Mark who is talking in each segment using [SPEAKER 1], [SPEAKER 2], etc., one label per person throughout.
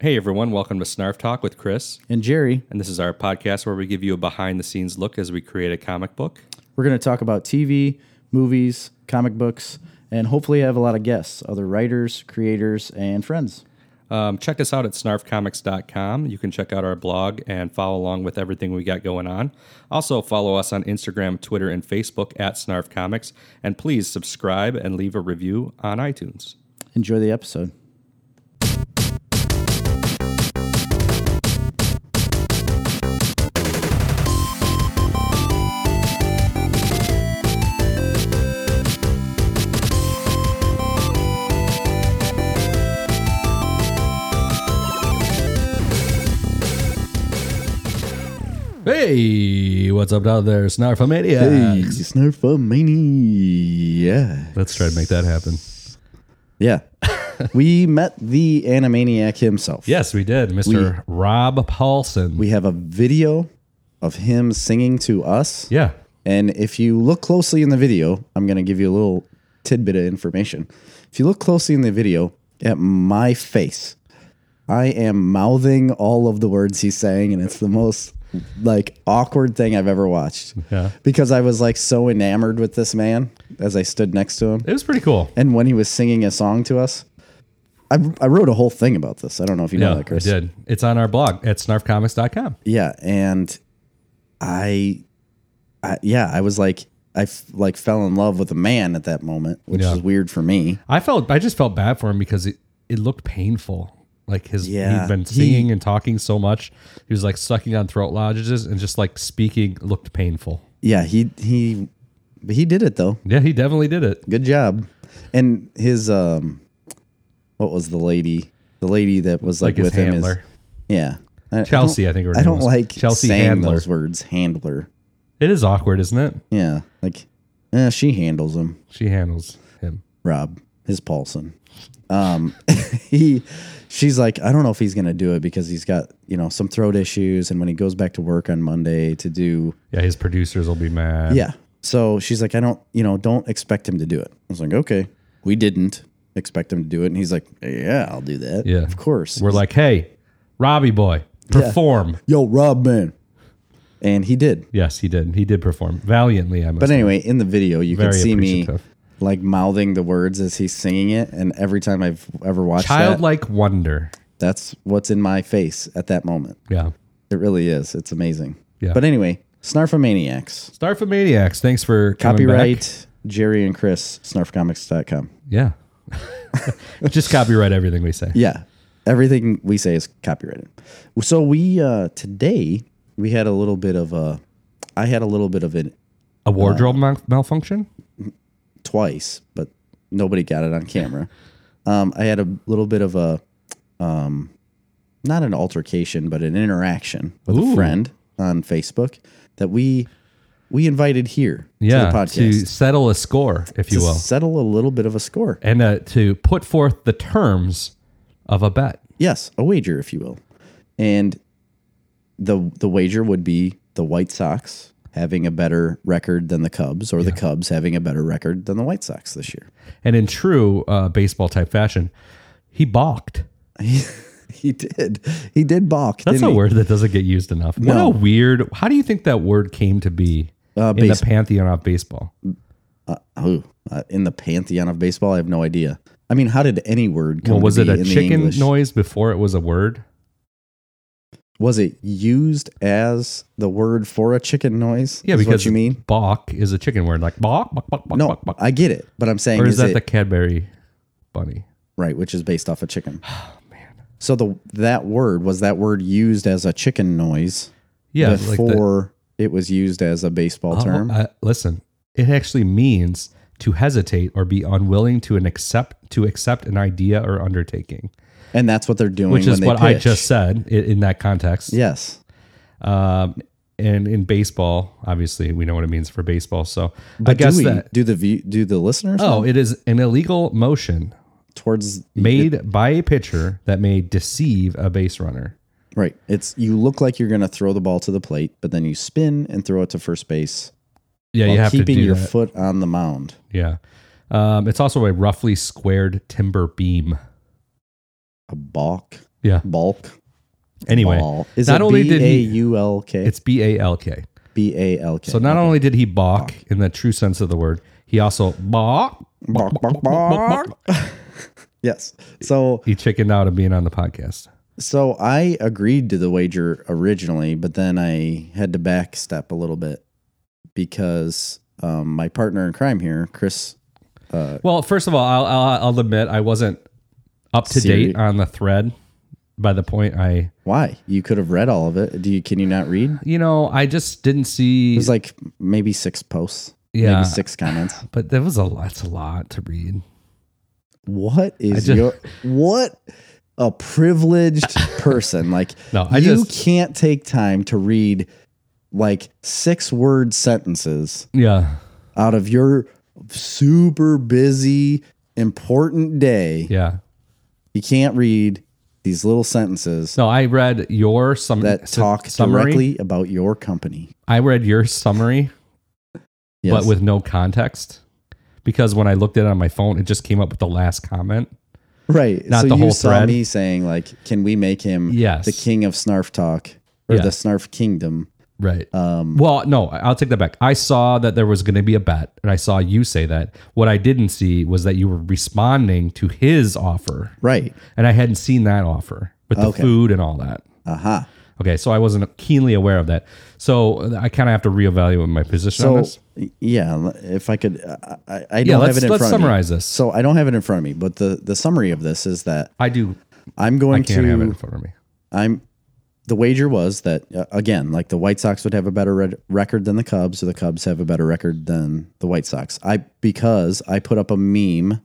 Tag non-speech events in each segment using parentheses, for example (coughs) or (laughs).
[SPEAKER 1] Hey everyone, welcome to Snarf Talk with Chris.
[SPEAKER 2] And Jerry,
[SPEAKER 1] And this is our podcast where we give you a behind the scenes look as we create a comic book.
[SPEAKER 2] we're going to talk about TV, movies, comic books, and hopefully have a lot of guests, other writers, creators, and friends.
[SPEAKER 1] Um, check us out at snarfcomics.com. You can check out our blog and follow along with everything we got going on. Also, follow us on Instagram, Twitter, and Facebook at Snarf Comics. And please subscribe and leave a review on iTunes.
[SPEAKER 2] Enjoy the episode.
[SPEAKER 1] Hey, what's up out there, Snarfamania?
[SPEAKER 2] Snowfomania.
[SPEAKER 1] Let's try to make that happen.
[SPEAKER 2] Yeah. (laughs) we met the Animaniac himself.
[SPEAKER 1] Yes, we did. Mr. Rob Paulson.
[SPEAKER 2] We have a video of him singing to us.
[SPEAKER 1] yeah.
[SPEAKER 2] And if you look closely in the video, I'm going to give you a little tidbit of information. If you look closely in the video at my face, I am mouthing all of the words he's saying, and it's the most like awkward thing I've ever watched.
[SPEAKER 1] Yeah.
[SPEAKER 2] Because I was like so enamored with this man as I stood next to him.
[SPEAKER 1] It was pretty cool.
[SPEAKER 2] And when he was singing a song to us, I, I wrote a whole thing about this. I don't know if you know
[SPEAKER 1] Yeah,
[SPEAKER 2] that, Chris.
[SPEAKER 1] I did. It's on our blog at snarfcomics.com.
[SPEAKER 2] Yeah, and I, I yeah, I was like, I f- like fell in love with a man at that moment, which
[SPEAKER 1] Yeah.
[SPEAKER 2] is weird for me.
[SPEAKER 1] I felt I just felt bad for him because it, it looked painful. Like his
[SPEAKER 2] Yeah,
[SPEAKER 1] he'd been
[SPEAKER 2] he-
[SPEAKER 1] singing and talking so much. He was like sucking on throat lodges and just like speaking looked painful.
[SPEAKER 2] Yeah, he he, but he did it though.
[SPEAKER 1] Yeah, he definitely did it.
[SPEAKER 2] Good job. And his um, what was the lady? The lady that was like,
[SPEAKER 1] Like his
[SPEAKER 2] with him is
[SPEAKER 1] handler.
[SPEAKER 2] yeah. I- I don't-
[SPEAKER 1] Chelsea, I think her
[SPEAKER 2] I
[SPEAKER 1] name
[SPEAKER 2] don't
[SPEAKER 1] was.
[SPEAKER 2] like
[SPEAKER 1] Chelsea
[SPEAKER 2] saying
[SPEAKER 1] Handler.
[SPEAKER 2] those words. Handler.
[SPEAKER 1] It is awkward, isn't it?
[SPEAKER 2] Yeah, like eh, she handles him.
[SPEAKER 1] She handles him.
[SPEAKER 2] Rob, his Paulson. Um, (laughs) he, she's like, I don't know if he's gonna do it because he's got you know some throat issues, and when he goes back to work on Monday to do,
[SPEAKER 1] Yeah, his producers will be mad.
[SPEAKER 2] yeah. So she's like, I don't, you know, don't expect him to do it. I was like, okay, we didn't expect him to do it, and he's like, yeah, I'll do that.
[SPEAKER 1] Yeah.
[SPEAKER 2] of course.
[SPEAKER 1] We're like, hey, Robbie boy, perform.
[SPEAKER 2] Yo, Rob, man, and he did.
[SPEAKER 1] Yes, he did. He did perform valiantly. I must.
[SPEAKER 2] But anyway, in the video, you can
[SPEAKER 1] Very
[SPEAKER 2] see me
[SPEAKER 1] appreciative.
[SPEAKER 2] like mouthing the words as he's singing it, and every time I've ever watched that,
[SPEAKER 1] Childlike wonder.
[SPEAKER 2] that's what's in my face at that moment.
[SPEAKER 1] Yeah.
[SPEAKER 2] It really is. It's amazing.
[SPEAKER 1] Yeah.
[SPEAKER 2] But anyway, Snarfomaniacs.
[SPEAKER 1] Starfamaniacs. Thanks for coming back.
[SPEAKER 2] Copyright Jerry and Chris, snarfcomics.com.
[SPEAKER 1] Yeah. (laughs) Just copyright everything we
[SPEAKER 2] (laughs)
[SPEAKER 1] say.
[SPEAKER 2] Yeah. Everything we say is copyrighted. So we uh today we had a little bit of a I had a little bit of it
[SPEAKER 1] A wardrobe mal- malfunction?
[SPEAKER 2] twice, but nobody got it on
[SPEAKER 1] (laughs)
[SPEAKER 2] camera. Um I had a little bit of a um not an altercation, but an interaction with
[SPEAKER 1] Ooh.
[SPEAKER 2] a friend on Facebook that we we invited here
[SPEAKER 1] Yeah.
[SPEAKER 2] to the podcast.
[SPEAKER 1] To settle a score, if you
[SPEAKER 2] to
[SPEAKER 1] will,
[SPEAKER 2] settle a little bit of a score.
[SPEAKER 1] and uh, to put forth the terms of a bet.
[SPEAKER 2] Yes, a wager, if you will. And the the wager would be the White Sox having a better record than the Cubs, or the Cubs having a better record than the White Sox this year. (laughs)
[SPEAKER 1] And in true uh, baseball type fashion, he balked.
[SPEAKER 2] He, he did. He did balk.
[SPEAKER 1] That's
[SPEAKER 2] didn't
[SPEAKER 1] a
[SPEAKER 2] he?
[SPEAKER 1] word that doesn't get used enough. What a
[SPEAKER 2] No.
[SPEAKER 1] weird. How do you think that word came to be
[SPEAKER 2] Uh,
[SPEAKER 1] in the
[SPEAKER 2] base-
[SPEAKER 1] pantheon of baseball?
[SPEAKER 2] oh, uh, in the pantheon of baseball, I have no idea. I mean, how did any word come?
[SPEAKER 1] Well, was
[SPEAKER 2] to
[SPEAKER 1] it
[SPEAKER 2] be
[SPEAKER 1] a
[SPEAKER 2] in the
[SPEAKER 1] chicken
[SPEAKER 2] English?
[SPEAKER 1] noise before it was a word?
[SPEAKER 2] Was it used as the word for a chicken noise?
[SPEAKER 1] Yeah,
[SPEAKER 2] is
[SPEAKER 1] because
[SPEAKER 2] what you mean.
[SPEAKER 1] balk is a chicken word, like balk, balk, balk, balk,
[SPEAKER 2] No,
[SPEAKER 1] balk, balk.
[SPEAKER 2] I get it, but I'm saying
[SPEAKER 1] Or is
[SPEAKER 2] is
[SPEAKER 1] that
[SPEAKER 2] it
[SPEAKER 1] the Cadbury bunny?
[SPEAKER 2] right, which is based off
[SPEAKER 1] (sighs)
[SPEAKER 2] a chicken.
[SPEAKER 1] Oh,
[SPEAKER 2] So the that word was that word used as a chicken noise
[SPEAKER 1] Yeah, like the-
[SPEAKER 2] before it was used as a baseball
[SPEAKER 1] Oh,
[SPEAKER 2] term.
[SPEAKER 1] uh, listen, it actually means to hesitate or be unwilling to an accept to accept an idea or undertaking,
[SPEAKER 2] and that's what they're doing
[SPEAKER 1] which
[SPEAKER 2] when
[SPEAKER 1] is
[SPEAKER 2] they
[SPEAKER 1] what
[SPEAKER 2] pitch.
[SPEAKER 1] I just said in, in that context.
[SPEAKER 2] Yes.
[SPEAKER 1] Um, and in baseball, obviously, we know what it means for baseball. So I
[SPEAKER 2] But
[SPEAKER 1] guess
[SPEAKER 2] do we,
[SPEAKER 1] that
[SPEAKER 2] do the view, do the listeners know
[SPEAKER 1] oh, it is an illegal motion
[SPEAKER 2] towards
[SPEAKER 1] made by a pitcher that may deceive a base runner.
[SPEAKER 2] right. It's you look like you're going to throw the ball to the plate, but then you spin and throw it to first base
[SPEAKER 1] Yeah,
[SPEAKER 2] while
[SPEAKER 1] you have to
[SPEAKER 2] keeping
[SPEAKER 1] do
[SPEAKER 2] your
[SPEAKER 1] that.
[SPEAKER 2] foot on the mound.
[SPEAKER 1] Yeah. Um, it's also a roughly squared timber beam.
[SPEAKER 2] A balk.
[SPEAKER 1] Yeah.
[SPEAKER 2] Bulk.
[SPEAKER 1] Anyway,
[SPEAKER 2] Ball. Is
[SPEAKER 1] not
[SPEAKER 2] it
[SPEAKER 1] only did
[SPEAKER 2] B A
[SPEAKER 1] he,
[SPEAKER 2] U L K?
[SPEAKER 1] it's B A L K.
[SPEAKER 2] B A L K.
[SPEAKER 1] So not only did he balk in the true sense of the word, he also balk.
[SPEAKER 2] Bark, bark, bark. Yes. So
[SPEAKER 1] He chickened out of being on the podcast.
[SPEAKER 2] so I agreed to the wager originally, but then I had to backstep a little bit because um, my partner in crime here, Chris,
[SPEAKER 1] Well, first of all, I'll, I'll, I'll admit I wasn't up to
[SPEAKER 2] Siri.
[SPEAKER 1] date on the thread by the point I,
[SPEAKER 2] why? You could have read all of it. Do you can you not read?
[SPEAKER 1] you know, I just didn't see.
[SPEAKER 2] It was like maybe six posts.
[SPEAKER 1] Yeah.
[SPEAKER 2] Maybe six
[SPEAKER 1] (laughs)
[SPEAKER 2] comments.
[SPEAKER 1] but that was a lot. That's a lot to read.
[SPEAKER 2] What is
[SPEAKER 1] I just-
[SPEAKER 2] your what a privileged
[SPEAKER 1] (laughs)
[SPEAKER 2] person? Like
[SPEAKER 1] No, I
[SPEAKER 2] you
[SPEAKER 1] just-
[SPEAKER 2] can't take time to read like six word sentences
[SPEAKER 1] Yeah.
[SPEAKER 2] out of your super busy important day.
[SPEAKER 1] Yeah.
[SPEAKER 2] You can't read these little sentences
[SPEAKER 1] No, I read your sum-
[SPEAKER 2] that
[SPEAKER 1] su-
[SPEAKER 2] talk
[SPEAKER 1] summary.
[SPEAKER 2] directly about your company.
[SPEAKER 1] I read your summary,
[SPEAKER 2] Yes.
[SPEAKER 1] but with no context. Because when I looked at it on my phone, it just came up with the last comment.
[SPEAKER 2] right,
[SPEAKER 1] not
[SPEAKER 2] so
[SPEAKER 1] the
[SPEAKER 2] you
[SPEAKER 1] whole
[SPEAKER 2] saw
[SPEAKER 1] thread.
[SPEAKER 2] me saying like, "Can we make him
[SPEAKER 1] Yes.
[SPEAKER 2] the king of snarf talk or
[SPEAKER 1] Yeah.
[SPEAKER 2] the snarf kingdom?"
[SPEAKER 1] Right.
[SPEAKER 2] Um,
[SPEAKER 1] Well, no, I'll take that back. I saw that there was going to be a bet, and I saw you say that. What I didn't see was that you were responding to his offer,
[SPEAKER 2] right,
[SPEAKER 1] and I hadn't seen that offer with the
[SPEAKER 2] Okay. Uh-huh.
[SPEAKER 1] food and all that.
[SPEAKER 2] aha.
[SPEAKER 1] Okay, so I wasn't keenly aware of that. So uh, I kind of have to reevaluate my position on
[SPEAKER 2] So
[SPEAKER 1] this.
[SPEAKER 2] yeah, if I could, I, I, I
[SPEAKER 1] Yeah,
[SPEAKER 2] don't
[SPEAKER 1] let's
[SPEAKER 2] have it in
[SPEAKER 1] let's
[SPEAKER 2] front
[SPEAKER 1] summarize
[SPEAKER 2] of me.
[SPEAKER 1] this.
[SPEAKER 2] So I don't have it in front of me, but the the summary of this is that
[SPEAKER 1] I do
[SPEAKER 2] I'm going
[SPEAKER 1] can't have it in
[SPEAKER 2] to.
[SPEAKER 1] front of me.
[SPEAKER 2] I'm the wager was that uh, again, like the White Sox would have a better red, record than the Cubs, or the Cubs have a better record than the White Sox. I because I put up a meme.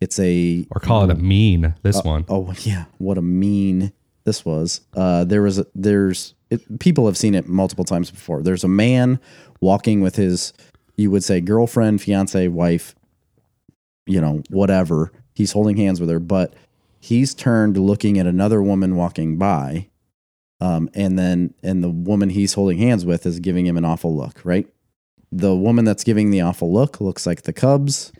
[SPEAKER 2] It's a
[SPEAKER 1] Or call it a mean. This one.
[SPEAKER 2] oh yeah, what a mean this was. Uh, there was a, there's it, people have seen it multiple times before. There's a man walking with his you would say girlfriend, fiance, wife, you know, whatever. He's holding hands with her, but he's turned looking at another woman walking by. Um, and then and the woman he's holding hands with is giving him an awful look, right? The woman that's giving the awful look looks like the Cubs.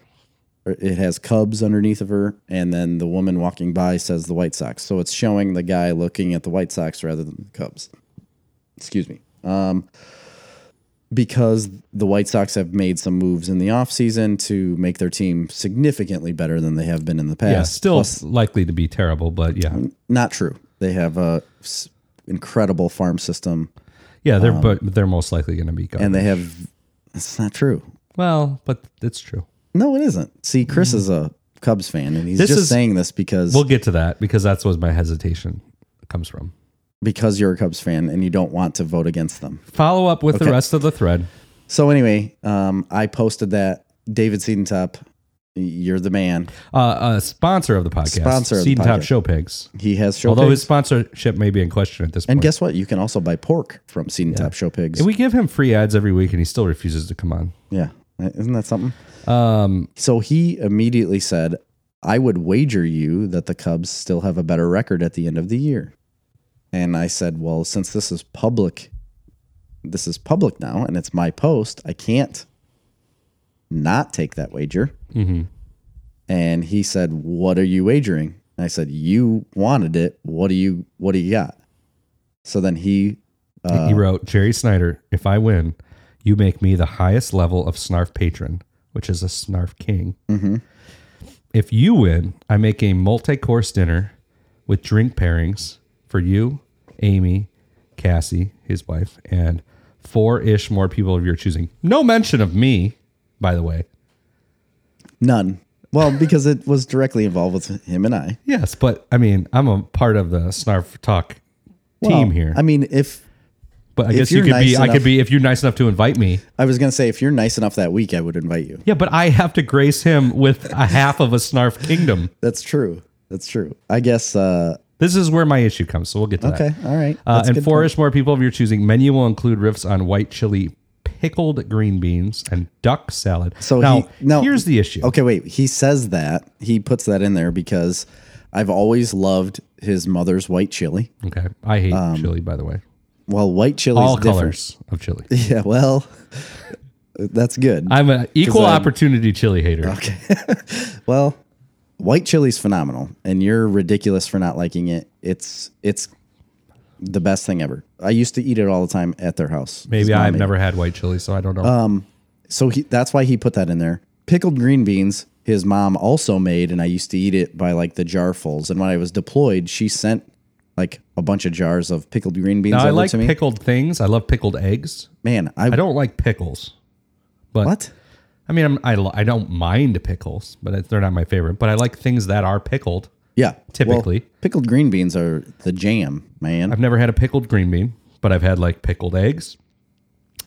[SPEAKER 2] or It has Cubs underneath of her, and then the woman walking by says the White Sox. So it's showing the guy looking at the White Sox rather than the Cubs. Excuse me. Um, because the White Sox have made some moves in the offseason to make their team significantly better than they have been in the past.
[SPEAKER 1] yeah, still
[SPEAKER 2] Plus,
[SPEAKER 1] likely to be terrible, but yeah,
[SPEAKER 2] not true. They have a s- incredible farm system,
[SPEAKER 1] yeah, they're but they're most likely going to be gone.
[SPEAKER 2] Um, and they have. It's not true.
[SPEAKER 1] well, but it's true.
[SPEAKER 2] No, it isn't. See, Chris is a Cubs fan, and he's
[SPEAKER 1] Mm. This
[SPEAKER 2] just
[SPEAKER 1] is-
[SPEAKER 2] saying this because
[SPEAKER 1] We'll get to that because that's where my hesitation comes from.
[SPEAKER 2] because you're a Cubs fan and you don't want to vote against them.
[SPEAKER 1] Follow up with the rest of the thread.
[SPEAKER 2] So anyway, um, I posted that David Seedentop, you're the man.
[SPEAKER 1] Uh, a sponsor of the podcast,
[SPEAKER 2] Sponsor of the
[SPEAKER 1] Seed and Top
[SPEAKER 2] podcast.
[SPEAKER 1] Show Pigs.
[SPEAKER 2] He has show
[SPEAKER 1] Although
[SPEAKER 2] pigs.
[SPEAKER 1] his sponsorship may be in question at this
[SPEAKER 2] and
[SPEAKER 1] point.
[SPEAKER 2] guess what? You can also buy pork from Seed and Top Show Pigs.
[SPEAKER 1] And we give him free ads every week, and he still refuses to come on.
[SPEAKER 2] yeah, isn't that something?
[SPEAKER 1] Um,
[SPEAKER 2] So he immediately said, I would wager you that the Cubs still have a better record at the end of the year. And I said, Well, since this is public, this is public now and it's my post, I can't not take that wager. And he said, What are you wagering? And I said, You wanted it. What do you what do you got? So then he
[SPEAKER 1] he wrote, Jerry Snyder, if I win, you make me the highest level of Snarf patron, which is a Snarf king.
[SPEAKER 2] Mm-hmm.
[SPEAKER 1] If you win, I make a multi course dinner with drink pairings for you, Amy, Cassie, his wife, and four ish more people of your choosing. No mention of me, by the way.
[SPEAKER 2] none. Well, because it was directly involved with him and I.
[SPEAKER 1] Yes, but I mean, I'm a part of the Snarf Talk team
[SPEAKER 2] Well,
[SPEAKER 1] here.
[SPEAKER 2] Oh, I mean, if
[SPEAKER 1] but I
[SPEAKER 2] if
[SPEAKER 1] guess you
[SPEAKER 2] you're
[SPEAKER 1] could be,
[SPEAKER 2] nice
[SPEAKER 1] I
[SPEAKER 2] enough-
[SPEAKER 1] could be, if you're nice enough to invite me.
[SPEAKER 2] I was gonna say, if you're nice enough that week, I would invite you.
[SPEAKER 1] Yeah, but I have to grace him with a half of a Snarf Kingdom.
[SPEAKER 2] That's true. That's true. I guess. Uh,
[SPEAKER 1] This is where my issue comes, so we'll get to that.
[SPEAKER 2] okay. All right.
[SPEAKER 1] Uh,
[SPEAKER 2] That's a
[SPEAKER 1] and
[SPEAKER 2] good
[SPEAKER 1] four-ish more people of your choosing. Menu will include riffs on white chili, pickled green beans, and duck salad.
[SPEAKER 2] So
[SPEAKER 1] now,
[SPEAKER 2] he- no.
[SPEAKER 1] here's the issue.
[SPEAKER 2] point. Okay. Wait. He says that he puts that in there because I've always loved his mother's white chili.
[SPEAKER 1] Okay, I hate
[SPEAKER 2] Um,
[SPEAKER 1] chili, by the way.
[SPEAKER 2] Well, white chili
[SPEAKER 1] All
[SPEAKER 2] is different.
[SPEAKER 1] colors of chili.
[SPEAKER 2] (laughs) Yeah. Well, that's good.
[SPEAKER 1] I'm an equal
[SPEAKER 2] I'm-
[SPEAKER 1] opportunity chili hater.
[SPEAKER 2] well, white chili's phenomenal, and you're ridiculous for not liking it. It's it's the best thing ever. I used to eat it all the time at their house.
[SPEAKER 1] Maybe I've never had white chili, so I don't know.
[SPEAKER 2] Um, So he, that's why he put that in there. Pickled green beans, his mom also made, and I used to eat it by like the jarfuls. And when I was deployed, she sent like a bunch of jars of pickled green beans
[SPEAKER 1] Now,
[SPEAKER 2] over
[SPEAKER 1] I like
[SPEAKER 2] to me.
[SPEAKER 1] pickled things. I love pickled eggs.
[SPEAKER 2] Man, I,
[SPEAKER 1] I don't like pickles. But
[SPEAKER 2] what?
[SPEAKER 1] I mean, I'm, I li- I don't mind pickles, but they're not my favorite. But I like things that are pickled.
[SPEAKER 2] Yeah, well,
[SPEAKER 1] Typically.
[SPEAKER 2] pickled green beans are the jam, man.
[SPEAKER 1] I've never had a pickled green bean, but I've had like pickled eggs.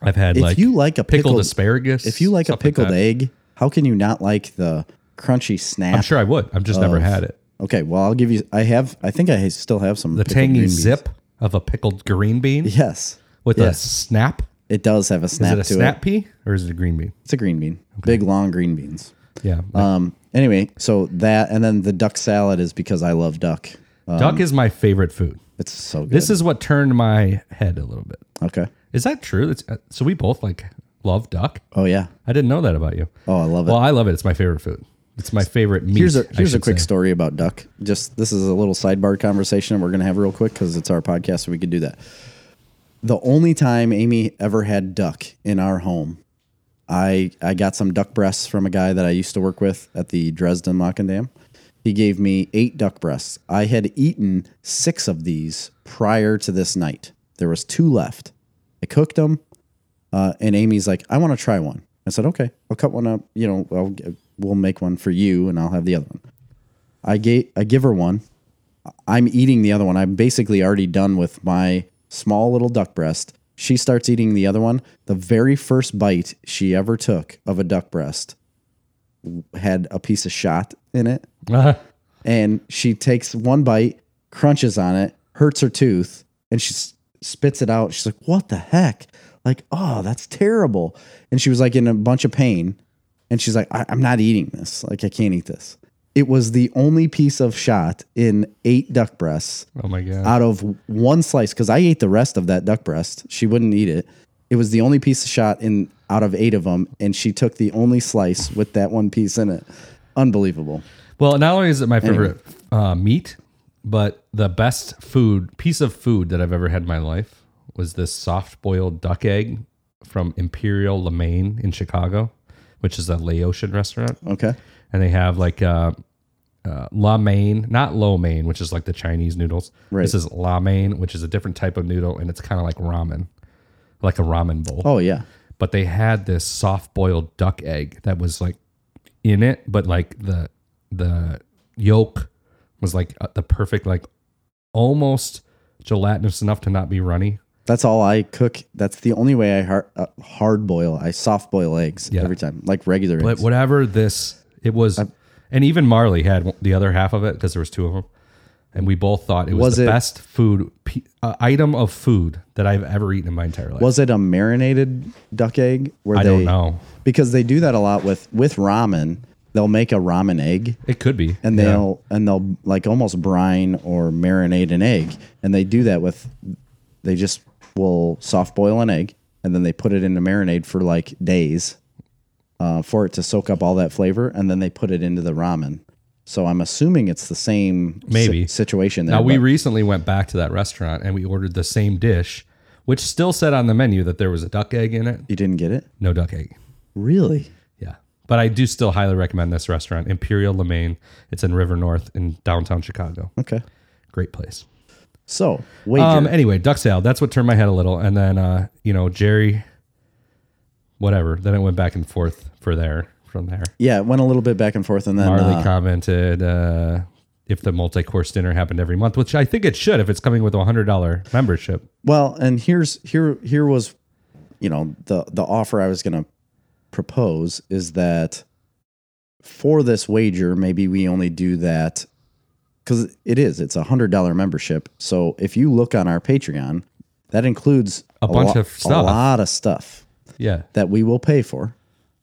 [SPEAKER 1] I've had
[SPEAKER 2] if
[SPEAKER 1] like
[SPEAKER 2] you like a
[SPEAKER 1] pickled,
[SPEAKER 2] pickled,
[SPEAKER 1] asparagus.
[SPEAKER 2] if you like a
[SPEAKER 1] stuff
[SPEAKER 2] pickled
[SPEAKER 1] that.
[SPEAKER 2] egg, how can you not like the crunchy snap?
[SPEAKER 1] I'm sure I would. I've just
[SPEAKER 2] Oh,
[SPEAKER 1] never had it.
[SPEAKER 2] Okay, well I'll give you. I have. I think I still have some.
[SPEAKER 1] The tangy zip of a pickled green bean
[SPEAKER 2] Yes,
[SPEAKER 1] with a
[SPEAKER 2] yes.
[SPEAKER 1] snap.
[SPEAKER 2] it does have a
[SPEAKER 1] Is
[SPEAKER 2] snap
[SPEAKER 1] it a
[SPEAKER 2] to
[SPEAKER 1] snap
[SPEAKER 2] it.
[SPEAKER 1] pea or is it a green bean?
[SPEAKER 2] It's a green bean, big long green beans.
[SPEAKER 1] Yeah.
[SPEAKER 2] Um. Anyway, so that and then the duck salad is because I love duck. Uh,
[SPEAKER 1] Duck is my favorite food.
[SPEAKER 2] it's so good.
[SPEAKER 1] This is what turned my head a little bit.
[SPEAKER 2] okay.
[SPEAKER 1] Is that true? That's, uh, so we both like love duck.
[SPEAKER 2] Oh yeah.
[SPEAKER 1] I didn't know that about you.
[SPEAKER 2] Oh, I love it.
[SPEAKER 1] Well, I love it. It's my favorite food. It's my favorite meat.
[SPEAKER 2] Here's a
[SPEAKER 1] I
[SPEAKER 2] here's a
[SPEAKER 1] should
[SPEAKER 2] quick
[SPEAKER 1] say.
[SPEAKER 2] story about duck. Just this is a little sidebar conversation we're gonna have real quick because it's our podcast, so we could do that. The only time Amy ever had duck in our home, I I got some duck breasts from a guy that I used to work with at the Dresden Lock and Dam. He gave me eight duck breasts. I had eaten six of these prior to this night. There was two left. I cooked them. Uh, and Amy's like, I want to try one. I said, okay, I'll cut one up. You know, I'll, g- we'll make one for you and I'll have the other one. I gave, I give her one. I'm eating the other one. I'm basically already done with my small little duck breast. She starts eating the other one. The very first bite she ever took of a duck breast w- had a piece of shot in it and she takes one bite, crunches on it, hurts her tooth, and she s- spits it out. She's like, "What the heck?" Like, "Oh, that's terrible." And she was like in a bunch of pain, and she's like, I- "I'm not eating this. Like, I can't eat this." It was the only piece of shot in eight duck breasts
[SPEAKER 1] (laughs) oh my god.
[SPEAKER 2] out of one slice because I ate the rest of that duck breast. She wouldn't eat it. It was the only piece of shot in out of eight of them, and she took the only slice with that one piece in it. Unbelievable.
[SPEAKER 1] Well, not only is it my favorite uh, meat, but the best food piece of food that I've ever had in my life was this soft boiled duck egg from Imperial Le Main in Chicago, which is a Laotian restaurant,
[SPEAKER 2] Okay.
[SPEAKER 1] and they have like uh, uh, la mein, not lo mein, which is like the Chinese noodles.
[SPEAKER 2] Right.
[SPEAKER 1] This is la mein, which is a different type of noodle, and it's kind of like ramen, like a ramen bowl
[SPEAKER 2] Oh yeah.
[SPEAKER 1] but they had this soft boiled duck egg that was like in it, but like the the yolk was like uh, the perfect like almost gelatinous enough to not be runny.
[SPEAKER 2] That's all I cook. That's the only way I hard, uh, hard boil. I soft boil eggs
[SPEAKER 1] Yeah.
[SPEAKER 2] every time, like regular
[SPEAKER 1] But
[SPEAKER 2] eggs.
[SPEAKER 1] whatever this, it was, and even Marley had the other half of it because there was two of them, and we both thought it was,
[SPEAKER 2] Was
[SPEAKER 1] the
[SPEAKER 2] it-
[SPEAKER 1] best food pe- uh, item of food that I've ever eaten in my entire life.
[SPEAKER 2] Was it a marinated duck egg? Where
[SPEAKER 1] I
[SPEAKER 2] they,
[SPEAKER 1] don't know.
[SPEAKER 2] because they do that a lot with with ramen. They'll make a ramen egg
[SPEAKER 1] It could be,
[SPEAKER 2] and
[SPEAKER 1] Yeah.
[SPEAKER 2] they'll and they'll like almost brine or marinate an egg, and they do that with they just will soft boil an egg and then they put it in a marinade for like days uh, for it to soak up all that flavor, and then they put it into the ramen. So I'm assuming it's the same si-
[SPEAKER 1] Maybe.
[SPEAKER 2] situation. There,
[SPEAKER 1] Now we
[SPEAKER 2] but-
[SPEAKER 1] recently went back to that restaurant and we ordered the same dish, which still said on the menu that there was a duck egg in it.
[SPEAKER 2] You didn't get it?
[SPEAKER 1] No duck egg.
[SPEAKER 2] Really?
[SPEAKER 1] Yeah. But I do still highly recommend this restaurant, Imperial Le Main. It's in River North in downtown Chicago.
[SPEAKER 2] Okay.
[SPEAKER 1] Great place.
[SPEAKER 2] So wager.
[SPEAKER 1] Um anyway, duck salad, that's what turned my head a little. And then uh, you know, Jerry whatever. Then it went back and forth for there from there.
[SPEAKER 2] yeah, it went a little bit back and forth, and then
[SPEAKER 1] Marley
[SPEAKER 2] uh,
[SPEAKER 1] commented uh if the multi-course dinner happened every month, which I think it should if it's coming with a hundred dollar membership.
[SPEAKER 2] well, and here's here here was, you know, the the offer I was gonna propose is that for this wager, maybe we only do that because it is it's a hundred dollar membership. So if you look on our Patreon, that includes
[SPEAKER 1] A bunch
[SPEAKER 2] lo-
[SPEAKER 1] of stuff.
[SPEAKER 2] a lot of stuff
[SPEAKER 1] Yeah.
[SPEAKER 2] that we will pay for,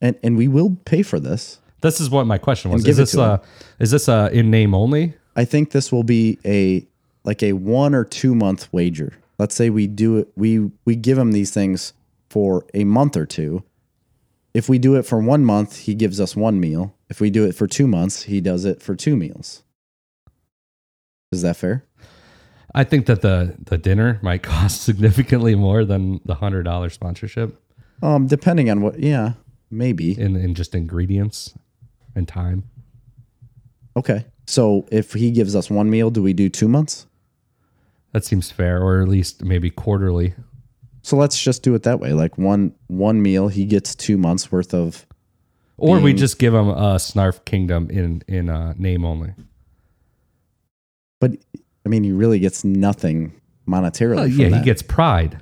[SPEAKER 2] and and we will pay for this.
[SPEAKER 1] This is what my question was.
[SPEAKER 2] give
[SPEAKER 1] Is
[SPEAKER 2] it
[SPEAKER 1] this
[SPEAKER 2] to
[SPEAKER 1] uh is this uh in name only?
[SPEAKER 2] I think this will be a like a one or two month wager. Let's say we do it. We we give them these things for a month or two. If we do it for one month, he gives us one meal. If we do it for two months, he does it for two meals. Is that fair?
[SPEAKER 1] I think that the the dinner (laughs) might cost significantly more than the hundred dollar sponsorship
[SPEAKER 2] Um, depending on what, yeah, maybe.
[SPEAKER 1] in, in just ingredients and time.
[SPEAKER 2] Okay. So if he gives us one meal, do we do two months?
[SPEAKER 1] That seems fair, or at least maybe quarterly.
[SPEAKER 2] So let's just do it that way. Like one one meal, he gets two months worth of.
[SPEAKER 1] Or we just give them a Snarf Kingdom in in uh, name only.
[SPEAKER 2] But I mean, he really gets nothing monetarily. from
[SPEAKER 1] Oh, yeah, he
[SPEAKER 2] that,
[SPEAKER 1] gets pride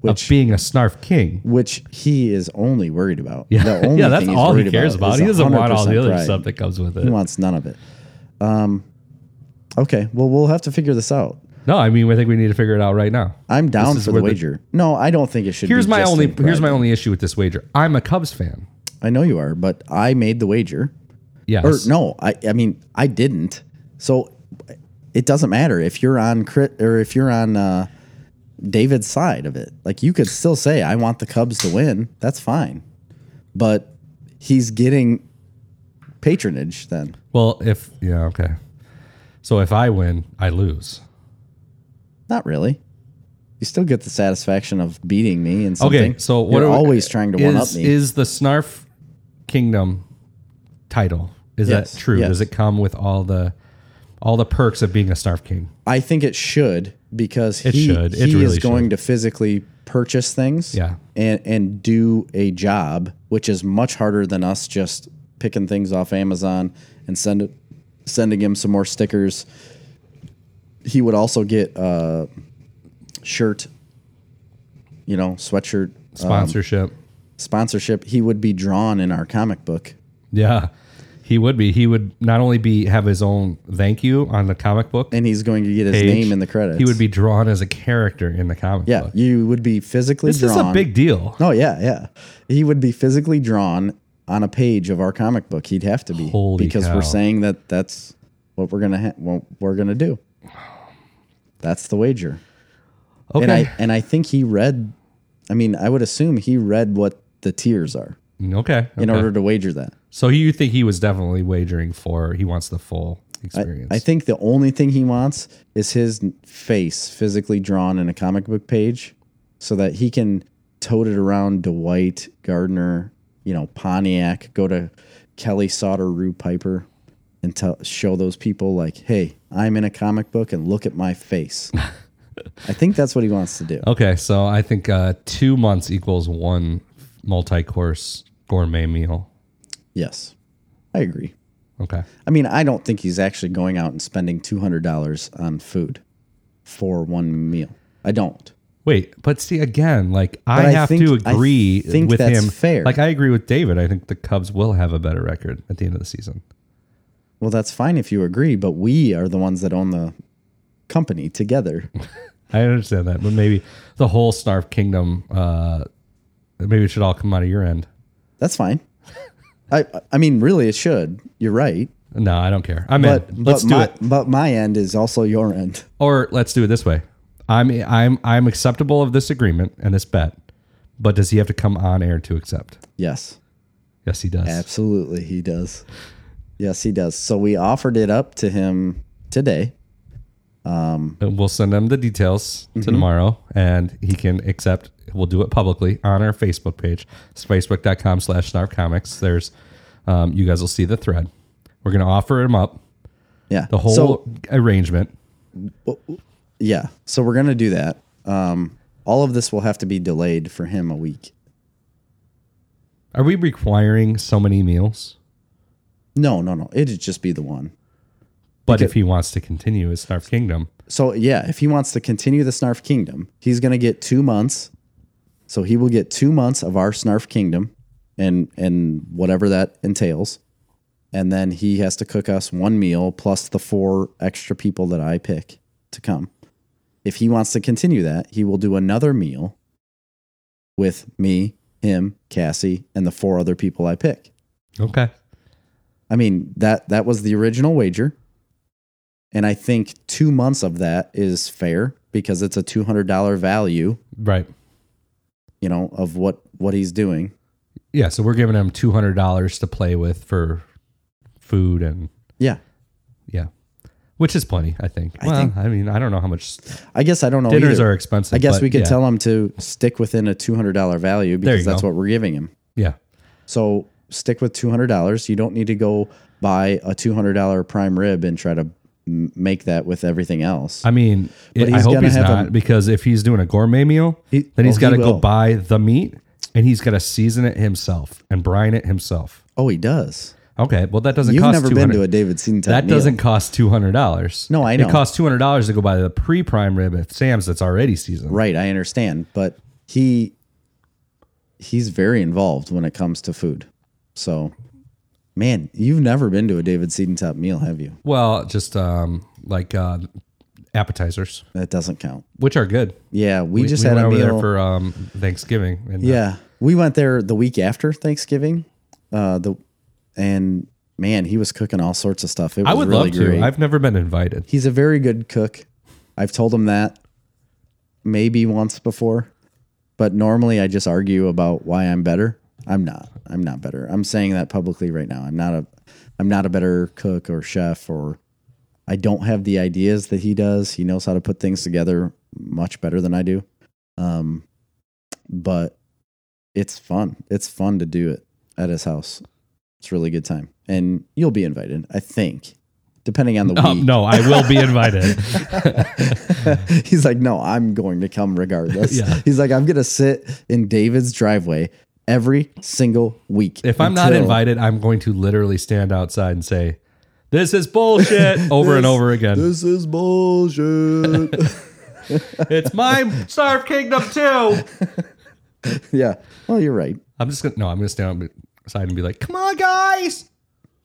[SPEAKER 2] which
[SPEAKER 1] of being a Snarf King.
[SPEAKER 2] which he is only worried about.
[SPEAKER 1] Yeah,
[SPEAKER 2] (laughs) The only
[SPEAKER 1] (laughs) yeah, that's
[SPEAKER 2] thing he's
[SPEAKER 1] all he
[SPEAKER 2] worried
[SPEAKER 1] cares about.
[SPEAKER 2] is
[SPEAKER 1] He doesn't want all the
[SPEAKER 2] 100%
[SPEAKER 1] other
[SPEAKER 2] pride.
[SPEAKER 1] stuff that comes with
[SPEAKER 2] He
[SPEAKER 1] it.
[SPEAKER 2] wants none of it. Um, okay, well, we'll have to figure this out.
[SPEAKER 1] No, I mean, I think we need to figure it out right now.
[SPEAKER 2] I'm down
[SPEAKER 1] is
[SPEAKER 2] for the
[SPEAKER 1] where the-
[SPEAKER 2] wager. no, I don't think it should.
[SPEAKER 1] Here's
[SPEAKER 2] be
[SPEAKER 1] my
[SPEAKER 2] just
[SPEAKER 1] only
[SPEAKER 2] in pride.
[SPEAKER 1] here's my only issue with this wager. I'm a Cubs fan.
[SPEAKER 2] I know you are, but I made the wager.
[SPEAKER 1] Yes.
[SPEAKER 2] Or no, I. I mean, I didn't. So it doesn't matter if you're on crit or if you're on uh, David's side of it. Like you could still say, "I want the Cubs to win." That's fine, but he's getting patronage then.
[SPEAKER 1] Well, if yeah, okay. So if I win, I lose.
[SPEAKER 2] Not really. You still get the satisfaction of beating me and something.
[SPEAKER 1] Okay, so what
[SPEAKER 2] you're
[SPEAKER 1] are we-
[SPEAKER 2] always trying to
[SPEAKER 1] is,
[SPEAKER 2] one up me.
[SPEAKER 1] Is the Snarf Kingdom title is
[SPEAKER 2] Yes,
[SPEAKER 1] that true?
[SPEAKER 2] yes.
[SPEAKER 1] Does it come with all the all the perks of being a Snarf King?
[SPEAKER 2] I think it should because
[SPEAKER 1] It
[SPEAKER 2] he,
[SPEAKER 1] should. It
[SPEAKER 2] he
[SPEAKER 1] really
[SPEAKER 2] is going to physically purchase things
[SPEAKER 1] Yeah.
[SPEAKER 2] and, and do a job, which is much harder than us just picking things off Amazon and send it, sending him some more stickers. He would also get a shirt, you know, sweatshirt uh,
[SPEAKER 1] Sponsorship.
[SPEAKER 2] sponsorship. He would be drawn in our comic book.
[SPEAKER 1] yeah. He would be. He would not only be have his own thank you on the comic book
[SPEAKER 2] and he's going to get his
[SPEAKER 1] page,
[SPEAKER 2] name in the credits.
[SPEAKER 1] He would be drawn as a character in the comic
[SPEAKER 2] Yeah,
[SPEAKER 1] book.
[SPEAKER 2] you would be physically
[SPEAKER 1] This
[SPEAKER 2] drawn.
[SPEAKER 1] is a big deal.
[SPEAKER 2] Oh yeah, yeah. He would be physically drawn on a page of our comic book. He'd have to be
[SPEAKER 1] Holy
[SPEAKER 2] because
[SPEAKER 1] cow.
[SPEAKER 2] we're saying that that's what we're gonna ha- what we're gonna do. That's the wager,
[SPEAKER 1] Okay.
[SPEAKER 2] and I and I think he read. I mean, I would assume he read what the tiers are
[SPEAKER 1] okay.
[SPEAKER 2] in
[SPEAKER 1] okay.
[SPEAKER 2] order to wager that.
[SPEAKER 1] So you think he was definitely wagering for he wants the full experience.
[SPEAKER 2] I think the only thing he wants is his face physically drawn in a comic book page so that he can tote it around Dwight, Gardner, you know, Pontiac, go to Kelly Sauter, Rue Piper, and tell, show those people, like, hey, I'm in a comic book and look at my face. I think that's what he wants to do.
[SPEAKER 1] okay, so I think uh, two months equals one multi-course gourmet meal.
[SPEAKER 2] Yes, I agree.
[SPEAKER 1] Okay.
[SPEAKER 2] I mean, I don't think he's actually going out and spending $200 on food for one meal. I don't.
[SPEAKER 1] Wait, but see again, like I,
[SPEAKER 2] But I
[SPEAKER 1] have
[SPEAKER 2] think-
[SPEAKER 1] to
[SPEAKER 2] I
[SPEAKER 1] agree
[SPEAKER 2] think
[SPEAKER 1] with
[SPEAKER 2] that's
[SPEAKER 1] him.
[SPEAKER 2] fair.
[SPEAKER 1] Like I agree with David. I think the Cubs will have a better record at the end of the season.
[SPEAKER 2] Well, that's fine if you agree, but we are the ones that own the company
[SPEAKER 1] (laughs)
[SPEAKER 2] together.
[SPEAKER 1] I understand that, but maybe the whole Snarf Kingdom, uh, maybe it should all come out of your end.
[SPEAKER 2] That's fine. I I mean, really, it should. You're right.
[SPEAKER 1] No, I don't care. I'm
[SPEAKER 2] But
[SPEAKER 1] in. Let's
[SPEAKER 2] but
[SPEAKER 1] do
[SPEAKER 2] my
[SPEAKER 1] it.
[SPEAKER 2] but my end is also your end.
[SPEAKER 1] Or let's do it this way. I'm I'm I'm acceptable of this agreement and this bet, but does he have to come on air to accept?
[SPEAKER 2] Yes,
[SPEAKER 1] Yes, he does.
[SPEAKER 2] absolutely, he does. Yes, he does. So we offered it up to him today.
[SPEAKER 1] And We'll send him the details to tomorrow, and he can accept. We'll do it publicly on our Facebook page. It's facebook.com slash snarfcomics. There's, um, you guys will see the thread. We're going to offer him up
[SPEAKER 2] Yeah,
[SPEAKER 1] the whole
[SPEAKER 2] So
[SPEAKER 1] arrangement.
[SPEAKER 2] yeah, so we're gonna do that. Um, all of this will have to be delayed for him a week.
[SPEAKER 1] Are we requiring so many meals?
[SPEAKER 2] No, no, no. It'd just be the one.
[SPEAKER 1] But if he wants to continue his Snarf Kingdom,
[SPEAKER 2] so yeah, if he wants to continue the Snarf Kingdom, he's gonna get two months. So he will get two months of our Snarf Kingdom and and whatever that entails. And then he has to cook us one meal plus the four extra people that I pick to come. If he wants to continue that, he will do another meal with me, him, Cassie, and the four other people I pick.
[SPEAKER 1] okay.
[SPEAKER 2] I mean that that was the original wager, and I think two months of that is fair because it's a two hundred dollar value,
[SPEAKER 1] Right.
[SPEAKER 2] you know, of what what he's doing.
[SPEAKER 1] yeah, so we're giving them two hundred dollars to play with for food and
[SPEAKER 2] Yeah.
[SPEAKER 1] yeah, which is plenty, I think. well,
[SPEAKER 2] think-
[SPEAKER 1] I mean, I don't know how much
[SPEAKER 2] I guess I don't know.
[SPEAKER 1] dinners
[SPEAKER 2] either.
[SPEAKER 1] are expensive.
[SPEAKER 2] I guess
[SPEAKER 1] but
[SPEAKER 2] we could
[SPEAKER 1] yeah,
[SPEAKER 2] tell him to stick within a two hundred dollar value because that's
[SPEAKER 1] go.
[SPEAKER 2] what we're giving him.
[SPEAKER 1] Yeah,
[SPEAKER 2] So stick with two hundred dollars. You don't need to go buy a two hundred dollar prime rib and try to m- make that with everything else.
[SPEAKER 1] I mean, it, I
[SPEAKER 2] he's
[SPEAKER 1] hope
[SPEAKER 2] gonna
[SPEAKER 1] he's
[SPEAKER 2] have
[SPEAKER 1] not
[SPEAKER 2] a-
[SPEAKER 1] because if he's doing a gourmet meal,
[SPEAKER 2] He-
[SPEAKER 1] then he's
[SPEAKER 2] well,
[SPEAKER 1] got to
[SPEAKER 2] he
[SPEAKER 1] go
[SPEAKER 2] will.
[SPEAKER 1] buy the meat and he's got to season it himself and brine it himself.
[SPEAKER 2] oh, he does.
[SPEAKER 1] Okay, well that doesn't
[SPEAKER 2] You've
[SPEAKER 1] cost
[SPEAKER 2] never
[SPEAKER 1] two
[SPEAKER 2] been to
[SPEAKER 1] hundred.
[SPEAKER 2] a David Seaton type
[SPEAKER 1] That
[SPEAKER 2] meal.
[SPEAKER 1] doesn't cost two hundred dollars.
[SPEAKER 2] No, I
[SPEAKER 1] It
[SPEAKER 2] know.
[SPEAKER 1] costs two hundred dollars to go buy the pre-prime rib at Sam's that's already seasoned.
[SPEAKER 2] Right, I understand, but he he's very involved when it comes to food. So, man, you've never been to a David Seaton type meal, have you?
[SPEAKER 1] Well, just um, like uh, appetizers,
[SPEAKER 2] That doesn't count.
[SPEAKER 1] which are good.
[SPEAKER 2] Yeah, we, just
[SPEAKER 1] we
[SPEAKER 2] had
[SPEAKER 1] went
[SPEAKER 2] a
[SPEAKER 1] over
[SPEAKER 2] meal
[SPEAKER 1] there for um, Thanksgiving. And, uh,
[SPEAKER 2] Yeah, we went there the week after Thanksgiving. Uh, the and man, he was cooking all sorts of stuff. It was
[SPEAKER 1] I would
[SPEAKER 2] really
[SPEAKER 1] love to.
[SPEAKER 2] great.
[SPEAKER 1] I've never been invited.
[SPEAKER 2] He's a very good cook. I've told him that maybe once before, but normally I just argue about why I'm better. I'm not. I'm not better. I'm saying that publicly right now. I'm not a. I'm not a better cook or chef or. I don't have the ideas that he does. He knows how to put things together much better than I do. Um, but it's fun. It's fun to do it at his house. It's a really good time, and you'll be invited, I think, depending on the week.
[SPEAKER 1] Um, no, I will be invited.
[SPEAKER 2] (laughs) He's like, no, I'm going to come regardless.
[SPEAKER 1] (laughs) Yeah.
[SPEAKER 2] He's like, I'm going to sit in David's driveway every single week.
[SPEAKER 1] if I'm not
[SPEAKER 2] until
[SPEAKER 1] invited, I'm going to literally stand outside and say, "This is
[SPEAKER 2] (laughs)
[SPEAKER 1] bullshit" over and
[SPEAKER 2] this-
[SPEAKER 1] over again.
[SPEAKER 2] This is bullshit.
[SPEAKER 1] It's my Starve Kingdom too.
[SPEAKER 2] (laughs) yeah. Well, you're right.
[SPEAKER 1] I'm just gonna no. I'm gonna stand outside and be like, "Come on, guys,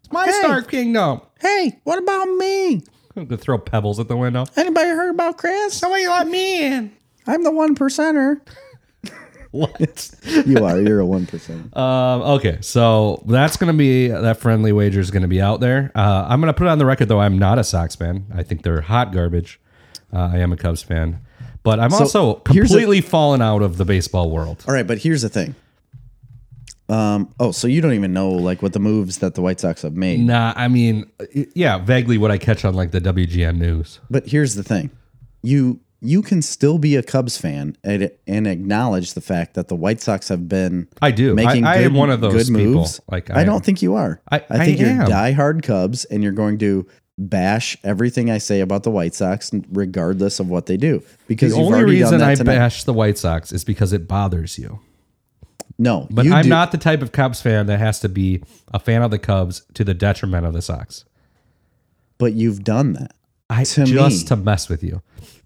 [SPEAKER 1] it's my Starve Kingdom."
[SPEAKER 2] Hey, what about me?
[SPEAKER 1] I'm gonna throw pebbles at the window.
[SPEAKER 2] Anybody heard about Chris?
[SPEAKER 1] Somebody let me in.
[SPEAKER 2] I'm the one percenter.
[SPEAKER 1] (laughs) What?
[SPEAKER 2] You are. You're a one
[SPEAKER 1] (laughs)
[SPEAKER 2] percenter.
[SPEAKER 1] um, okay, so that's gonna be that friendly wager is gonna be out there. Uh, I'm gonna put it on the record though. I'm not a Sox fan. I think they're hot garbage. Uh, I am a Cubs fan, but I'm also
[SPEAKER 2] here's a-
[SPEAKER 1] completely fallen out of the baseball world.
[SPEAKER 2] All right, but here's the thing. Um. Oh, so you don't even know like what the moves that the White Sox have made.
[SPEAKER 1] Nah, I mean, y- yeah, vaguely what I catch on like the WGN news.
[SPEAKER 2] But here's the thing. You you can still be a Cubs fan and, and acknowledge the fact that the White Sox have been
[SPEAKER 1] I do.
[SPEAKER 2] making
[SPEAKER 1] I, I
[SPEAKER 2] good,
[SPEAKER 1] am one of those
[SPEAKER 2] good
[SPEAKER 1] people.
[SPEAKER 2] moves.
[SPEAKER 1] Like
[SPEAKER 2] I,
[SPEAKER 1] am-
[SPEAKER 2] don't think you are.
[SPEAKER 1] I- I
[SPEAKER 2] think
[SPEAKER 1] am.
[SPEAKER 2] you're diehard Cubs and you're going to bash everything I say about the White Sox regardless of what they do because
[SPEAKER 1] The
[SPEAKER 2] you've
[SPEAKER 1] only
[SPEAKER 2] already done
[SPEAKER 1] reason
[SPEAKER 2] that
[SPEAKER 1] I
[SPEAKER 2] tonight.
[SPEAKER 1] bash the White Sox is because it bothers you.
[SPEAKER 2] no,
[SPEAKER 1] But
[SPEAKER 2] you
[SPEAKER 1] I'm
[SPEAKER 2] do.
[SPEAKER 1] not the type of Cubs fan that has to be a fan of the Cubs to the detriment of the Sox.
[SPEAKER 2] But you've done that.
[SPEAKER 1] I
[SPEAKER 2] To
[SPEAKER 1] just
[SPEAKER 2] me.
[SPEAKER 1] to mess with you.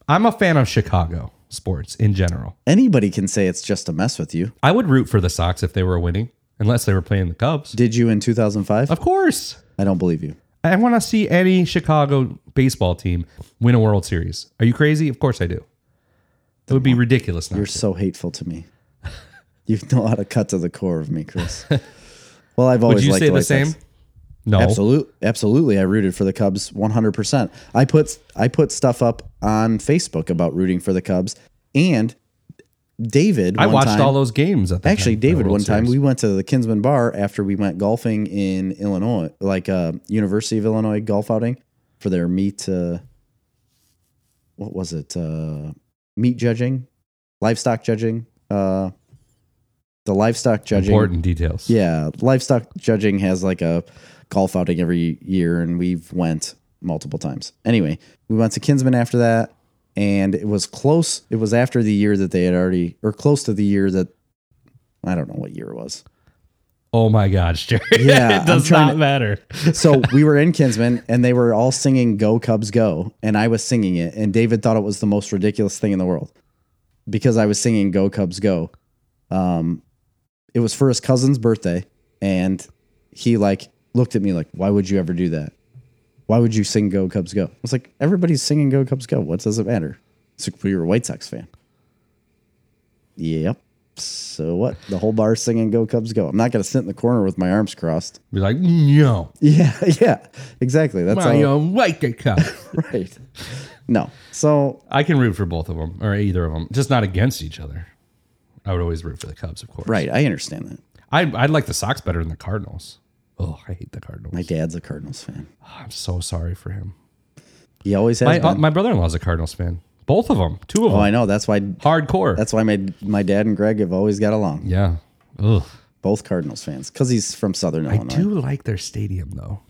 [SPEAKER 1] I'm a fan of Chicago sports in general.
[SPEAKER 2] Anybody can say it's just to mess with you.
[SPEAKER 1] I would root for the Sox if they were winning, unless they were playing the Cubs.
[SPEAKER 2] Did you in 2005?
[SPEAKER 1] Of course.
[SPEAKER 2] I don't believe you.
[SPEAKER 1] I want to see any Chicago baseball team win a World Series. Are you crazy? Of course I do. It would be ridiculous. Not
[SPEAKER 2] You're
[SPEAKER 1] to.
[SPEAKER 2] so hateful to me. You know how to cut to the core of me, Chris. (laughs) Well, I've always
[SPEAKER 1] Would you
[SPEAKER 2] liked
[SPEAKER 1] say the
[SPEAKER 2] White Sox.
[SPEAKER 1] same? No.
[SPEAKER 2] Absolutely, absolutely. I rooted for the Cubs 100%. I put I put stuff up on Facebook about rooting for the Cubs and David
[SPEAKER 1] I
[SPEAKER 2] one
[SPEAKER 1] watched
[SPEAKER 2] time-
[SPEAKER 1] all those games. At the
[SPEAKER 2] Actually,
[SPEAKER 1] time, the
[SPEAKER 2] David
[SPEAKER 1] World
[SPEAKER 2] one time
[SPEAKER 1] Series.
[SPEAKER 2] we went to the Kinsman Bar after we went golfing in Illinois, like uh, University of Illinois golf outing for their meat uh what was it? Uh meat judging, livestock judging, uh the livestock judging
[SPEAKER 1] important details.
[SPEAKER 2] yeah, livestock judging has like a golf outing every year, and we've went multiple times. Anyway, we went to Kinsman after that, and it was close. It was after the year that they had already, or close to the year that I don't know what year it was.
[SPEAKER 1] Oh my gosh, Jerry.
[SPEAKER 2] Yeah,
[SPEAKER 1] (laughs) it
[SPEAKER 2] I'm
[SPEAKER 1] does
[SPEAKER 2] trying
[SPEAKER 1] not
[SPEAKER 2] to-
[SPEAKER 1] matter.
[SPEAKER 2] So we were in Kinsman, and they were all singing "Go Cubs Go," and I was singing it, and David thought it was the most ridiculous thing in the world because I was singing "Go Cubs Go." Um, it was for his cousin's birthday, and he like looked at me like, "Why would you ever do that? Why would you sing Go Cubs Go?" I was like, "Everybody's singing Go Cubs Go. What does it matter?" It's like, "Well, you're a White Sox fan." Yep. So what? The whole bar's singing "Go Cubs Go." I'm not gonna sit in the corner with my arms crossed.
[SPEAKER 1] Be like, no,
[SPEAKER 2] Yeah, (laughs) yeah, exactly. That's
[SPEAKER 1] my
[SPEAKER 2] all.
[SPEAKER 1] own White Cup.
[SPEAKER 2] (laughs) right. No. So
[SPEAKER 1] I can root for both of them or either of them, just not against each other. I would always root for the Cubs, of course.
[SPEAKER 2] right, I understand that.
[SPEAKER 1] I I like the Sox better than the Cardinals. Oh, I hate the Cardinals.
[SPEAKER 2] My dad's a Cardinals fan.
[SPEAKER 1] I'm so sorry for him.
[SPEAKER 2] He always has.
[SPEAKER 1] My,
[SPEAKER 2] been.
[SPEAKER 1] uh, my brother-in-law's a Cardinals fan. Both of them, two of
[SPEAKER 2] oh,
[SPEAKER 1] them,
[SPEAKER 2] I know. That's why.
[SPEAKER 1] hardcore.
[SPEAKER 2] That's why my my dad and Greg have always got along.
[SPEAKER 1] yeah. Ugh.
[SPEAKER 2] Both Cardinals fans, because he's from Southern
[SPEAKER 1] I
[SPEAKER 2] Illinois.
[SPEAKER 1] do like their stadium though.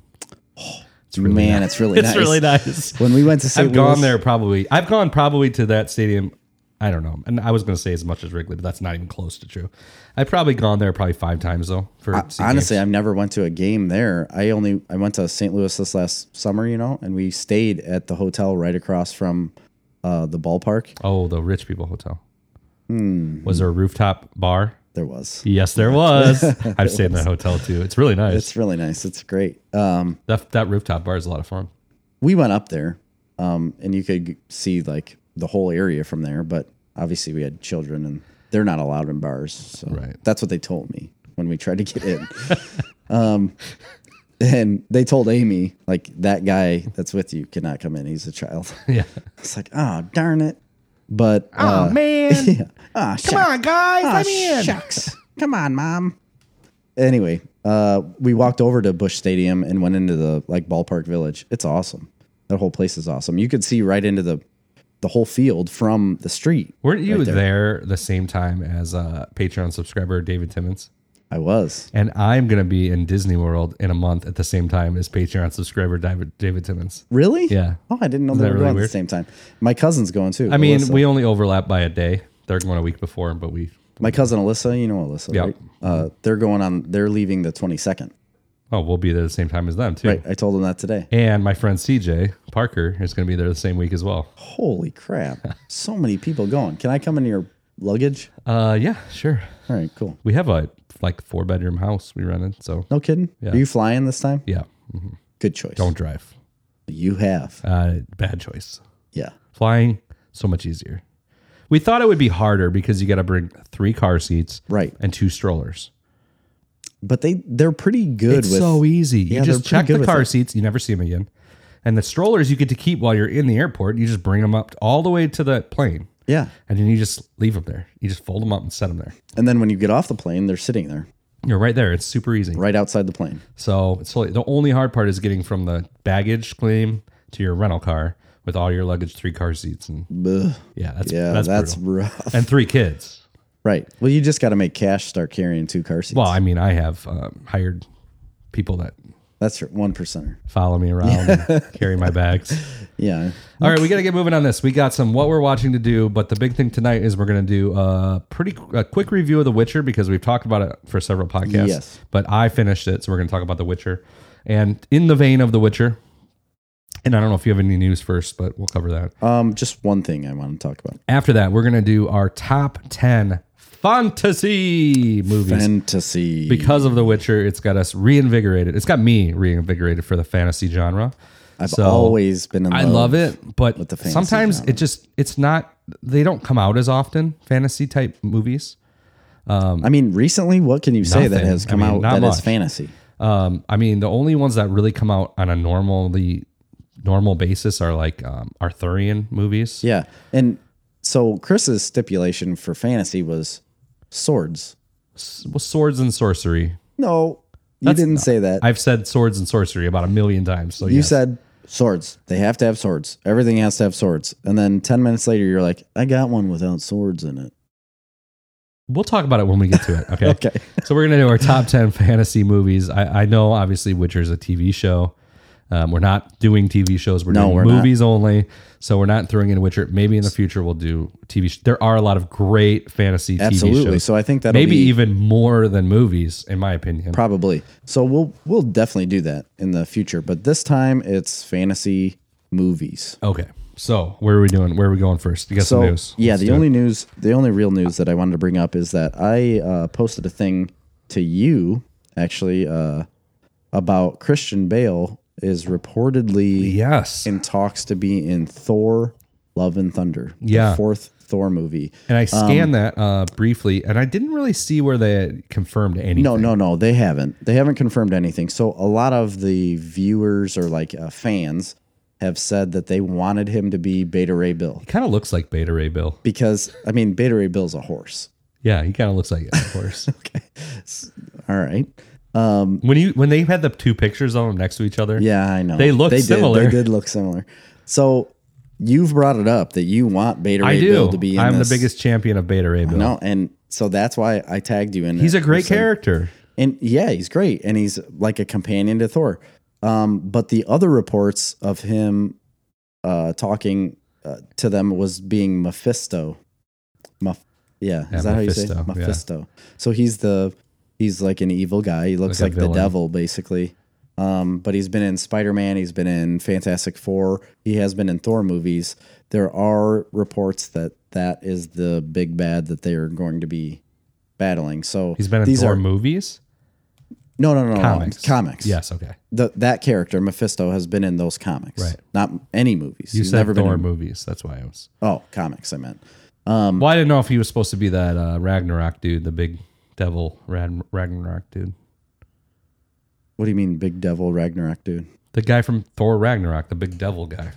[SPEAKER 2] It's really Man, (laughs) it's really nice.
[SPEAKER 1] nice.
[SPEAKER 2] When we went to St.
[SPEAKER 1] I've gone
[SPEAKER 2] Louis-
[SPEAKER 1] there probably. I've gone probably to that stadium. I don't know, and I was going to say as much as Wrigley, but that's not even close to true. I've probably gone there probably five times though. For SEA games.
[SPEAKER 2] Honestly, I've never went to a game there. I only I went to St. Louis this last summer, you know, and we stayed at the hotel right across from uh, the ballpark.
[SPEAKER 1] oh, the rich people hotel.
[SPEAKER 2] Hmm.
[SPEAKER 1] Was there a rooftop bar?
[SPEAKER 2] There was.
[SPEAKER 1] Yes, there
[SPEAKER 2] (laughs)
[SPEAKER 1] was. (laughs) I've stayed in that hotel too. It's really nice.
[SPEAKER 2] It's really nice. It's great. Um,
[SPEAKER 1] that that rooftop bar is a lot of fun.
[SPEAKER 2] we went up there, um, and you could see like the whole area from there. But obviously, we had children, and they're not allowed in bars. So
[SPEAKER 1] Right.
[SPEAKER 2] that's what they told me when we tried to get in. (laughs) um, and they told Amy like that guy that's with you cannot come in. He's a child.
[SPEAKER 1] (laughs)
[SPEAKER 2] (laughs)
[SPEAKER 1] Yeah.
[SPEAKER 2] It's like, oh darn it. But uh,
[SPEAKER 1] Oh, man.
[SPEAKER 2] (laughs) yeah. Ah, shucks.
[SPEAKER 1] guys.
[SPEAKER 2] Ah, shucks. Come on, mom. Anyway, uh, we walked over to Bush Stadium and went into the like ballpark village. It's awesome. That whole place is awesome. You could see right into the the whole field from the street.
[SPEAKER 1] Weren't you
[SPEAKER 2] Right
[SPEAKER 1] there. the same time as uh, Patreon subscriber David Timmons?
[SPEAKER 2] I was.
[SPEAKER 1] And I'm going to be in Disney World in a month at the same time as Patreon subscriber David, David Timmons.
[SPEAKER 2] Really?
[SPEAKER 1] Yeah.
[SPEAKER 2] Oh, I didn't know they
[SPEAKER 1] that
[SPEAKER 2] were
[SPEAKER 1] really
[SPEAKER 2] going at
[SPEAKER 1] weird?
[SPEAKER 2] the same time. My cousin's going too.
[SPEAKER 1] I mean, we only overlap by a day. They're going a week before, but we.
[SPEAKER 2] my cousin Alyssa, you know Alyssa,
[SPEAKER 1] Yep.
[SPEAKER 2] right? Uh, they're going on. They're leaving the twenty second.
[SPEAKER 1] Oh, we'll be there the same time as them, too.
[SPEAKER 2] Right. I told them that today.
[SPEAKER 1] And my friend CJ Parker is going to be there the same week as well. (laughs)
[SPEAKER 2] Holy crap! so many people going. Can I come in your luggage?
[SPEAKER 1] Uh, yeah, sure.
[SPEAKER 2] All right. Cool.
[SPEAKER 1] We have a like four bedroom house we rented. So,
[SPEAKER 2] No kidding. Are you flying this time?
[SPEAKER 1] yeah,
[SPEAKER 2] Good choice.
[SPEAKER 1] don't drive.
[SPEAKER 2] You have.
[SPEAKER 1] Uh, bad choice.
[SPEAKER 2] Yeah.
[SPEAKER 1] Flying, so much easier. We thought it would be harder because you got to bring three car seats
[SPEAKER 2] Right.
[SPEAKER 1] and two strollers.
[SPEAKER 2] But they they're pretty good
[SPEAKER 1] It's
[SPEAKER 2] with
[SPEAKER 1] so e- easy. You
[SPEAKER 2] Yeah, they're
[SPEAKER 1] just
[SPEAKER 2] pretty
[SPEAKER 1] check
[SPEAKER 2] good
[SPEAKER 1] the
[SPEAKER 2] with
[SPEAKER 1] car
[SPEAKER 2] it.
[SPEAKER 1] seats. You never see them again. And the strollers you get to keep while you're in the airport. You just bring them up all the way to the plane.
[SPEAKER 2] Yeah.
[SPEAKER 1] And then you just leave them there. You just fold them up and set them there.
[SPEAKER 2] And then when you get off the plane, they're sitting there
[SPEAKER 1] You're right there. It's super easy.
[SPEAKER 2] right outside the plane.
[SPEAKER 1] So it's totally- the only hard part is getting from the baggage claim to your rental car with all your luggage, three car seats, and
[SPEAKER 2] Ugh.
[SPEAKER 1] yeah, that's
[SPEAKER 2] Yeah,
[SPEAKER 1] that's,
[SPEAKER 2] that's,
[SPEAKER 1] brutal.
[SPEAKER 2] rough. (laughs)
[SPEAKER 1] and three kids.
[SPEAKER 2] Right. Well, you just got to make cash start carrying two car seats.
[SPEAKER 1] Well, I mean, I have um, hired people that
[SPEAKER 2] That's your one percenter.
[SPEAKER 1] follow me around
[SPEAKER 2] (laughs)
[SPEAKER 1] and carry my bags.
[SPEAKER 2] Yeah.
[SPEAKER 1] All right, we got to get moving on this. We got some what we're watching to do, but the big thing tonight is we're going to do a pretty a quick review of The Witcher because we've talked about it for several podcasts.
[SPEAKER 2] Yes.
[SPEAKER 1] But I finished it, so we're going to talk about The Witcher. And in the vein of The Witcher, and I don't know if you have any news first, but we'll cover that.
[SPEAKER 2] Um, just one thing I want to talk about.
[SPEAKER 1] After that, we're going to do our top 10 fantasy movies.
[SPEAKER 2] Fantasy.
[SPEAKER 1] because of The Witcher, it's got us reinvigorated. It's got me reinvigorated for the fantasy genre.
[SPEAKER 2] I've always been in
[SPEAKER 1] I
[SPEAKER 2] love
[SPEAKER 1] love it, but
[SPEAKER 2] the fantasy
[SPEAKER 1] sometimes
[SPEAKER 2] genre.
[SPEAKER 1] it just it's not they don't come out as often fantasy type movies.
[SPEAKER 2] I mean, recently, what can you say that
[SPEAKER 1] Nothing.
[SPEAKER 2] has
[SPEAKER 1] I
[SPEAKER 2] come
[SPEAKER 1] mean, not
[SPEAKER 2] out that is
[SPEAKER 1] much.
[SPEAKER 2] fantasy?
[SPEAKER 1] Um, I mean, the only ones that really come out on a normally normal basis are like um, Arthurian movies.
[SPEAKER 2] Yeah. And so Chris's stipulation for fantasy was swords.
[SPEAKER 1] S- well, swords and sorcery.
[SPEAKER 2] No, you
[SPEAKER 1] That's-
[SPEAKER 2] didn't say that.
[SPEAKER 1] I've said swords and sorcery about a million times. So
[SPEAKER 2] you
[SPEAKER 1] yes.
[SPEAKER 2] said swords. They have to have swords. Everything has to have swords. And then 10 minutes later, you're like, I got one without swords in it.
[SPEAKER 1] We'll talk about it when we get to
[SPEAKER 2] (laughs)
[SPEAKER 1] it. Okay. (laughs)
[SPEAKER 2] Okay.
[SPEAKER 1] So we're gonna do our top ten fantasy movies. I, I know obviously Witcher's a TV show. Um, we're not doing TV shows. We're
[SPEAKER 2] No,
[SPEAKER 1] doing
[SPEAKER 2] we're not.
[SPEAKER 1] movies only. So we're not throwing in Witcher. Maybe in the future we'll do TV. Sh- there are a lot of great fantasy TV
[SPEAKER 2] Absolutely.
[SPEAKER 1] shows.
[SPEAKER 2] So I think that'll
[SPEAKER 1] Maybe
[SPEAKER 2] be
[SPEAKER 1] even more than movies, in my opinion.
[SPEAKER 2] probably. So we'll we'll definitely do that in the future. But this time it's fantasy movies.
[SPEAKER 1] okay. So where are we doing? Where are we going first? You got
[SPEAKER 2] So
[SPEAKER 1] some news?
[SPEAKER 2] yeah,
[SPEAKER 1] Let's
[SPEAKER 2] the
[SPEAKER 1] do
[SPEAKER 2] only
[SPEAKER 1] it.
[SPEAKER 2] news, the only real news that I wanted to bring up is that I uh, posted a thing to you actually uh, about Christian Bale is reportedly
[SPEAKER 1] yes.
[SPEAKER 2] in talks to be in Thor: Love and Thunder, the
[SPEAKER 1] Yeah.
[SPEAKER 2] fourth Thor movie.
[SPEAKER 1] And I
[SPEAKER 2] um,
[SPEAKER 1] scanned that uh, briefly, and I didn't really see where they confirmed anything.
[SPEAKER 2] No, no, no, they haven't. They haven't confirmed anything. So a lot of the viewers or like uh, fans have said that they wanted him to be Beta Ray Bill
[SPEAKER 1] Kind of looks like Beta Ray Bill.
[SPEAKER 2] because I mean Beta Ray Bill's a horse. (laughs)
[SPEAKER 1] Yeah, he kind of looks like it, of course.
[SPEAKER 2] Okay. All right.
[SPEAKER 1] When you when they had the two pictures of them next to each other,
[SPEAKER 2] Yeah, I know.
[SPEAKER 1] They look
[SPEAKER 2] did-
[SPEAKER 1] similar.
[SPEAKER 2] they did look similar. So you've brought it up that you want Beta
[SPEAKER 1] I
[SPEAKER 2] Ray Bill
[SPEAKER 1] do.
[SPEAKER 2] to be in
[SPEAKER 1] I'm
[SPEAKER 2] this.
[SPEAKER 1] the biggest champion of Beta Ray Bill.
[SPEAKER 2] No, and so that's why I tagged you in.
[SPEAKER 1] He's
[SPEAKER 2] it.
[SPEAKER 1] a great
[SPEAKER 2] It's like-
[SPEAKER 1] character.
[SPEAKER 2] And yeah, he's great. And he's like a companion to Thor. Um, but the other reports of him uh, talking uh, to them was being Mephisto. Meph- yeah, is
[SPEAKER 1] Yeah,
[SPEAKER 2] that how you
[SPEAKER 1] Mephisto,
[SPEAKER 2] say it?
[SPEAKER 1] yeah.
[SPEAKER 2] Mephisto? So he's the he's like an evil guy. He looks
[SPEAKER 1] Like
[SPEAKER 2] like,
[SPEAKER 1] a
[SPEAKER 2] the
[SPEAKER 1] villain.
[SPEAKER 2] devil, basically. Um, but he's been in Spider Man. He's been in Fantastic Four. He has been in Thor movies. There are reports that that is the big bad that they are going to be battling. So
[SPEAKER 1] He's been in
[SPEAKER 2] these
[SPEAKER 1] Thor
[SPEAKER 2] are
[SPEAKER 1] movies,
[SPEAKER 2] no, no, no, no,
[SPEAKER 1] comics,
[SPEAKER 2] no. Comics.
[SPEAKER 1] Yes, okay.
[SPEAKER 2] The, that character Mephisto has been in those comics,
[SPEAKER 1] Right.
[SPEAKER 2] Not any movies.
[SPEAKER 1] You
[SPEAKER 2] He's
[SPEAKER 1] said
[SPEAKER 2] never
[SPEAKER 1] Thor
[SPEAKER 2] been.
[SPEAKER 1] movies. That's why I was.
[SPEAKER 2] In, oh, comics. I meant. Um,
[SPEAKER 1] well, I didn't know if he was supposed to be that uh, Ragnarok dude, the big devil Ragn- Ragnarok dude,
[SPEAKER 2] What do you mean, Big Devil Ragnarok, dude?
[SPEAKER 1] the guy from Thor Ragnarok, the big devil guy.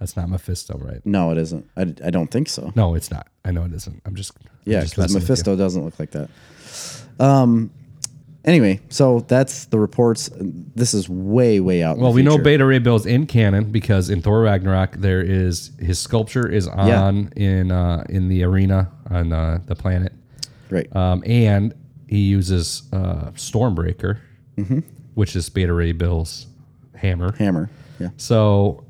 [SPEAKER 1] That's not Mephisto, right?
[SPEAKER 2] No, it isn't. I, I don't think so.
[SPEAKER 1] No, it's not. I know it isn't. I'm just I'm
[SPEAKER 2] Yeah,
[SPEAKER 1] just
[SPEAKER 2] because
[SPEAKER 1] messing with you.
[SPEAKER 2] Mephisto doesn't look like that. Um. Anyway, so that's the reports. This is way, way out. in
[SPEAKER 1] Well,
[SPEAKER 2] the
[SPEAKER 1] we know
[SPEAKER 2] future.
[SPEAKER 1] Beta Ray Bill's in canon because in Thor Ragnarok there is his sculpture is on in uh, in the arena on uh, the planet,
[SPEAKER 2] Right.
[SPEAKER 1] um, and he uses uh, Stormbreaker, which is Beta Ray Bill's hammer.
[SPEAKER 2] Hammer. Yeah.
[SPEAKER 1] So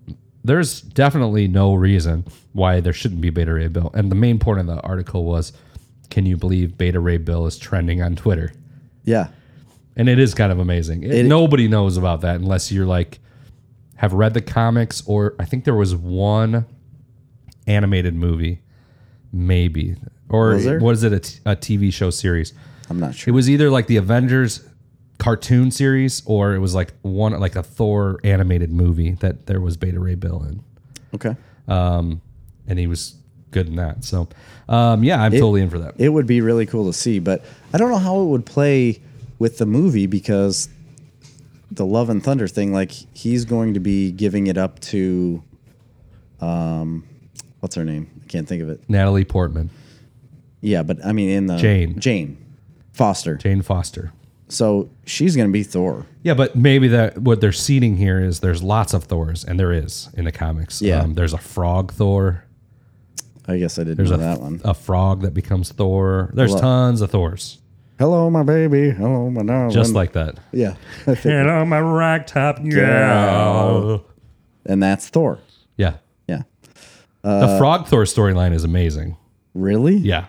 [SPEAKER 1] there's definitely no reason why there shouldn't be Beta Ray Bill. And the main point of the article was, can you believe Beta Ray Bill is trending on Twitter?
[SPEAKER 2] Yeah.
[SPEAKER 1] and it is kind of amazing. It- nobody knows about that unless you're like have read the comics or I think there was one animated movie, maybe or
[SPEAKER 2] Was there?
[SPEAKER 1] was it a, t- a TV show series?
[SPEAKER 2] I'm not
[SPEAKER 1] It
[SPEAKER 2] sure.
[SPEAKER 1] was either like the Avengers cartoon series or it was like one like a Thor animated movie that there was Beta Ray Bill in,
[SPEAKER 2] Okay.
[SPEAKER 1] and he was good in that. So, um, yeah, I'm totally in for that.
[SPEAKER 2] it would be really cool to see, but I don't know how it would play with the movie because the Love and Thunder thing, like he's going to be giving it up to, um, what's her name? I can't think of it.
[SPEAKER 1] Natalie Portman,
[SPEAKER 2] Yeah, but I mean in the
[SPEAKER 1] Jane.
[SPEAKER 2] Jane Foster.
[SPEAKER 1] Jane Foster.
[SPEAKER 2] So she's going to be Thor.
[SPEAKER 1] Yeah, but maybe that what they're seeding here is there's lots of Thors, and there is in the comics. Um,
[SPEAKER 2] Yeah.
[SPEAKER 1] there's a frog Thor.
[SPEAKER 2] I guess I didn't
[SPEAKER 1] There's
[SPEAKER 2] know
[SPEAKER 1] a,
[SPEAKER 2] that one.
[SPEAKER 1] a frog that becomes Thor. There's
[SPEAKER 2] Hello.
[SPEAKER 1] tons of Thors,
[SPEAKER 2] Hello, my baby. Hello, my darling.
[SPEAKER 1] just like that.
[SPEAKER 2] yeah, (laughs) I think-
[SPEAKER 1] And on my rag top,
[SPEAKER 2] Girl. and that's Thor.
[SPEAKER 1] yeah.
[SPEAKER 2] Yeah, Uh,
[SPEAKER 1] the frog Thor storyline is amazing.
[SPEAKER 2] really?
[SPEAKER 1] Yeah,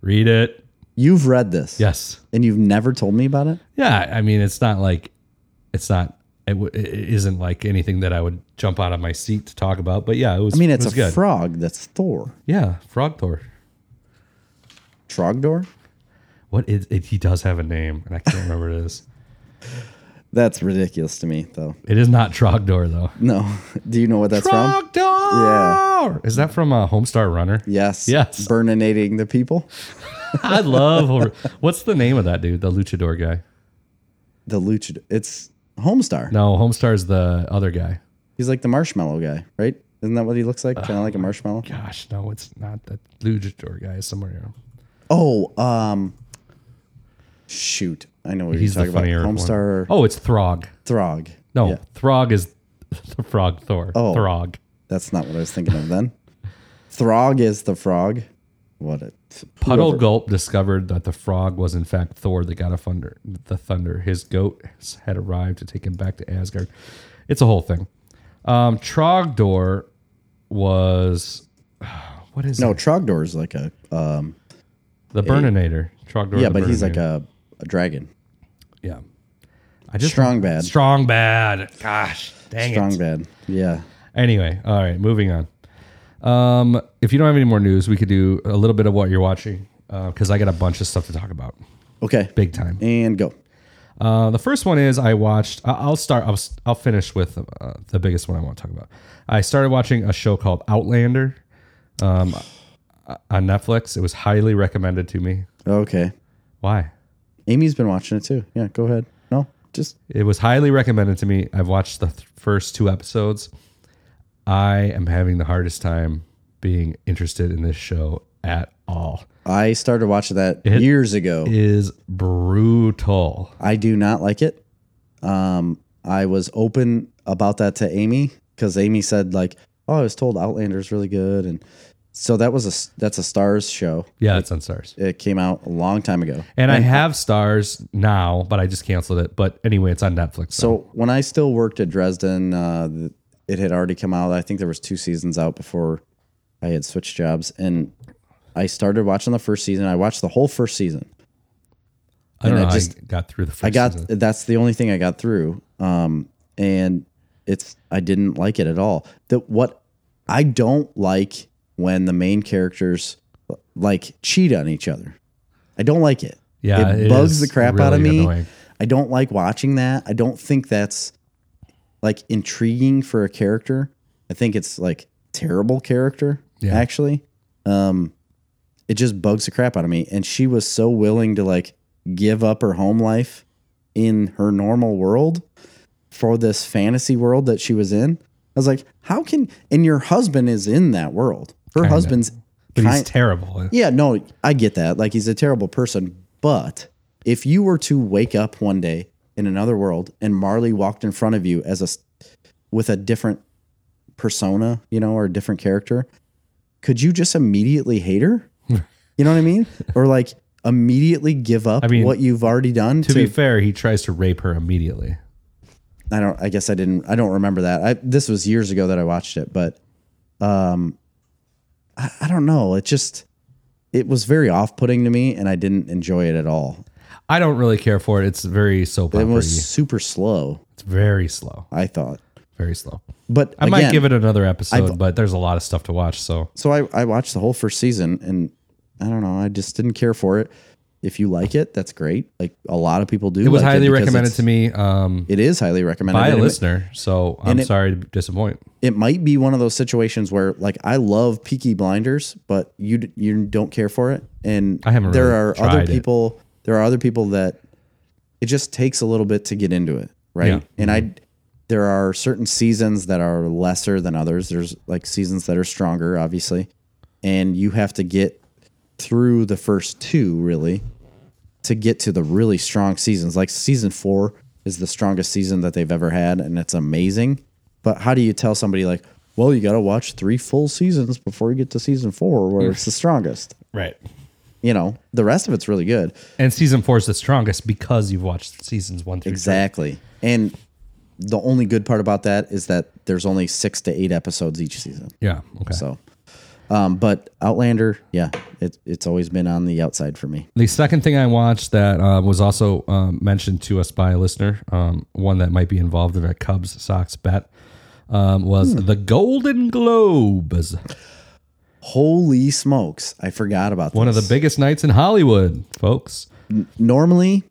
[SPEAKER 1] read it.
[SPEAKER 2] You've read this,
[SPEAKER 1] Yes.
[SPEAKER 2] and you've never told me about it.
[SPEAKER 1] Yeah, I mean, it's not like it's not. It, w- it isn't like anything that I would jump out of my seat to talk about, but yeah, it was.
[SPEAKER 2] I mean,
[SPEAKER 1] it
[SPEAKER 2] it's a
[SPEAKER 1] was good.
[SPEAKER 2] frog that's Thor.
[SPEAKER 1] yeah, frog Thor.
[SPEAKER 2] Trogdor?
[SPEAKER 1] What is it? He does have a name, and I can't remember what it is.
[SPEAKER 2] That's ridiculous to me, though.
[SPEAKER 1] It is not Trogdor though.
[SPEAKER 2] No. (laughs) Do you know what that's from?
[SPEAKER 1] Trogdor. Yeah. Is that from uh, Homestar Runner?
[SPEAKER 2] Yes.
[SPEAKER 1] Yes.
[SPEAKER 2] Burninating the people.
[SPEAKER 1] (laughs) I love. Hor- What's the name of that dude? The Luchador guy?
[SPEAKER 2] The luchador. It's Homestar.
[SPEAKER 1] No, Homestar's the other guy.
[SPEAKER 2] He's like the marshmallow guy, right? Isn't that what he looks like? kind of like
[SPEAKER 1] Uh,
[SPEAKER 2] a marshmallow.
[SPEAKER 1] Gosh, no, it's not that Luchador guy. Is somewhere. here.
[SPEAKER 2] Oh, um, shoot. I know what
[SPEAKER 1] He's
[SPEAKER 2] you're
[SPEAKER 1] the
[SPEAKER 2] talking about.
[SPEAKER 1] funnier
[SPEAKER 2] Homestar
[SPEAKER 1] One. Oh, it's Throg.
[SPEAKER 2] Throg.
[SPEAKER 1] No,
[SPEAKER 2] Yeah,
[SPEAKER 1] Throg is (laughs) the Frog Thor.
[SPEAKER 2] Oh.
[SPEAKER 1] Throg.
[SPEAKER 2] that's not what I was thinking
[SPEAKER 1] (laughs)
[SPEAKER 2] of then. Throg is the frog. What a
[SPEAKER 1] Puddle
[SPEAKER 2] whoever-
[SPEAKER 1] Gulp discovered that the frog was in fact Thor, the god of thunder. The thunder. His goat had arrived to take him back to Asgard. It's a whole thing. Um, Trogdor was (sighs) what is
[SPEAKER 2] No,
[SPEAKER 1] it?
[SPEAKER 2] Trogdor is like a um
[SPEAKER 1] the Burninator? Trogdor.
[SPEAKER 2] yeah,
[SPEAKER 1] the
[SPEAKER 2] but he's like
[SPEAKER 1] Burninator.
[SPEAKER 2] a, a dragon.
[SPEAKER 1] yeah. I just
[SPEAKER 2] Strong bad.
[SPEAKER 1] strong bad. Gosh, dang it.
[SPEAKER 2] Strong bad. Yeah.
[SPEAKER 1] Anyway, all right, moving on. Um, if you don't have any more news, we could do a little bit of what you're watching because I got a bunch of stuff to talk about,
[SPEAKER 2] Okay.
[SPEAKER 1] big time.
[SPEAKER 2] And go.
[SPEAKER 1] Uh, the first one is I watched. I- I'll start. I'll, s- I'll finish with uh, the biggest one I want to talk about. I started watching a show called Outlander um, on Netflix. It was highly recommended to me.
[SPEAKER 2] Okay.
[SPEAKER 1] Why?
[SPEAKER 2] Amy's been watching it too. Yeah, go ahead. No, just
[SPEAKER 1] It was highly recommended to me. I've watched the th- first two episodes. I am having the hardest time being interested in this show at all.
[SPEAKER 2] I started watching that years ago.
[SPEAKER 1] Is brutal.
[SPEAKER 2] I do not like it. Um, I was open about that to Amy because Amy said like, "Oh, I was told Outlander's really good," and so that was a that's a Stars show.
[SPEAKER 1] Yeah, it's on stars.
[SPEAKER 2] It came out a long time ago.
[SPEAKER 1] And I have stars now, but I just canceled it. But anyway, it's on Netflix. So
[SPEAKER 2] So when I still worked at Dresden, uh, th- it had already come out. I think there was two seasons out before I had switched jobs, and I started watching the first season. I watched the whole first season.
[SPEAKER 1] I don't
[SPEAKER 2] and
[SPEAKER 1] know.
[SPEAKER 2] I
[SPEAKER 1] I
[SPEAKER 2] just-
[SPEAKER 1] got through the first
[SPEAKER 2] I got
[SPEAKER 1] season.
[SPEAKER 2] that's the only thing I got through. Um, and it's I didn't like it at all. That what I don't like when the main characters like cheat on each other. I don't like it.
[SPEAKER 1] Yeah,
[SPEAKER 2] it,
[SPEAKER 1] it
[SPEAKER 2] bugs
[SPEAKER 1] is
[SPEAKER 2] the crap out of
[SPEAKER 1] really
[SPEAKER 2] me.
[SPEAKER 1] annoying.
[SPEAKER 2] I don't like watching that. I don't think that's like intriguing for a character. I think it's like terrible character
[SPEAKER 1] Yeah.
[SPEAKER 2] actually. Um, it just bugs the crap out of me. And she was so willing to like give up her home life in her normal world for this fantasy world that she was in. I was like, how can and your husband is in that world. Her
[SPEAKER 1] Kinda.
[SPEAKER 2] husband's
[SPEAKER 1] But he's
[SPEAKER 2] kind-
[SPEAKER 1] terrible.
[SPEAKER 2] yeah, no, I get that. Like he's a terrible person, but if you were to wake up one day in another world and Marley walked in front of you as a s- with a different persona, you know, or a different character, could you just immediately
[SPEAKER 1] (laughs)
[SPEAKER 2] hate her? You know what I mean? Or like immediately give up
[SPEAKER 1] I mean,
[SPEAKER 2] what you've already done to,
[SPEAKER 1] To be fair, he tries to rape her immediately.
[SPEAKER 2] I don't I guess I didn't I don't remember that. I this was years ago that I watched it, but um I, I don't know. It just it was very off putting to me and I didn't enjoy it at all.
[SPEAKER 1] I don't really care for it. It's very soap
[SPEAKER 2] It
[SPEAKER 1] opera.
[SPEAKER 2] was super slow,
[SPEAKER 1] It's very slow.
[SPEAKER 2] I thought.
[SPEAKER 1] Very slow.
[SPEAKER 2] But
[SPEAKER 1] I might give it another episode, but there's a lot of stuff to watch. So
[SPEAKER 2] so I, I watched the whole first season and I don't know, I just didn't care for it. If you like it, that's great. Like a lot of people do.
[SPEAKER 1] it was highly recommended to me um,
[SPEAKER 2] It is highly recommended.
[SPEAKER 1] by a
[SPEAKER 2] and it-
[SPEAKER 1] listener. So I'm
[SPEAKER 2] it-
[SPEAKER 1] sorry to disappoint.
[SPEAKER 2] it might be one of those situations where like I love Peaky Blinders, but you d- you don't care for it, and
[SPEAKER 1] I haven't
[SPEAKER 2] there
[SPEAKER 1] really
[SPEAKER 2] are
[SPEAKER 1] tried
[SPEAKER 2] other
[SPEAKER 1] it.
[SPEAKER 2] people. There are other people that it just takes a little bit to get into it, right?
[SPEAKER 1] Yeah.
[SPEAKER 2] And I there are certain seasons that are lesser than others. There's like seasons that are stronger, obviously, and you have to get through the first two really to get to the really strong seasons. Like season four is the strongest season that they've ever had, and it's amazing. But how do you tell somebody like, well, you got to watch three full seasons before you get to season four, where it's the strongest?
[SPEAKER 1] Right.
[SPEAKER 2] You know, the rest of it's really good.
[SPEAKER 1] And season four is the strongest because you've watched seasons one through exactly.
[SPEAKER 2] Exactly. And the only good part about that is that there's only six to eight episodes each season.
[SPEAKER 1] Yeah. Okay.
[SPEAKER 2] So, um, but Outlander, yeah, it, it's always been on the outside for me.
[SPEAKER 1] The second thing I watched that uh, was also um, mentioned to us by a listener, um, one that might be involved in a Cubs Sox bet, um, was
[SPEAKER 2] Hmm.
[SPEAKER 1] the Golden Globes,
[SPEAKER 2] Holy smokes. I forgot about
[SPEAKER 1] one of
[SPEAKER 2] this.
[SPEAKER 1] the biggest nights in Hollywood, folks.
[SPEAKER 2] normally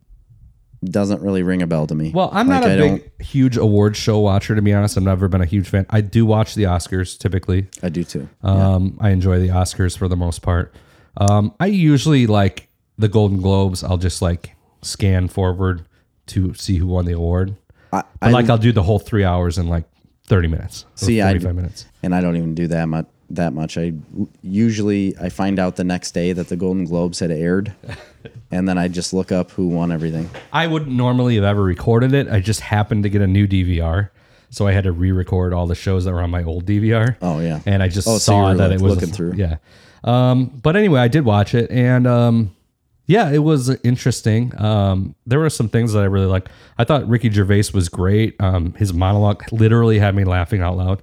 [SPEAKER 2] doesn't really ring a bell to me.
[SPEAKER 1] Well, I'm
[SPEAKER 2] Like,
[SPEAKER 1] not a
[SPEAKER 2] I
[SPEAKER 1] big,
[SPEAKER 2] don't-
[SPEAKER 1] huge award show watcher, to be honest. I've never been a huge fan. I do watch the Oscars typically.
[SPEAKER 2] I do too.
[SPEAKER 1] Um, I enjoy the Oscars for the most part. Um, I usually like the Golden Globes. I'll just like scan forward to see who won the award.
[SPEAKER 2] I,
[SPEAKER 1] But
[SPEAKER 2] I
[SPEAKER 1] like I'll do the whole three hours in like thirty minutes. or
[SPEAKER 2] See, I-
[SPEAKER 1] forty-five minutes.
[SPEAKER 2] and I don't even do that much. That much. I usually I find out the next day that the Golden Globes had aired, and then I just look up who won everything.
[SPEAKER 1] I wouldn't normally have ever recorded it. I just happened to get a new DVR, so I had to re-record all the shows that were on my old DVR.
[SPEAKER 2] Oh, yeah.
[SPEAKER 1] and I just
[SPEAKER 2] Oh, so
[SPEAKER 1] saw
[SPEAKER 2] you were,
[SPEAKER 1] that
[SPEAKER 2] like,
[SPEAKER 1] it was
[SPEAKER 2] looking through.
[SPEAKER 1] Yeah, um, but anyway, I did watch it, and um, yeah, it was interesting. Um, there were some things that I really liked. I thought Ricky Gervais was great. Um, his monologue literally had me laughing out loud.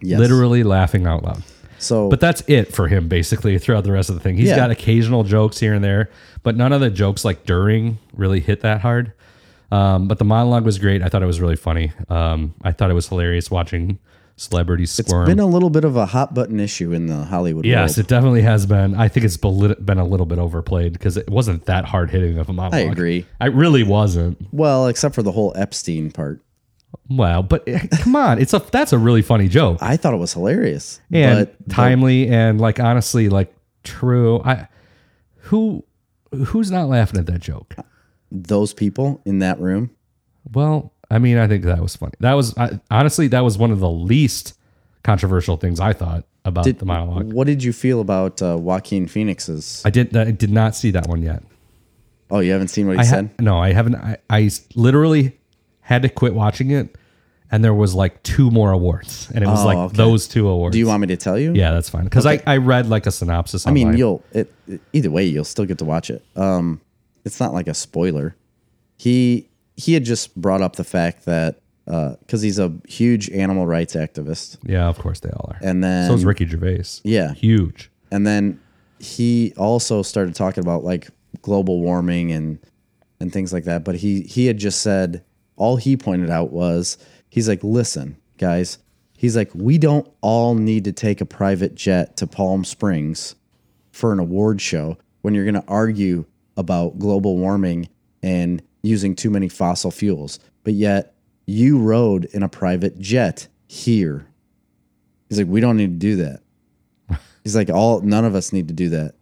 [SPEAKER 2] Yes.
[SPEAKER 1] Literally laughing out loud.
[SPEAKER 2] So,
[SPEAKER 1] But that's it for him basically throughout the rest of the thing. He's
[SPEAKER 2] Yeah.
[SPEAKER 1] got occasional jokes here and there, but none of the jokes like during really hit that hard. Um, but the monologue was great. I thought it was really funny. Um, I thought it was hilarious watching celebrities squirm.
[SPEAKER 2] been a little bit of a hot button issue in the Hollywood
[SPEAKER 1] yes,
[SPEAKER 2] world.
[SPEAKER 1] it definitely has been. I think it's belit- been a little bit overplayed because it wasn't that hard hitting of a monologue.
[SPEAKER 2] I agree.
[SPEAKER 1] I really wasn't.
[SPEAKER 2] Well, except for the whole Epstein part.
[SPEAKER 1] Wow, but eh, come on, it's a that's a really funny
[SPEAKER 2] (laughs)
[SPEAKER 1] joke.
[SPEAKER 2] I thought it was hilarious.
[SPEAKER 1] and
[SPEAKER 2] but
[SPEAKER 1] timely and like honestly like true i who who's not laughing at that joke
[SPEAKER 2] those people in that room,
[SPEAKER 1] well i mean i think that was funny that was I, honestly that was one of the least controversial things i thought about
[SPEAKER 2] Did-
[SPEAKER 1] the monologue.
[SPEAKER 2] What did you feel about uh, Joaquin Phoenix's?
[SPEAKER 1] I did. I did not see that one yet.
[SPEAKER 2] Oh, you haven't seen what he
[SPEAKER 1] I ha-
[SPEAKER 2] said?
[SPEAKER 1] no, I haven't. I, I literally had to quit watching it, and there was like two more awards, and it was
[SPEAKER 2] Oh,
[SPEAKER 1] like
[SPEAKER 2] okay.
[SPEAKER 1] those two awards.
[SPEAKER 2] Do you want me to tell you?
[SPEAKER 1] Yeah, that's fine. Because I, I read like a synopsis.
[SPEAKER 2] I
[SPEAKER 1] Online.
[SPEAKER 2] mean, you'll it, either way, you'll still get to watch it. Um, it's not like a spoiler. He he had just brought up the fact that because he's a huge animal rights activist,
[SPEAKER 1] yeah, of course they all are.
[SPEAKER 2] and then
[SPEAKER 1] so is Ricky Gervais.
[SPEAKER 2] yeah,
[SPEAKER 1] huge.
[SPEAKER 2] and then he also started talking about like global warming and and things like that but he he had just said all he pointed out was he's like listen guys he's like we don't all need to take a private jet to palm springs for an award show when you're going to argue about global warming and using too many fossil fuels but yet you rode in a private jet here he's like we don't need to do that He's like, all none of us need to do that.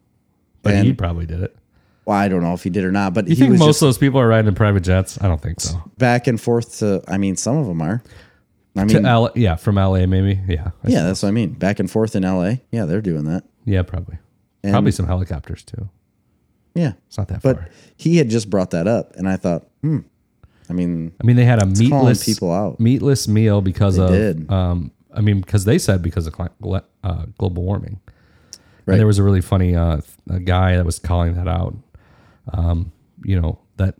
[SPEAKER 1] But
[SPEAKER 2] And-
[SPEAKER 1] he probably did it.
[SPEAKER 2] Well, I don't know if he did or not, but
[SPEAKER 1] You
[SPEAKER 2] he
[SPEAKER 1] think
[SPEAKER 2] was
[SPEAKER 1] most of
[SPEAKER 2] just
[SPEAKER 1] those people are riding in private jets? I don't think so.
[SPEAKER 2] back and forth to. I mean, some of them are. I
[SPEAKER 1] To
[SPEAKER 2] mean,
[SPEAKER 1] L- yeah, from LA maybe. Yeah,
[SPEAKER 2] yeah, that's what I mean. Back and forth in L.A. Yeah, they're doing that.
[SPEAKER 1] yeah, probably.
[SPEAKER 2] And-
[SPEAKER 1] probably some helicopters too.
[SPEAKER 2] Yeah,
[SPEAKER 1] It's not that
[SPEAKER 2] but
[SPEAKER 1] far.
[SPEAKER 2] he had just brought that up, and I thought, hmm. I mean,
[SPEAKER 1] I mean, they had a
[SPEAKER 2] calling
[SPEAKER 1] meatless
[SPEAKER 2] people out.
[SPEAKER 1] meatless meal because of
[SPEAKER 2] did.
[SPEAKER 1] um. I mean, because they said because of cli- gl- uh, global warming.
[SPEAKER 2] Right.
[SPEAKER 1] And there was a really funny uh, th- a guy that was calling that out. Um, you know that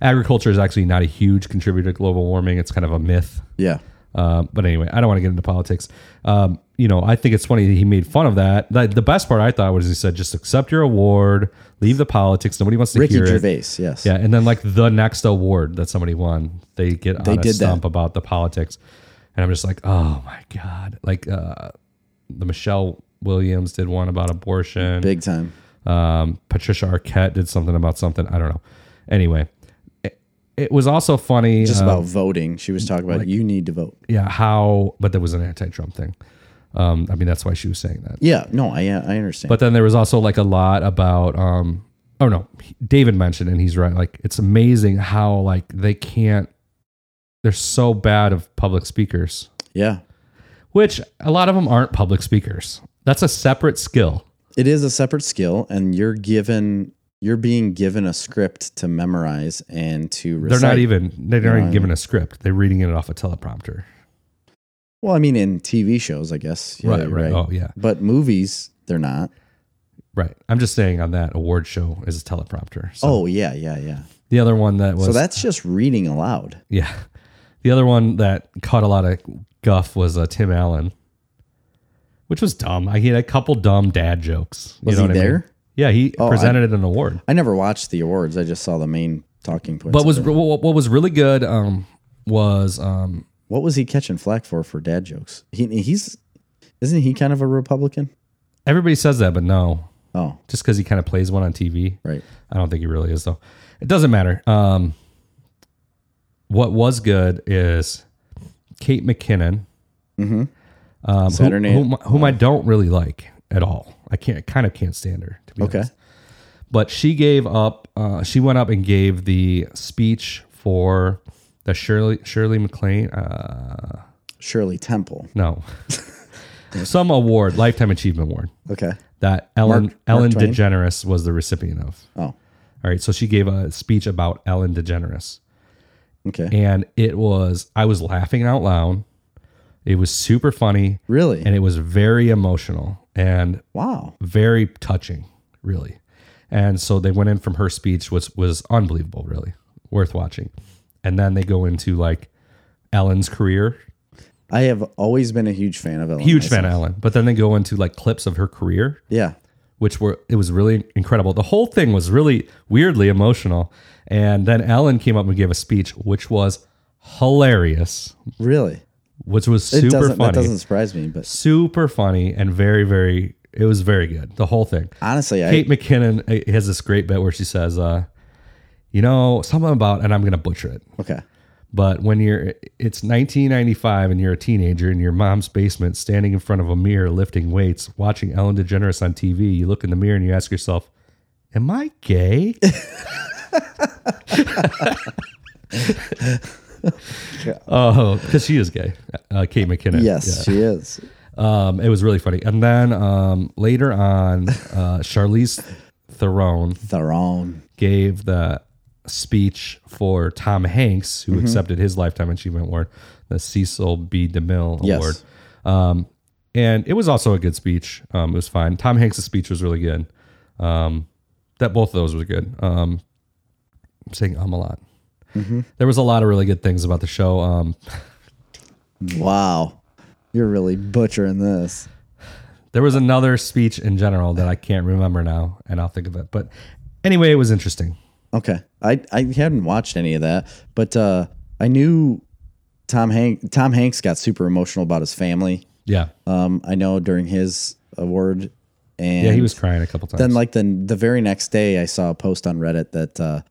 [SPEAKER 1] agriculture is actually not a huge contributor to global warming. It's kind of a myth.
[SPEAKER 2] yeah,
[SPEAKER 1] Uh, but anyway, I don't want to get into politics. Um, you know, I think it's funny that he made fun of that. The, the best part I thought was he said, "Just accept your award, leave the politics. Nobody wants to
[SPEAKER 2] Ricky
[SPEAKER 1] hear it."
[SPEAKER 2] Gervais. Yes.
[SPEAKER 1] Yeah, and then like the next award that somebody won, they get on a
[SPEAKER 2] did that.
[SPEAKER 1] stump about the politics, and I'm just like, oh my god! Like uh, the Michelle Williams did one about abortion.
[SPEAKER 2] big time.
[SPEAKER 1] Um, Patricia Arquette did something about something. I don't know. Anyway, it, it was also funny.
[SPEAKER 2] Just
[SPEAKER 1] uh,
[SPEAKER 2] about voting, she was talking about you need to vote.
[SPEAKER 1] yeah, how? But there was an anti-Trump thing. Um, I mean, that's why she was saying that.
[SPEAKER 2] Yeah, no, I I understand.
[SPEAKER 1] But then there was also like a lot about um oh no, David mentioned and he's right. Like it's amazing how like they can't they're so bad of public speakers,
[SPEAKER 2] yeah,
[SPEAKER 1] which a lot of them aren't public speakers. That's a separate skill.
[SPEAKER 2] it is a separate skill, and you're given you're being given a script to memorize and to
[SPEAKER 1] They're
[SPEAKER 2] recite.
[SPEAKER 1] not even they're
[SPEAKER 2] No,
[SPEAKER 1] not even
[SPEAKER 2] I
[SPEAKER 1] given a script. They're reading it off a teleprompter.
[SPEAKER 2] Well, I mean, in TV shows, I guess. Yeah,
[SPEAKER 1] right,
[SPEAKER 2] you're
[SPEAKER 1] right. Oh yeah.
[SPEAKER 2] But movies, they're not.
[SPEAKER 1] Right. I'm just saying on that award show is a teleprompter. So
[SPEAKER 2] Oh, yeah, yeah, yeah.
[SPEAKER 1] the other one that was
[SPEAKER 2] So that's just reading aloud.
[SPEAKER 1] yeah. The other one that caught a lot of guff was uh, Tim Allen, which was dumb. I he had a couple dumb dad jokes. You
[SPEAKER 2] Was
[SPEAKER 1] know
[SPEAKER 2] he
[SPEAKER 1] what I mean?
[SPEAKER 2] there? Oh,
[SPEAKER 1] Yeah, he presented it an award.
[SPEAKER 2] I never watched the awards. I just saw the main talking points.
[SPEAKER 1] But
[SPEAKER 2] of
[SPEAKER 1] was
[SPEAKER 2] it.
[SPEAKER 1] what, what was really good um, was um,
[SPEAKER 2] what was he catching flack for for dad jokes? He, he's isn't he kind of a Republican?
[SPEAKER 1] everybody says that, but no,
[SPEAKER 2] Oh,
[SPEAKER 1] just because he kind of plays one on TV.
[SPEAKER 2] right.
[SPEAKER 1] I don't think he really is though. It doesn't matter. Um, what was good is Kate McKinnon, um, who-
[SPEAKER 2] Saturday-
[SPEAKER 1] whom, whom
[SPEAKER 2] Oh.
[SPEAKER 1] I don't really like at all. I can't kind of can't stand her. To be
[SPEAKER 2] Okay.
[SPEAKER 1] honest. but she gave up. Uh, she went up and gave the speech for the Shirley Shirley MacLaine. Uh,
[SPEAKER 2] Shirley Temple. (laughs)
[SPEAKER 1] no, some award, lifetime achievement award
[SPEAKER 2] Okay.
[SPEAKER 1] that Ellen
[SPEAKER 2] Mark
[SPEAKER 1] Ellen
[SPEAKER 2] Twain?
[SPEAKER 1] DeGeneres was the recipient of.
[SPEAKER 2] Oh,
[SPEAKER 1] All right, so she gave a speech about Ellen DeGeneres,
[SPEAKER 2] okay.
[SPEAKER 1] and it was I was laughing out loud. It was super funny,
[SPEAKER 2] Really?
[SPEAKER 1] and it was very emotional and
[SPEAKER 2] wow.
[SPEAKER 1] very touching, really. And so they went in from her speech was was unbelievable, really worth watching. And then they go into like Ellen's career,
[SPEAKER 2] I have always been a huge fan of Ellen.
[SPEAKER 1] huge fan of Ellen, but then they go into like clips of her career,
[SPEAKER 2] Yeah.
[SPEAKER 1] which were it was really incredible. The whole thing was really weirdly emotional. And then Ellen came up and gave a speech, which was hilarious,
[SPEAKER 2] Really.
[SPEAKER 1] which was
[SPEAKER 2] It
[SPEAKER 1] super
[SPEAKER 2] doesn't. That
[SPEAKER 1] funny,
[SPEAKER 2] doesn't surprise me. But
[SPEAKER 1] super funny, and very very. It was very good. The whole thing.
[SPEAKER 2] honestly, I
[SPEAKER 1] Kate McKinnon uh, has this great bit where she says, uh, you know, something about, and I'm going to butcher it,
[SPEAKER 2] okay.
[SPEAKER 1] but when you're, it's 1995 and you're a teenager in your mom's basement, standing in front of a mirror, lifting weights, watching Ellen DeGeneres on TV, you look in the mirror and you ask yourself, am I gay? (laughs) Oh, because she is gay, uh, Kate McKinnon.
[SPEAKER 2] Yes, she is.
[SPEAKER 1] Um, it was really funny. And then um, later on, uh, Charlize Theron
[SPEAKER 2] Theron.
[SPEAKER 1] gave the speech for Tom Hanks,
[SPEAKER 2] Mm-hmm.
[SPEAKER 1] who accepted his Lifetime Achievement Award, the Cecil B. DeMille
[SPEAKER 2] Yes.
[SPEAKER 1] Award. Um, and it was also a good speech. Um, it was fine. Tom Hanks' speech was really good. Um, that both of those were good. Um, I'm saying um a lot.
[SPEAKER 2] Mm-hmm.
[SPEAKER 1] There was a lot of really good things about the show. Um,
[SPEAKER 2] Wow. You're really butchering this.
[SPEAKER 1] There was another speech in general that I can't remember now, and I'll think of it. But anyway, it was interesting.
[SPEAKER 2] Okay. I, I hadn't watched any of that, but uh, I knew Tom Hank Tom Hanks got super emotional about his family.
[SPEAKER 1] Yeah,
[SPEAKER 2] Um, I know during his award and
[SPEAKER 1] yeah, he was crying a couple times.
[SPEAKER 2] then like the the very next day I saw a post on Reddit that uh,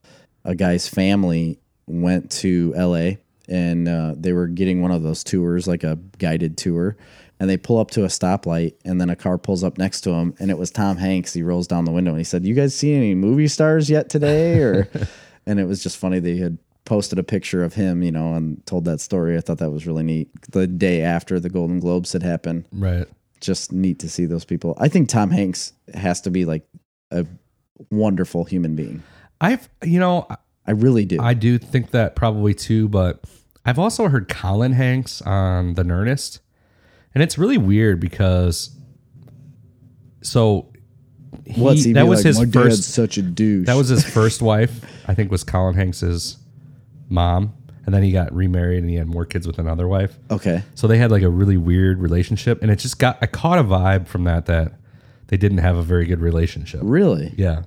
[SPEAKER 2] a guy's family went to LA and uh, they were getting one of those tours like a guided tour and they pull up to a stoplight and then a car pulls up next to him and it was Tom Hanks he rolls down the window and he said you guys see any movie stars yet today or and it was just funny they had posted a picture of him you know and told that story I thought that was really neat the day after the Golden Globes had happened
[SPEAKER 1] right?
[SPEAKER 2] just neat to see those people. I think Tom Hanks has to be like a wonderful human being.
[SPEAKER 1] I've you know I-
[SPEAKER 2] I really do.
[SPEAKER 1] I do think that probably too, but I've also heard Colin Hanks on The Nerdist, and it's really weird because so he,
[SPEAKER 2] What's he
[SPEAKER 1] that
[SPEAKER 2] be
[SPEAKER 1] was
[SPEAKER 2] like?
[SPEAKER 1] his
[SPEAKER 2] My
[SPEAKER 1] first
[SPEAKER 2] dad's such a douche.
[SPEAKER 1] That was his first wife, I think, was Colin Hanks's mom, and then he got remarried and he had more kids with another wife.
[SPEAKER 2] okay.
[SPEAKER 1] So they had like a really weird relationship, and it just got I caught a vibe from that that they didn't have a very good relationship.
[SPEAKER 2] Really,
[SPEAKER 1] Yeah,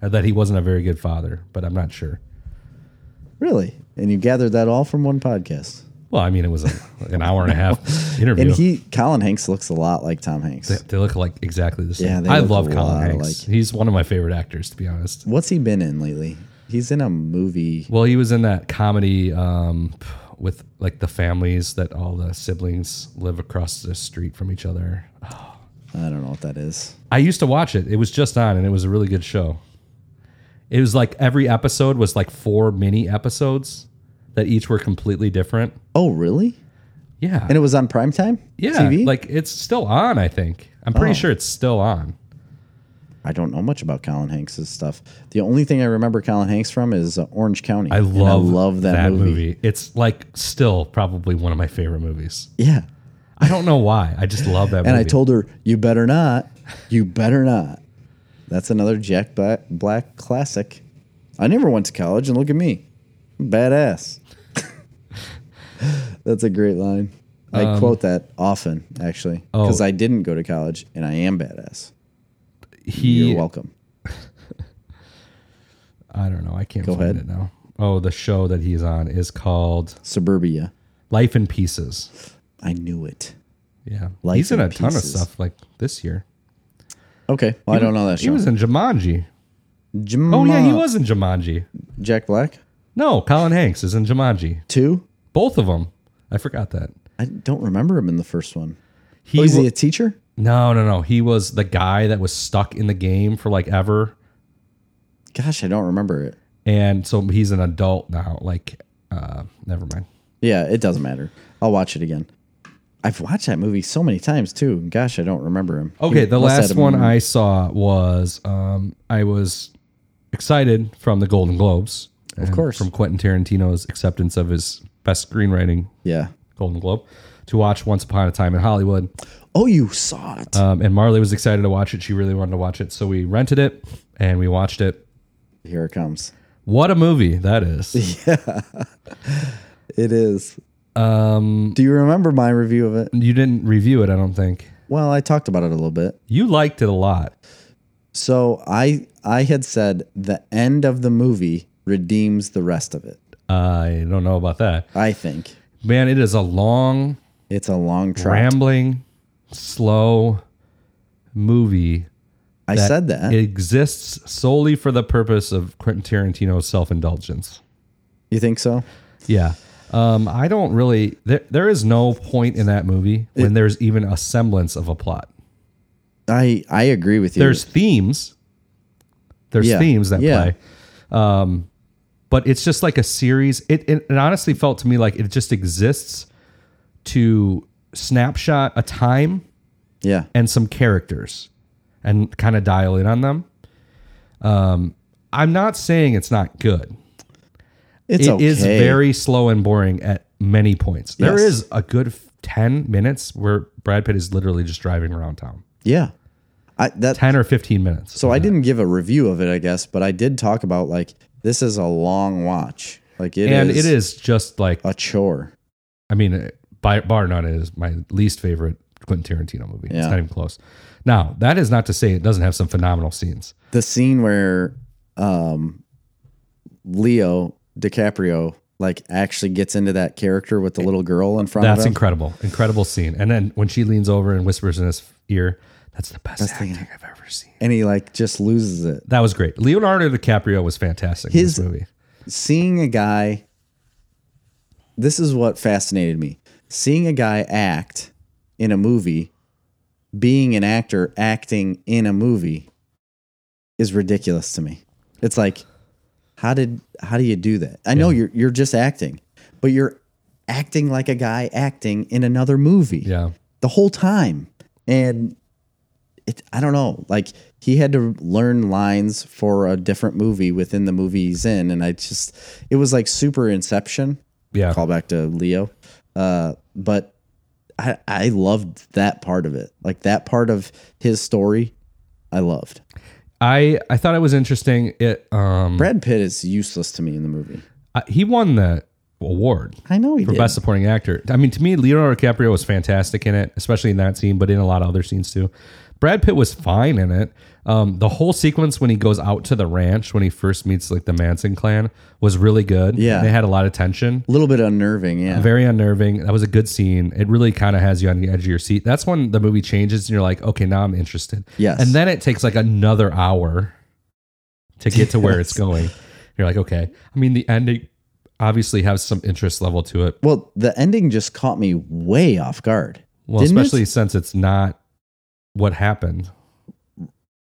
[SPEAKER 1] and that he wasn't a very good father, but I'm not sure.
[SPEAKER 2] really, and you gathered that all from one podcast.
[SPEAKER 1] Well, I mean, it was a, an hour and a half interview.
[SPEAKER 2] (laughs) And he, Colin Hanks, looks a lot like Tom Hanks.
[SPEAKER 1] they look like exactly the same.
[SPEAKER 2] Yeah, they
[SPEAKER 1] I
[SPEAKER 2] look
[SPEAKER 1] love
[SPEAKER 2] a
[SPEAKER 1] Colin
[SPEAKER 2] lot
[SPEAKER 1] Hanks. He's one of my favorite actors, to be honest.
[SPEAKER 2] What's he been in lately? He's in a movie.
[SPEAKER 1] Well, he was in that comedy um, with like the families that all the siblings live across the street from each other.
[SPEAKER 2] I don't know what that is.
[SPEAKER 1] I used to watch it. It was just on, and it was a really good show. It was like every episode was like four mini episodes that each were completely different.
[SPEAKER 2] Oh, really?
[SPEAKER 1] Yeah,
[SPEAKER 2] And it was on Oh. primetime
[SPEAKER 1] yeah.
[SPEAKER 2] TV.
[SPEAKER 1] Like it's still on. I think I'm pretty sure it's still on.
[SPEAKER 2] I don't know much about Colin Hanks's stuff. The only thing I remember Colin Hanks from is uh, Orange County.
[SPEAKER 1] I
[SPEAKER 2] And
[SPEAKER 1] love,
[SPEAKER 2] love that, movie.
[SPEAKER 1] It's like still probably one of my favorite movies.
[SPEAKER 2] Yeah,
[SPEAKER 1] I don't know why. I just love that. movie.
[SPEAKER 2] And I told her, "You better not. You better not." That's another Jack Black, Black classic. I never went to college, and look at me, badass. (laughs) That's a great line. I quote that often, actually, because
[SPEAKER 1] Um, oh.
[SPEAKER 2] I didn't go to college, and I am badass.
[SPEAKER 1] he
[SPEAKER 2] You're welcome.
[SPEAKER 1] I don't know. I can't find
[SPEAKER 2] ahead.
[SPEAKER 1] it now. Oh, the show that he's on is called
[SPEAKER 2] Suburbia.
[SPEAKER 1] Life in Pieces.
[SPEAKER 2] I knew it.
[SPEAKER 1] Yeah.
[SPEAKER 2] Life
[SPEAKER 1] he's in
[SPEAKER 2] in
[SPEAKER 1] a ton of
[SPEAKER 2] Pieces.
[SPEAKER 1] stuff like this year.
[SPEAKER 2] Okay, well, I don't know that
[SPEAKER 1] He
[SPEAKER 2] show.
[SPEAKER 1] was in Jumanji.
[SPEAKER 2] Jam-
[SPEAKER 1] Oh, yeah, he was in Jumanji.
[SPEAKER 2] Jack Black
[SPEAKER 1] No, Colin Hanks is in Jumanji.
[SPEAKER 2] two.
[SPEAKER 1] Both of them. I forgot that.
[SPEAKER 2] I don't remember him in the first one.
[SPEAKER 1] He
[SPEAKER 2] oh, is
[SPEAKER 1] wa-
[SPEAKER 2] he a teacher?
[SPEAKER 1] No, no, no. He was the guy that was stuck in the game for like ever.
[SPEAKER 2] Gosh, I don't remember it.
[SPEAKER 1] And so he's an adult now. Like, uh, never mind.
[SPEAKER 2] Yeah, it doesn't matter. I'll watch it again. I've watched that movie so many times too. Gosh, I don't remember him.
[SPEAKER 1] Okay,
[SPEAKER 2] He
[SPEAKER 1] the
[SPEAKER 2] must have
[SPEAKER 1] last
[SPEAKER 2] had a-
[SPEAKER 1] one I saw was um, I was excited from the Golden Globes, of
[SPEAKER 2] course.
[SPEAKER 1] from Quentin Tarantino's acceptance of his best screenwriting
[SPEAKER 2] Yeah.
[SPEAKER 1] Golden Globe, to watch Once Upon a Time in Hollywood.
[SPEAKER 2] Oh, you saw it.
[SPEAKER 1] Um, and Marley was excited to watch it; she really wanted to watch it, so we rented it and we watched it.
[SPEAKER 2] Here it comes.
[SPEAKER 1] What a movie that is!
[SPEAKER 2] (laughs) It is. Um, Do you remember my review of it?
[SPEAKER 1] you didn't review it, I don't think.
[SPEAKER 2] Well, I talked about it a little bit.
[SPEAKER 1] You liked it a lot.
[SPEAKER 2] So I I had said the end of the movie redeems the rest of it.
[SPEAKER 1] I don't know about that,
[SPEAKER 2] I think
[SPEAKER 1] man. It is a long
[SPEAKER 2] it's a long trip.
[SPEAKER 1] rambling, slow movie.
[SPEAKER 2] I said that.
[SPEAKER 1] It exists solely for the purpose of Quentin Tarantino's self indulgence.
[SPEAKER 2] you think so?
[SPEAKER 1] Yeah. Um, I don't really. There, there is no point in that movie when there's even a semblance of a plot.
[SPEAKER 2] I I agree with you.
[SPEAKER 1] There's themes. There's
[SPEAKER 2] Yeah.
[SPEAKER 1] themes that
[SPEAKER 2] Yeah.
[SPEAKER 1] play. Um, but it's just like a series. It, it it honestly felt to me like it just exists to snapshot a time
[SPEAKER 2] Yeah.
[SPEAKER 1] and some characters and kind of dial in on them. Um, I'm not saying it's not good.
[SPEAKER 2] It's
[SPEAKER 1] It
[SPEAKER 2] okay.
[SPEAKER 1] is very slow and boring at many points. There
[SPEAKER 2] Yes.
[SPEAKER 1] is a good f- 10 minutes where Brad Pitt is literally just driving around town.
[SPEAKER 2] Yeah. I that
[SPEAKER 1] 10 or 15 minutes.
[SPEAKER 2] So I didn't give a review of it, I guess, but I did talk about like this is a long watch. Like it is
[SPEAKER 1] and it is just like
[SPEAKER 2] a chore.
[SPEAKER 1] I mean, uh, by bar none it is my least favorite Quentin Tarantino movie. It's
[SPEAKER 2] Yeah.
[SPEAKER 1] not even close. Now, that is not to say it doesn't have some phenomenal scenes.
[SPEAKER 2] The scene where um Leo DiCaprio like actually gets into that character with the little girl in front
[SPEAKER 1] That's
[SPEAKER 2] of him.
[SPEAKER 1] incredible. Incredible scene. And then when she leans over and whispers in his ear, that's the best acting I've ever seen.
[SPEAKER 2] and he like just loses it.
[SPEAKER 1] That was great. Leonardo DiCaprio was fantastic
[SPEAKER 2] His-
[SPEAKER 1] in this movie.
[SPEAKER 2] Seeing a guy this is what fascinated me. Seeing a guy act in a movie, being an actor acting in a movie is ridiculous to me. It's like how did how do you do that? I know you're you're just acting, but you're acting like a guy acting in another movie
[SPEAKER 1] Yeah.
[SPEAKER 2] the whole time. And it, I don't know, like he had to learn lines for a different movie within the movie he's in. And I just, it was like super inception
[SPEAKER 1] Yeah.
[SPEAKER 2] call back to Leo. Uh, but I, I loved that part of it. Like that part of his story. I loved
[SPEAKER 1] Hmm. I, I thought it was interesting. It um
[SPEAKER 2] Brad Pitt is useless to me in the movie.
[SPEAKER 1] I- he won the award.
[SPEAKER 2] I know he
[SPEAKER 1] for
[SPEAKER 2] did.
[SPEAKER 1] best supporting actor. I mean, to me, Leonardo DiCaprio was fantastic in it, especially in that scene, but in a lot of other scenes too. Brad Pitt was fine in it. Um, the whole sequence when he goes out to the ranch when he first meets like the Manson clan was really good.
[SPEAKER 2] Yeah.
[SPEAKER 1] they had a lot of tension,
[SPEAKER 2] a little bit unnerving. Yeah.
[SPEAKER 1] very unnerving. That was a good scene. It really kind of has you on the edge of your seat. That's when the movie changes and you're like, okay, now I'm interested.
[SPEAKER 2] Yes.
[SPEAKER 1] and then it takes like another hour to get to where
[SPEAKER 2] (laughs)
[SPEAKER 1] it's going. You're like, okay. I mean, the ending obviously has some interest level to it.
[SPEAKER 2] Well, the ending just caught me way off guard.
[SPEAKER 1] Well,
[SPEAKER 2] Didn't it?
[SPEAKER 1] especially since it's not what happened.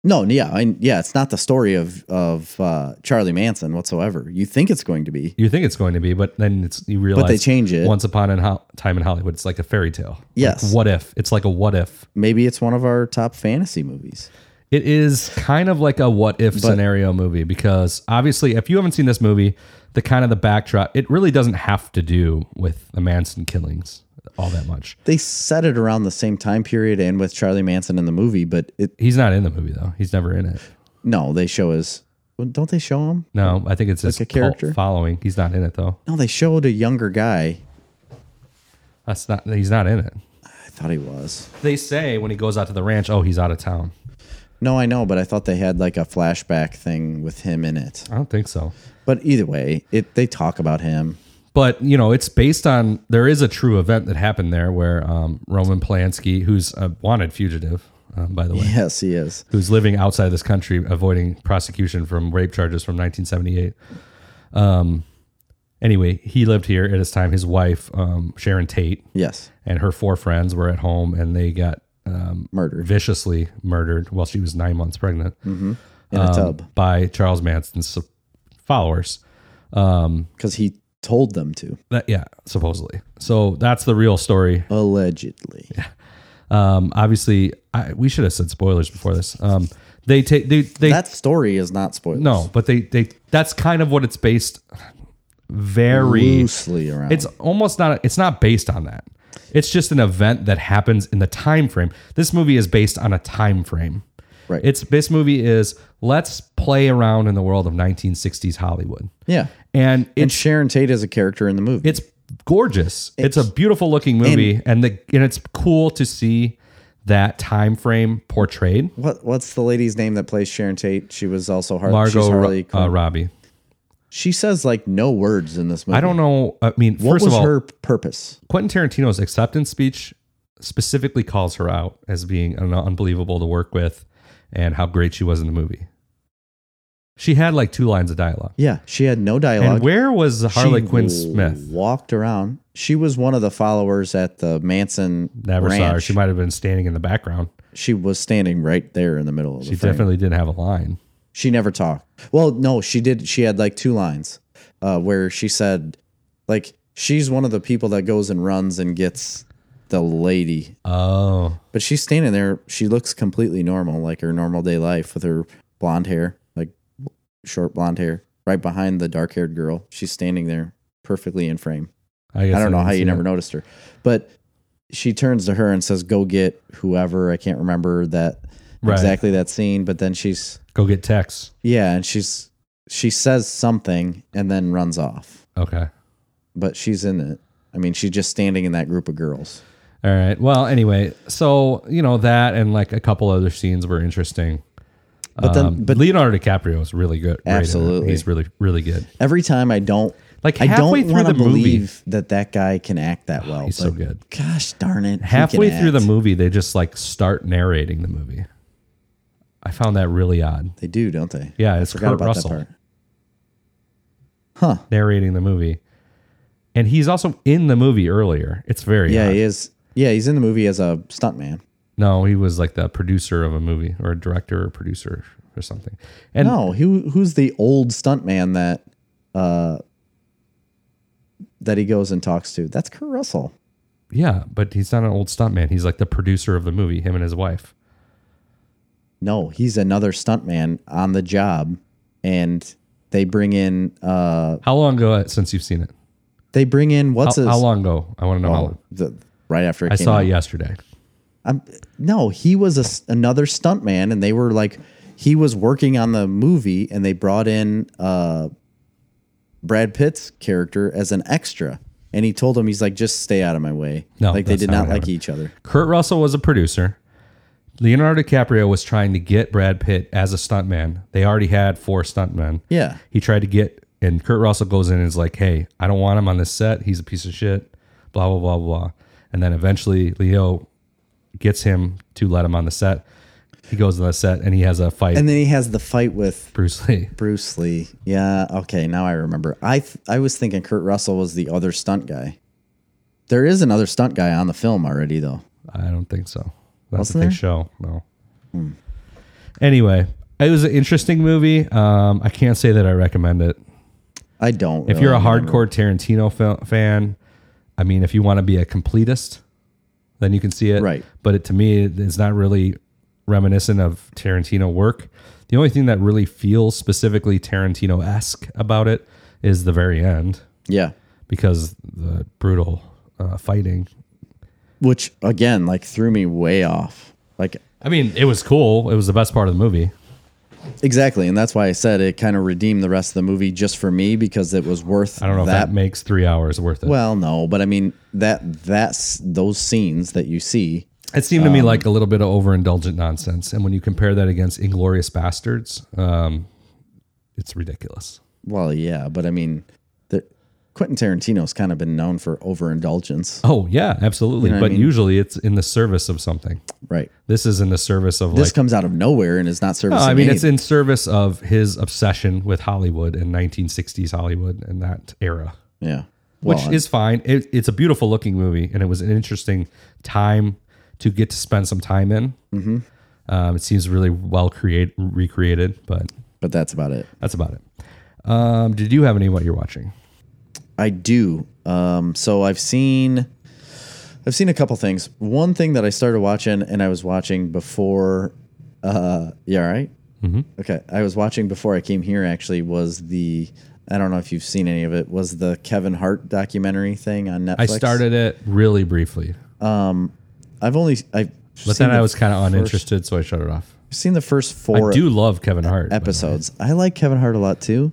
[SPEAKER 2] No, yeah, and yeah, it's not the story of of uh, Charlie Manson whatsoever. You think it's going to be,
[SPEAKER 1] You think it's going to be, but then it's you realize
[SPEAKER 2] but they change it.
[SPEAKER 1] once upon a ho- time in Hollywood, it's like a fairy tale. Like,
[SPEAKER 2] Yes.
[SPEAKER 1] what if? It's like a what if.
[SPEAKER 2] Maybe it's one of our top fantasy movies.
[SPEAKER 1] It is kind of like a what if scenario movie because obviously, if you haven't seen this movie, the kind of the backdrop, it really doesn't have to do with the Manson killings all that much.
[SPEAKER 2] They set it around the same time period and with Charlie Manson in the movie, but it
[SPEAKER 1] He's not in the movie though. He's never in it.
[SPEAKER 2] no, they show his. well, Don't they show him?
[SPEAKER 1] No, I think it's his
[SPEAKER 2] a
[SPEAKER 1] cult
[SPEAKER 2] character?
[SPEAKER 1] following. He's not in it though.
[SPEAKER 2] No, they showed a younger guy.
[SPEAKER 1] That's not. He's not in it.
[SPEAKER 2] I thought he was.
[SPEAKER 1] They say when he goes out to the ranch, oh, he's out of town.
[SPEAKER 2] No, I know, but I thought they had like a flashback thing with him in it.
[SPEAKER 1] I don't think so.
[SPEAKER 2] But either way, it they talk about him. (laughs)
[SPEAKER 1] But you know, it's based on there is a true event that happened there where um, Roman Polanski, who's a wanted fugitive, um, by the way,
[SPEAKER 2] Yes, he is.
[SPEAKER 1] who's living outside this country, avoiding prosecution from rape charges from 1978. Um, anyway, he lived here at his time. His wife, um, Sharon Tate,
[SPEAKER 2] Yes,
[SPEAKER 1] and her four friends were at home, and they got um,
[SPEAKER 2] murdered
[SPEAKER 1] viciously murdered while she was nine months pregnant. Um,
[SPEAKER 2] in a tub
[SPEAKER 1] by Charles Manson's followers.
[SPEAKER 2] because he told them to
[SPEAKER 1] That, yeah, supposedly. So that's the real story. (laughs)
[SPEAKER 2] allegedly.
[SPEAKER 1] Um, obviously, I, we should have said spoilers before this. Um, they take they they
[SPEAKER 2] that story is not spoiled.
[SPEAKER 1] no, but they they that's kind of what it's based. Very,
[SPEAKER 2] loosely around.
[SPEAKER 1] it's almost not. It's not based on that. It's just an event that happens in the time frame. This movie is based on a time frame.
[SPEAKER 2] Right.
[SPEAKER 1] It's this movie is let's play around in the world of 1960s Hollywood,
[SPEAKER 2] yeah.
[SPEAKER 1] and it's
[SPEAKER 2] And Sharon Tate is a character in the movie.
[SPEAKER 1] it's gorgeous. It's, a beautiful looking movie, and, the and it's cool to see that time frame portrayed.
[SPEAKER 2] what what's the lady's name that plays Sharon Tate? She was also Har- she's
[SPEAKER 1] Margot Ro-
[SPEAKER 2] Harley. Quinn.
[SPEAKER 1] uh, Robbie.
[SPEAKER 2] she says like no words in this movie.
[SPEAKER 1] I don't know. I mean,
[SPEAKER 2] What
[SPEAKER 1] first
[SPEAKER 2] was
[SPEAKER 1] of all,
[SPEAKER 2] her purpose?
[SPEAKER 1] Quentin Tarantino's acceptance speech specifically calls her out as being un- unbelievable to work with, and how great she was in the movie. She had like two lines of dialogue.
[SPEAKER 2] Yeah, she had no dialogue.
[SPEAKER 1] And where was
[SPEAKER 2] She
[SPEAKER 1] Harley Quinn
[SPEAKER 2] w-
[SPEAKER 1] Smith?
[SPEAKER 2] walked around. She was one of the followers at the Manson
[SPEAKER 1] Never
[SPEAKER 2] ranch.
[SPEAKER 1] saw her. She might have been standing in the background.
[SPEAKER 2] She was standing right there in the middle of
[SPEAKER 1] She
[SPEAKER 2] the frame.
[SPEAKER 1] definitely didn't have a line.
[SPEAKER 2] She never talked. Well, no, she did. She had like two lines uh, where she said, like, she's one of the people that goes and runs and gets the lady.
[SPEAKER 1] Oh,
[SPEAKER 2] But she's standing there. She looks completely normal, like her normal day life with her blonde hair, like short blonde hair, right behind the dark haired girl. She's standing there perfectly in frame.
[SPEAKER 1] I guess
[SPEAKER 2] I don't know
[SPEAKER 1] didn't
[SPEAKER 2] how you
[SPEAKER 1] see
[SPEAKER 2] never
[SPEAKER 1] it.
[SPEAKER 2] noticed her. But she turns to her and says, Go get whoever. I can't remember that
[SPEAKER 1] Right.
[SPEAKER 2] exactly that scene. But then she's,
[SPEAKER 1] Go get Tex.
[SPEAKER 2] yeah, and she's, she says something and then runs off.
[SPEAKER 1] Okay.
[SPEAKER 2] But she's in it. I mean, she's just standing in that group of girls.
[SPEAKER 1] All right. Well, anyway, so you know that and like a couple other scenes were interesting.
[SPEAKER 2] But then,
[SPEAKER 1] Um,
[SPEAKER 2] but
[SPEAKER 1] Leonardo DiCaprio is really good. great in it.
[SPEAKER 2] Absolutely.
[SPEAKER 1] he's really really good.
[SPEAKER 2] every time I don't,
[SPEAKER 1] Like
[SPEAKER 2] I don't
[SPEAKER 1] halfway through
[SPEAKER 2] want to
[SPEAKER 1] the movie-
[SPEAKER 2] believe that that guy can act that well.
[SPEAKER 1] He's so
[SPEAKER 2] but
[SPEAKER 1] good.
[SPEAKER 2] Gosh darn it. he can
[SPEAKER 1] Halfway through the
[SPEAKER 2] act.
[SPEAKER 1] movie, they just like start narrating the movie. I found that really odd.
[SPEAKER 2] They do, don't they?
[SPEAKER 1] Yeah, it's
[SPEAKER 2] Forgot
[SPEAKER 1] Kurt
[SPEAKER 2] about
[SPEAKER 1] Russell.
[SPEAKER 2] that part. Huh.
[SPEAKER 1] narrating the movie, and he's also in the movie earlier. It's very
[SPEAKER 2] Yeah,
[SPEAKER 1] odd.
[SPEAKER 2] he is. Yeah, he's in the movie as a stuntman.
[SPEAKER 1] No, he was like the producer of a movie or a director or producer or something. And
[SPEAKER 2] No, who who's the old stuntman that uh that he goes and talks to? That's Kurt Russell.
[SPEAKER 1] yeah, but he's not an old stuntman. He's like the producer of the movie. Him and his wife.
[SPEAKER 2] No, he's another stuntman on the job, and they bring in uh
[SPEAKER 1] How long ago since you've seen it?
[SPEAKER 2] they bring in what's
[SPEAKER 1] How,
[SPEAKER 2] his
[SPEAKER 1] how long ago? I want to know how long.
[SPEAKER 2] the right after it
[SPEAKER 1] I
[SPEAKER 2] came
[SPEAKER 1] saw
[SPEAKER 2] out.
[SPEAKER 1] it yesterday.
[SPEAKER 2] I'm, no, he was a s another stuntman, and they were like, he was working on the movie, and they brought in uh, Brad Pitt's character as an extra, and he told him he's like, just stay out of my way.
[SPEAKER 1] No,
[SPEAKER 2] like they
[SPEAKER 1] that's
[SPEAKER 2] did
[SPEAKER 1] not
[SPEAKER 2] not
[SPEAKER 1] what
[SPEAKER 2] like
[SPEAKER 1] happened.
[SPEAKER 2] each other.
[SPEAKER 1] Kurt Russell was a producer. Leonardo DiCaprio was trying to get Brad Pitt as a stuntman. They already had four stuntmen.
[SPEAKER 2] Yeah,
[SPEAKER 1] He tried to get, and Kurt Russell goes in and is like, "Hey, I don't want him on this set. He's a piece of shit." Blah blah blah blah. And then eventually, Leo gets him to let him on the set. He goes on the set and he has a fight.
[SPEAKER 2] and then he has the fight with
[SPEAKER 1] Bruce Lee.
[SPEAKER 2] Bruce Lee. Yeah, okay, now I remember. I th- I was thinking Kurt Russell was the other stunt guy. There is another stunt guy on the film already, though.
[SPEAKER 1] I don't think so. That's
[SPEAKER 2] Wasn't
[SPEAKER 1] a big
[SPEAKER 2] there? Hmm.
[SPEAKER 1] show. No. Anyway, it was an interesting movie. Um, I can't say that I recommend it.
[SPEAKER 2] I don't.
[SPEAKER 1] If you're a hardcore Tarantino fa- fan, I mean, if you want to be a completist, then you can see it.
[SPEAKER 2] Right.
[SPEAKER 1] But it, to me, it- it's not really reminiscent of Tarantino work. The only thing that really feels specifically Tarantino esque about it is the very end
[SPEAKER 2] yeah,
[SPEAKER 1] because the brutal uh, fighting.
[SPEAKER 2] which again, like threw me way off. Like
[SPEAKER 1] I mean, it was cool. It was the best part of the movie.
[SPEAKER 2] Exactly, and that's why I said it kind of redeemed the rest of the movie just for me because it was worth.
[SPEAKER 1] I don't know
[SPEAKER 2] that.
[SPEAKER 1] if that makes three hours worth it.
[SPEAKER 2] well, no, but I mean that that's those scenes that you see.
[SPEAKER 1] it seemed to
[SPEAKER 2] Um,
[SPEAKER 1] me like a little bit of overindulgent nonsense. And when you compare that against Inglorious Bastards, um, it's ridiculous.
[SPEAKER 2] Well, yeah, but I mean, the, Quentin Tarantino's kind of been known for overindulgence,
[SPEAKER 1] Oh yeah, absolutely. but usually it's in the service of something.
[SPEAKER 2] right?
[SPEAKER 1] This is in the service of
[SPEAKER 2] This
[SPEAKER 1] like.
[SPEAKER 2] comes out of nowhere and is not
[SPEAKER 1] No,
[SPEAKER 2] servicing.
[SPEAKER 1] I mean, it's
[SPEAKER 2] anything.
[SPEAKER 1] in service of his obsession with Hollywood and 1960s Hollywood and that era,
[SPEAKER 2] yeah.
[SPEAKER 1] which
[SPEAKER 2] Well,
[SPEAKER 1] is fine. It, it's a beautiful looking movie, and it was an interesting time to get to spend some time in. Mm-hmm. Um, it seems really well create recreated, but
[SPEAKER 2] but that's about it.
[SPEAKER 1] that's about it. Um, did you have any what you're watching?
[SPEAKER 2] I do. Um, so I've seen, I've seen a couple things. One thing that I started watching, and I was watching before. Uh, yeah, all right?
[SPEAKER 1] Mm-hmm.
[SPEAKER 2] Okay, I was watching before I came here. Actually, was the I don't know if you've seen any of it. Was the Kevin Hart documentary thing on Netflix?
[SPEAKER 1] I started it really briefly,
[SPEAKER 2] I've only I've.
[SPEAKER 1] but
[SPEAKER 2] seen
[SPEAKER 1] then I
[SPEAKER 2] the
[SPEAKER 1] was kind of
[SPEAKER 2] first-
[SPEAKER 1] uninterested, so I shut it off.
[SPEAKER 2] Seen the first
[SPEAKER 1] I
[SPEAKER 2] four
[SPEAKER 1] do love Kevin Hart. by the way.
[SPEAKER 2] episodes. I like Kevin Hart a lot too,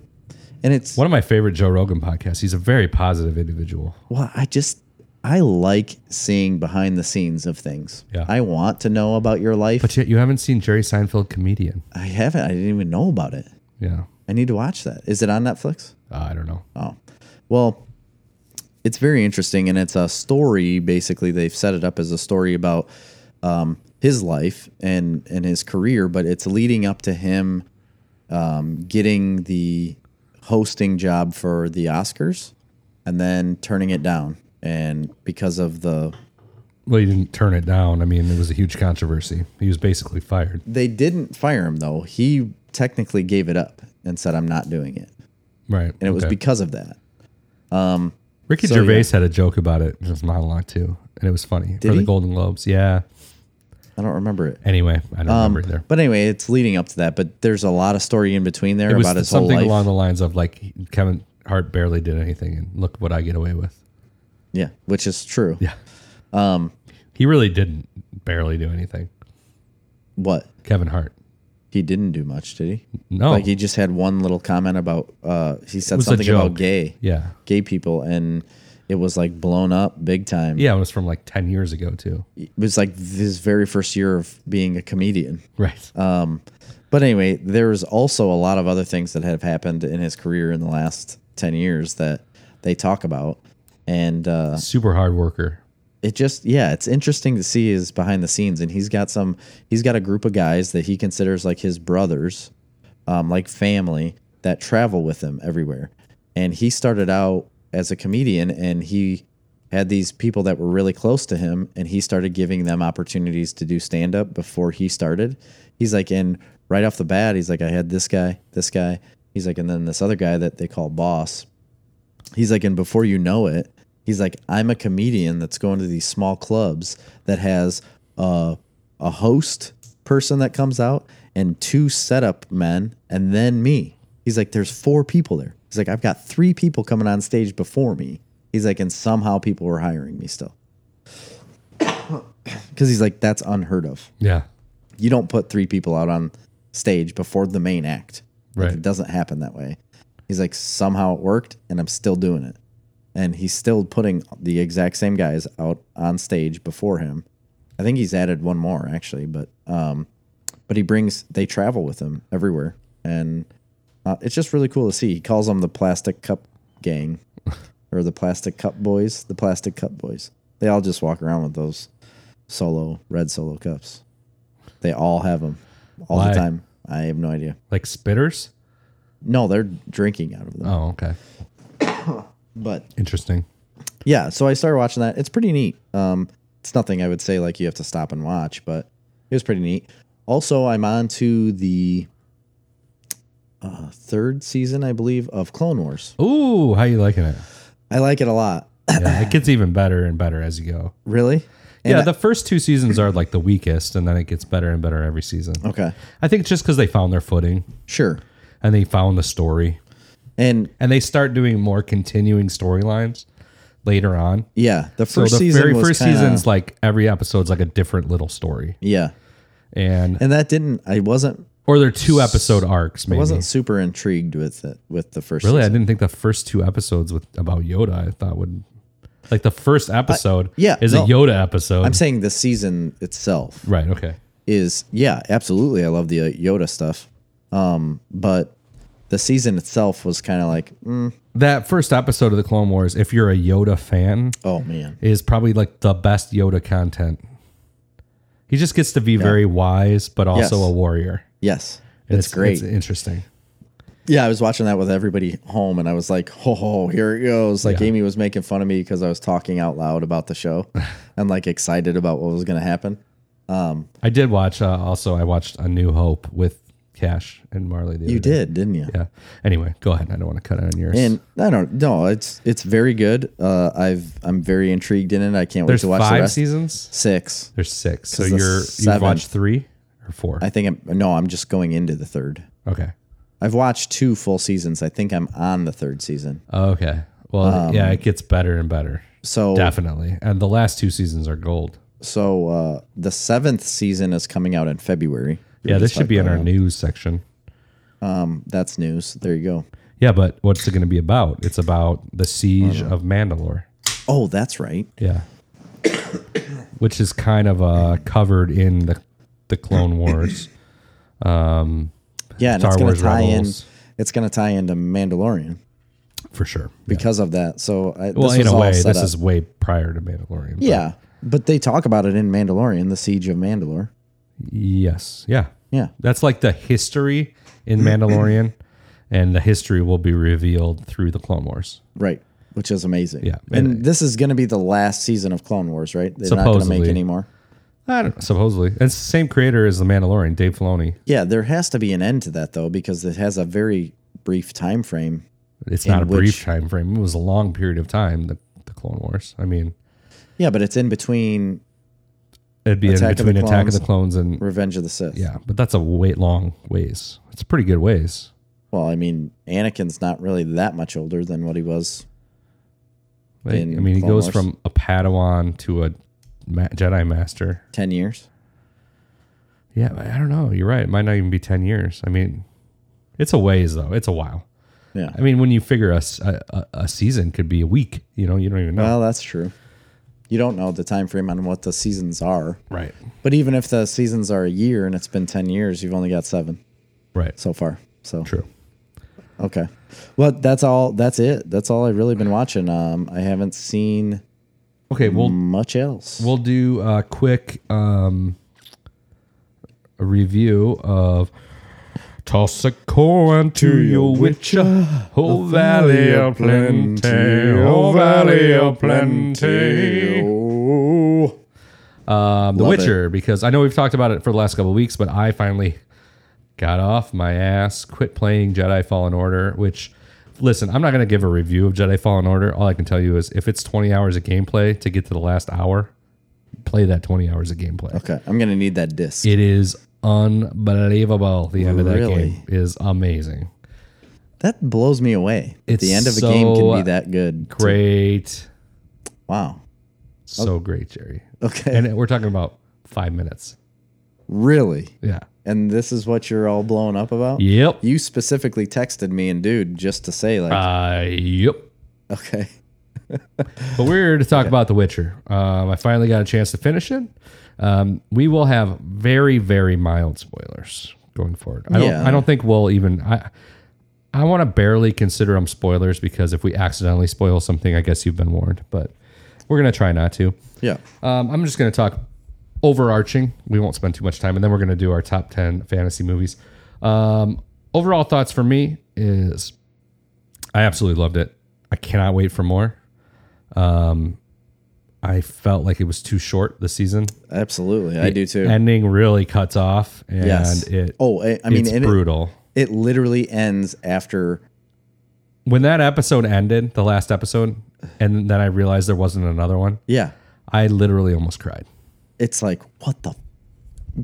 [SPEAKER 2] and it's
[SPEAKER 1] One of my favorite Joe Rogan podcasts. He's a very positive individual.
[SPEAKER 2] Well, I just I like seeing behind the scenes of things.
[SPEAKER 1] Yeah.
[SPEAKER 2] I want to know about your life.
[SPEAKER 1] But yet you haven't seen Jerry Seinfeld comedian.
[SPEAKER 2] I haven't. I didn't even know about it.
[SPEAKER 1] Yeah.
[SPEAKER 2] I need to watch that. Is it on Netflix?
[SPEAKER 1] Uh, I don't know.
[SPEAKER 2] Oh, well, it's very interesting, and it's a story. Basically, they've set it up as a story about um, his life and and his career, but it's leading up to him um, getting the hosting job for the Oscars, and then turning it down, and because of the
[SPEAKER 1] Well, he didn't turn it down. I mean, it was a huge controversy. He was basically fired.
[SPEAKER 2] They didn't fire him though. He technically gave it up and said, "I'm not doing it,"
[SPEAKER 1] Right.
[SPEAKER 2] and it was because of that. Um,
[SPEAKER 1] Ricky
[SPEAKER 2] So,
[SPEAKER 1] Gervais had a joke about it in his monologue too, and it was funny for the
[SPEAKER 2] he?
[SPEAKER 1] Golden Globes. Yeah.
[SPEAKER 2] I don't remember it.
[SPEAKER 1] Anyway, I don't
[SPEAKER 2] Um,
[SPEAKER 1] remember either.
[SPEAKER 2] But anyway, it's leading up to that. But there's a lot of story in between there
[SPEAKER 1] It was
[SPEAKER 2] about his whole
[SPEAKER 1] something
[SPEAKER 2] life.
[SPEAKER 1] along the lines of like Kevin Hart barely did anything, and look what I get away with.
[SPEAKER 2] yeah, which is true.
[SPEAKER 1] Yeah. Um, he really didn't barely do anything.
[SPEAKER 2] What
[SPEAKER 1] Kevin Hart.
[SPEAKER 2] he didn't do much, did he?
[SPEAKER 1] No.
[SPEAKER 2] Like he just had one little comment about. Uh, he said
[SPEAKER 1] was a
[SPEAKER 2] something
[SPEAKER 1] joke.
[SPEAKER 2] about gay,
[SPEAKER 1] yeah.
[SPEAKER 2] gay people, and it was like blown up big time.
[SPEAKER 1] Yeah, it was from like 10 years ago too.
[SPEAKER 2] It was like his very first year of being a comedian.
[SPEAKER 1] Right.
[SPEAKER 2] Uh. But anyway, there's also a lot of other things that have happened in his career in the last 10 years that they talk about. And uh,
[SPEAKER 1] Super hard worker.
[SPEAKER 2] it just, yeah, it's interesting to see his behind the scenes. And he's got some, he's got a group of guys that he considers like his brothers, um, like family, that travel with him everywhere. And he started out as a comedian and he had these people that were really close to him and he started giving them opportunities to do stand up before he started. He's like, and right off the bat, he's like, I had this guy, this guy. He's like, and then this other guy that they call boss. He's like, and before you know it, he's like, I'm a comedian that's going to these small clubs that has a, a host person that comes out and two setup men and then me. He's like, there's four people there. He's like, I've got three people coming on stage before me. He's like, and somehow people were hiring me still. (coughs) Because he's like, that's unheard of.
[SPEAKER 1] Yeah.
[SPEAKER 2] You don't put three people out on stage before the main act. Like,
[SPEAKER 1] Right.
[SPEAKER 2] it doesn't happen that way. He's like, somehow it worked, and I'm still doing it. And he's still putting the exact same guys out on stage before him. I think he's added one more actually, but um, but he brings they travel with him everywhere, and uh, it's just really cool to see. He calls them the Plastic Cup Gang, or the Plastic Cup Boys. The Plastic Cup Boys. They all just walk around with those solo red solo cups. They all have them all
[SPEAKER 1] Why?
[SPEAKER 2] the time. I have no idea.
[SPEAKER 1] Like spitters?
[SPEAKER 2] No, they're drinking out of them.
[SPEAKER 1] Oh, okay.
[SPEAKER 2] But
[SPEAKER 1] Interesting.
[SPEAKER 2] yeah, so I started watching that. It's pretty neat. Um, it's nothing I would say like you have to stop and watch, but it was pretty neat. Also, I'm on to the uh, third season, I believe, of Clone Wars.
[SPEAKER 1] Ooh, how you liking it?
[SPEAKER 2] I like it a lot. (laughs)
[SPEAKER 1] Yeah, it gets even better and better as you go.
[SPEAKER 2] Really? And
[SPEAKER 1] Yeah, the first two seasons are like the weakest, and then it gets better and better every season.
[SPEAKER 2] okay,
[SPEAKER 1] I think it's just because they found their footing
[SPEAKER 2] sure.
[SPEAKER 1] and they found the story,
[SPEAKER 2] And
[SPEAKER 1] and they start doing more continuing storylines later on.
[SPEAKER 2] yeah, the
[SPEAKER 1] So
[SPEAKER 2] first
[SPEAKER 1] the
[SPEAKER 2] season
[SPEAKER 1] very
[SPEAKER 2] was
[SPEAKER 1] 1st
[SPEAKER 2] kinda-
[SPEAKER 1] season's like every episode's like a different little story,
[SPEAKER 2] yeah,
[SPEAKER 1] and
[SPEAKER 2] and that didn't. I wasn't
[SPEAKER 1] or they're two episode arcs. Maybe
[SPEAKER 2] wasn't super intrigued with it with the first.
[SPEAKER 1] Mm. really. I
[SPEAKER 2] season.
[SPEAKER 1] didn't think the first two episodes with about Yoda. I thought would like the first episode.
[SPEAKER 2] yeah,
[SPEAKER 1] is
[SPEAKER 2] no.
[SPEAKER 1] a Yoda episode.
[SPEAKER 2] I'm saying the season itself.
[SPEAKER 1] right. Okay.
[SPEAKER 2] is yeah, absolutely. I love the uh, Yoda stuff, um, but the season itself was kind of like, mm,
[SPEAKER 1] That first episode of the Clone Wars, if you're a Yoda fan,
[SPEAKER 2] oh man,
[SPEAKER 1] is probably like the best Yoda content. He just gets to be very wise, but also
[SPEAKER 2] Yes.
[SPEAKER 1] a warrior.
[SPEAKER 2] yes,
[SPEAKER 1] And
[SPEAKER 2] it's, great.
[SPEAKER 1] It's interesting.
[SPEAKER 2] yeah, I was watching that with everybody home, and I was like, (laughs) ho ho, here it goes. Like Amy was making fun of me because I was talking out loud about
[SPEAKER 1] (laughs)
[SPEAKER 2] the show and like excited about what was going to happen.
[SPEAKER 1] I did watch. Uh, also, I watched A New Hope with Cash and Marley. The
[SPEAKER 2] You did, didn't you?
[SPEAKER 1] Yeah. Anyway, go ahead. I don't want to cut on yours.
[SPEAKER 2] And I don't no, it's it's very good. Uh, I've I'm very intrigued in it. I can't
[SPEAKER 1] There's
[SPEAKER 2] wait to watch the
[SPEAKER 1] five
[SPEAKER 2] rest.
[SPEAKER 1] seasons.
[SPEAKER 2] Six.
[SPEAKER 1] There's six. So
[SPEAKER 2] the
[SPEAKER 1] you're you've
[SPEAKER 2] seventh-
[SPEAKER 1] watched three or four.
[SPEAKER 2] I think I'm no, I'm just going into the third.
[SPEAKER 1] okay.
[SPEAKER 2] I've watched two full seasons. I think I'm on the third season.
[SPEAKER 1] Okay. Well,
[SPEAKER 2] Um,
[SPEAKER 1] yeah, it gets better and better.
[SPEAKER 2] So
[SPEAKER 1] Definitely. And the last two seasons are gold.
[SPEAKER 2] so uh, the seventh season is coming out in February.
[SPEAKER 1] Yeah, this should be in our news section.
[SPEAKER 2] That's news. There you go.
[SPEAKER 1] Yeah, but what's it going to be about? It's about the siege
[SPEAKER 2] Uh-huh.
[SPEAKER 1] of Mandalore.
[SPEAKER 2] Oh, that's right.
[SPEAKER 1] Yeah. Which is kind of uh, covered in the the Clone Wars.
[SPEAKER 2] Yeah, and
[SPEAKER 1] Star
[SPEAKER 2] it's going
[SPEAKER 1] Wars
[SPEAKER 2] to tie
[SPEAKER 1] Rebels.
[SPEAKER 2] in. It's going to tie into Mandalorian
[SPEAKER 1] For sure. Yeah.
[SPEAKER 2] because of that. So I,
[SPEAKER 1] Well,
[SPEAKER 2] this
[SPEAKER 1] in
[SPEAKER 2] was
[SPEAKER 1] a
[SPEAKER 2] all
[SPEAKER 1] way,
[SPEAKER 2] set
[SPEAKER 1] this
[SPEAKER 2] up.
[SPEAKER 1] is way prior to Mandalorian. but
[SPEAKER 2] yeah, but they talk about it in Mandalorian, the siege of Mandalore.
[SPEAKER 1] Yes. Yeah.
[SPEAKER 2] Yeah,
[SPEAKER 1] That's like the history
[SPEAKER 2] (clears throat)
[SPEAKER 1] in Mandalorian, and the history will be revealed through the Clone Wars.
[SPEAKER 2] right. Which is amazing.
[SPEAKER 1] Yeah,
[SPEAKER 2] and,
[SPEAKER 1] and-
[SPEAKER 2] this is going to be the last season of Clone Wars, right? They're not going to make
[SPEAKER 1] Supposedly.
[SPEAKER 2] any more.
[SPEAKER 1] I don't know. Supposedly, it's the same creator as the Mandalorian, Dave Filoni.
[SPEAKER 2] Yeah, there has to be an end to that though, because it has a very brief time frame
[SPEAKER 1] It's not a
[SPEAKER 2] In
[SPEAKER 1] brief
[SPEAKER 2] which-
[SPEAKER 1] time frame. It was a long period of time. The, the Clone Wars. I mean,
[SPEAKER 2] Yeah, but it's in between
[SPEAKER 1] it'd be
[SPEAKER 2] Attack
[SPEAKER 1] in
[SPEAKER 2] of the
[SPEAKER 1] between Attack of
[SPEAKER 2] Clones.
[SPEAKER 1] the Clones and
[SPEAKER 2] Revenge of the Sith.
[SPEAKER 1] yeah, but that's a wait long ways. It's a pretty good ways.
[SPEAKER 2] Well, I mean, Anakin's not really that much older than what he was.
[SPEAKER 1] Like, I
[SPEAKER 2] In
[SPEAKER 1] mean, he
[SPEAKER 2] Clone
[SPEAKER 1] goes
[SPEAKER 2] Wars.
[SPEAKER 1] from a Padawan to a ma- Jedi Master.
[SPEAKER 2] Ten years.
[SPEAKER 1] Yeah, I I don't know. You're right. It might not even be 10 years. I mean, it's a ways, though. It's a while.
[SPEAKER 2] Yeah.
[SPEAKER 1] I mean, when you figure a, s- a- a- a season could be a week, you know, you don't even know.
[SPEAKER 2] Well, that's true. You don't know the time frame on what the seasons are.
[SPEAKER 1] right.
[SPEAKER 2] But even if the seasons are a year and it's been 10 years, you've only got 7
[SPEAKER 1] Right.
[SPEAKER 2] so far. So
[SPEAKER 1] True.
[SPEAKER 2] Okay. Well, that's all that's it. That's all I've really been watching. Um I haven't seen
[SPEAKER 1] Okay. We'll,
[SPEAKER 2] much else.
[SPEAKER 1] we'll do a quick um, a review of Toss a coin to your witcher, O Valley of Plenty, O Valley of Plenty.
[SPEAKER 2] Oh.
[SPEAKER 1] um, The
[SPEAKER 2] Love
[SPEAKER 1] Witcher because I know we've talked about it for the last couple of weeks, but I finally got off my ass, quit playing Jedi Fallen Order. Which, listen, I'm not going to give a review of Jedi Fallen Order. All I can tell you is if it's 20 hours of gameplay to get to the last hour, play that 20 hours of gameplay.
[SPEAKER 2] Okay. I'm going to need that disc.
[SPEAKER 1] It is unbelievable. The end of that
[SPEAKER 2] Really?
[SPEAKER 1] game is amazing.
[SPEAKER 2] that blows me away.
[SPEAKER 1] It's
[SPEAKER 2] the end of a game can
[SPEAKER 1] so uh,
[SPEAKER 2] be that good.
[SPEAKER 1] Great.
[SPEAKER 2] Wow.
[SPEAKER 1] So great, Jerry.
[SPEAKER 2] Oh. Okay.
[SPEAKER 1] And we're talking about five minutes.
[SPEAKER 2] really?
[SPEAKER 1] Yeah.
[SPEAKER 2] And this is what you're all blown up about?
[SPEAKER 1] Yep.
[SPEAKER 2] You specifically texted me and dude just to say like,
[SPEAKER 1] Uh, yep.
[SPEAKER 2] okay. (laughs)
[SPEAKER 1] But we're here to talk about The Witcher. Um, I finally got a chance to finish it. Um, we will have very, very mild spoilers going forward. I don't,
[SPEAKER 2] Yeah.
[SPEAKER 1] I don't think we'll even. I, I want to barely consider them spoilers because if we accidentally spoil something, I guess you've been warned. But we're gonna try not to.
[SPEAKER 2] Yeah.
[SPEAKER 1] Um, I'm just gonna talk overarching. We won't spend too much time, and then we're gonna do our top ten fantasy movies. Um, overall thoughts for me is, I absolutely loved it. I cannot wait for more. Um, I felt like it was too short this season.
[SPEAKER 2] Absolutely. I do too.
[SPEAKER 1] Ending really cuts off, and
[SPEAKER 2] yes.
[SPEAKER 1] it
[SPEAKER 2] oh, I, I mean,
[SPEAKER 1] it's
[SPEAKER 2] and it,
[SPEAKER 1] brutal.
[SPEAKER 2] it literally ends after
[SPEAKER 1] When that episode ended, the last episode, and then I realized there wasn't another one.
[SPEAKER 2] Yeah.
[SPEAKER 1] I literally almost cried.
[SPEAKER 2] It's like, what the?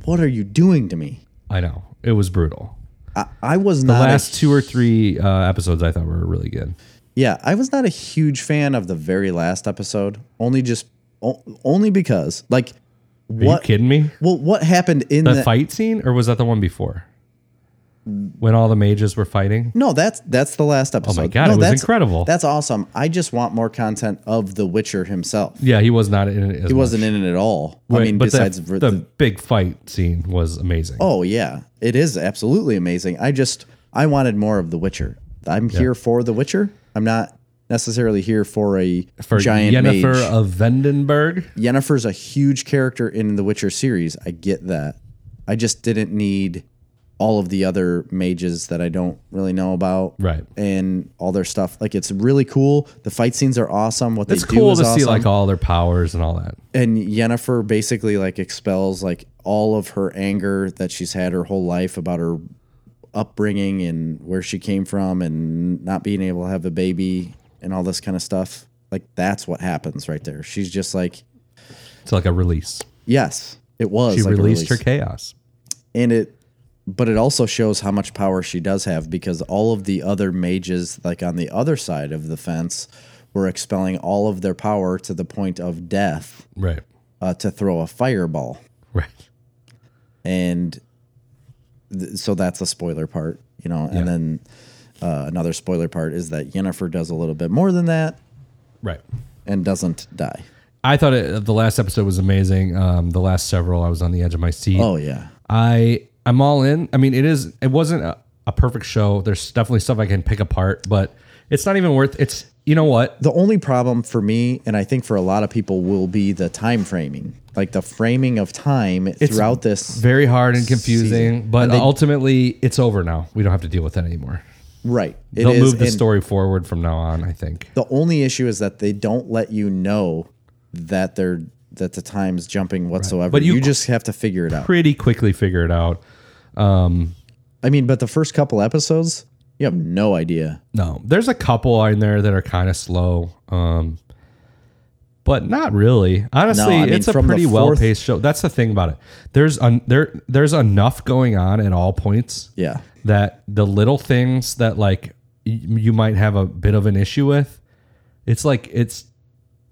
[SPEAKER 2] What are you doing to me?
[SPEAKER 1] I know it was brutal.
[SPEAKER 2] I, I was
[SPEAKER 1] The
[SPEAKER 2] not. a-
[SPEAKER 1] last two or three uh, episodes I thought were really good.
[SPEAKER 2] yeah, I was not a huge fan of the very last episode. Only just, o- only because, like,
[SPEAKER 1] Are
[SPEAKER 2] what?
[SPEAKER 1] you kidding me?
[SPEAKER 2] Well, what happened in
[SPEAKER 1] The
[SPEAKER 2] the?
[SPEAKER 1] fight scene, or was that the one before? When all the mages were fighting?
[SPEAKER 2] no, that's that's the last episode.
[SPEAKER 1] Oh God,
[SPEAKER 2] no,
[SPEAKER 1] it was
[SPEAKER 2] that's,
[SPEAKER 1] incredible.
[SPEAKER 2] That's awesome. I just want more content of The Witcher himself.
[SPEAKER 1] Yeah, he was not in it. As
[SPEAKER 2] He wasn't in it at all. I mean,
[SPEAKER 1] but the-
[SPEAKER 2] besides
[SPEAKER 1] the,
[SPEAKER 2] the,
[SPEAKER 1] big fight scene was amazing.
[SPEAKER 2] Oh yeah, it is absolutely amazing. I just I wanted more of The Witcher. I'm here for The Witcher. I'm not necessarily here for a
[SPEAKER 1] for
[SPEAKER 2] giant
[SPEAKER 1] Yennefer
[SPEAKER 2] mage.
[SPEAKER 1] of Vandenberg.
[SPEAKER 2] Yennefer's a huge character in the Witcher series. I get that. I just didn't need all of the other mages that I don't really know about.
[SPEAKER 1] Right.
[SPEAKER 2] And all their stuff. Like it's really cool. The fight scenes are awesome. What
[SPEAKER 1] It's
[SPEAKER 2] they do
[SPEAKER 1] cool
[SPEAKER 2] is
[SPEAKER 1] to
[SPEAKER 2] awesome.
[SPEAKER 1] see like all their powers and all that.
[SPEAKER 2] and Yennefer basically like expels like all of her anger that she's had her whole life about her upbringing and where she came from and not being able to have a baby and all this kind of stuff. Like that's what happens right there. She's just like,
[SPEAKER 1] It's like a release.
[SPEAKER 2] yes, it was.
[SPEAKER 1] She
[SPEAKER 2] like a
[SPEAKER 1] released her
[SPEAKER 2] release.
[SPEAKER 1] chaos.
[SPEAKER 2] and it, but it also shows how much power she does have because all of the other mages, like on the other side of the fence, were expelling all of their power to the point of death
[SPEAKER 1] Right.
[SPEAKER 2] uh, to throw a fireball.
[SPEAKER 1] Right.
[SPEAKER 2] and th- so that's the spoiler part, you know. And then uh, another spoiler part is that Yennefer does a little bit more than that
[SPEAKER 1] Right.
[SPEAKER 2] and doesn't die.
[SPEAKER 1] I thought it, the last episode was amazing. Um, the last several, I was on the edge of my seat.
[SPEAKER 2] Oh yeah,
[SPEAKER 1] I I'm all in. I mean, it is. It wasn't a, a perfect show. There's definitely stuff I can pick apart, but it's not even worth. It's you know what?
[SPEAKER 2] the only problem for me, and I think for a lot of people, will be the time framing, like the framing of time throughout this.
[SPEAKER 1] Very hard and confusing,
[SPEAKER 2] Season.
[SPEAKER 1] but
[SPEAKER 2] And they-
[SPEAKER 1] ultimately, it's over now. We don't have to deal with that anymore.
[SPEAKER 2] right, It
[SPEAKER 1] They'll
[SPEAKER 2] is-
[SPEAKER 1] move the
[SPEAKER 2] and
[SPEAKER 1] story forward from now on. I think.
[SPEAKER 2] The only issue is that they don't let you know that they're that the time's jumping whatsoever.
[SPEAKER 1] But
[SPEAKER 2] But
[SPEAKER 1] you-
[SPEAKER 2] you just have to figure it out.
[SPEAKER 1] Pretty quickly figure it out.
[SPEAKER 2] I mean, but the first couple episodes, You have no idea.
[SPEAKER 1] No, there's a couple in there that are kind of slow, um, but not really. Honestly,
[SPEAKER 2] No, I mean,
[SPEAKER 1] it's a
[SPEAKER 2] from the
[SPEAKER 1] pretty
[SPEAKER 2] fourth-
[SPEAKER 1] well paced show. That's the thing about it. There's un, there there's enough going on at all points
[SPEAKER 2] Yeah.
[SPEAKER 1] that the little things that like y- you might have a bit of an issue with, it's like it's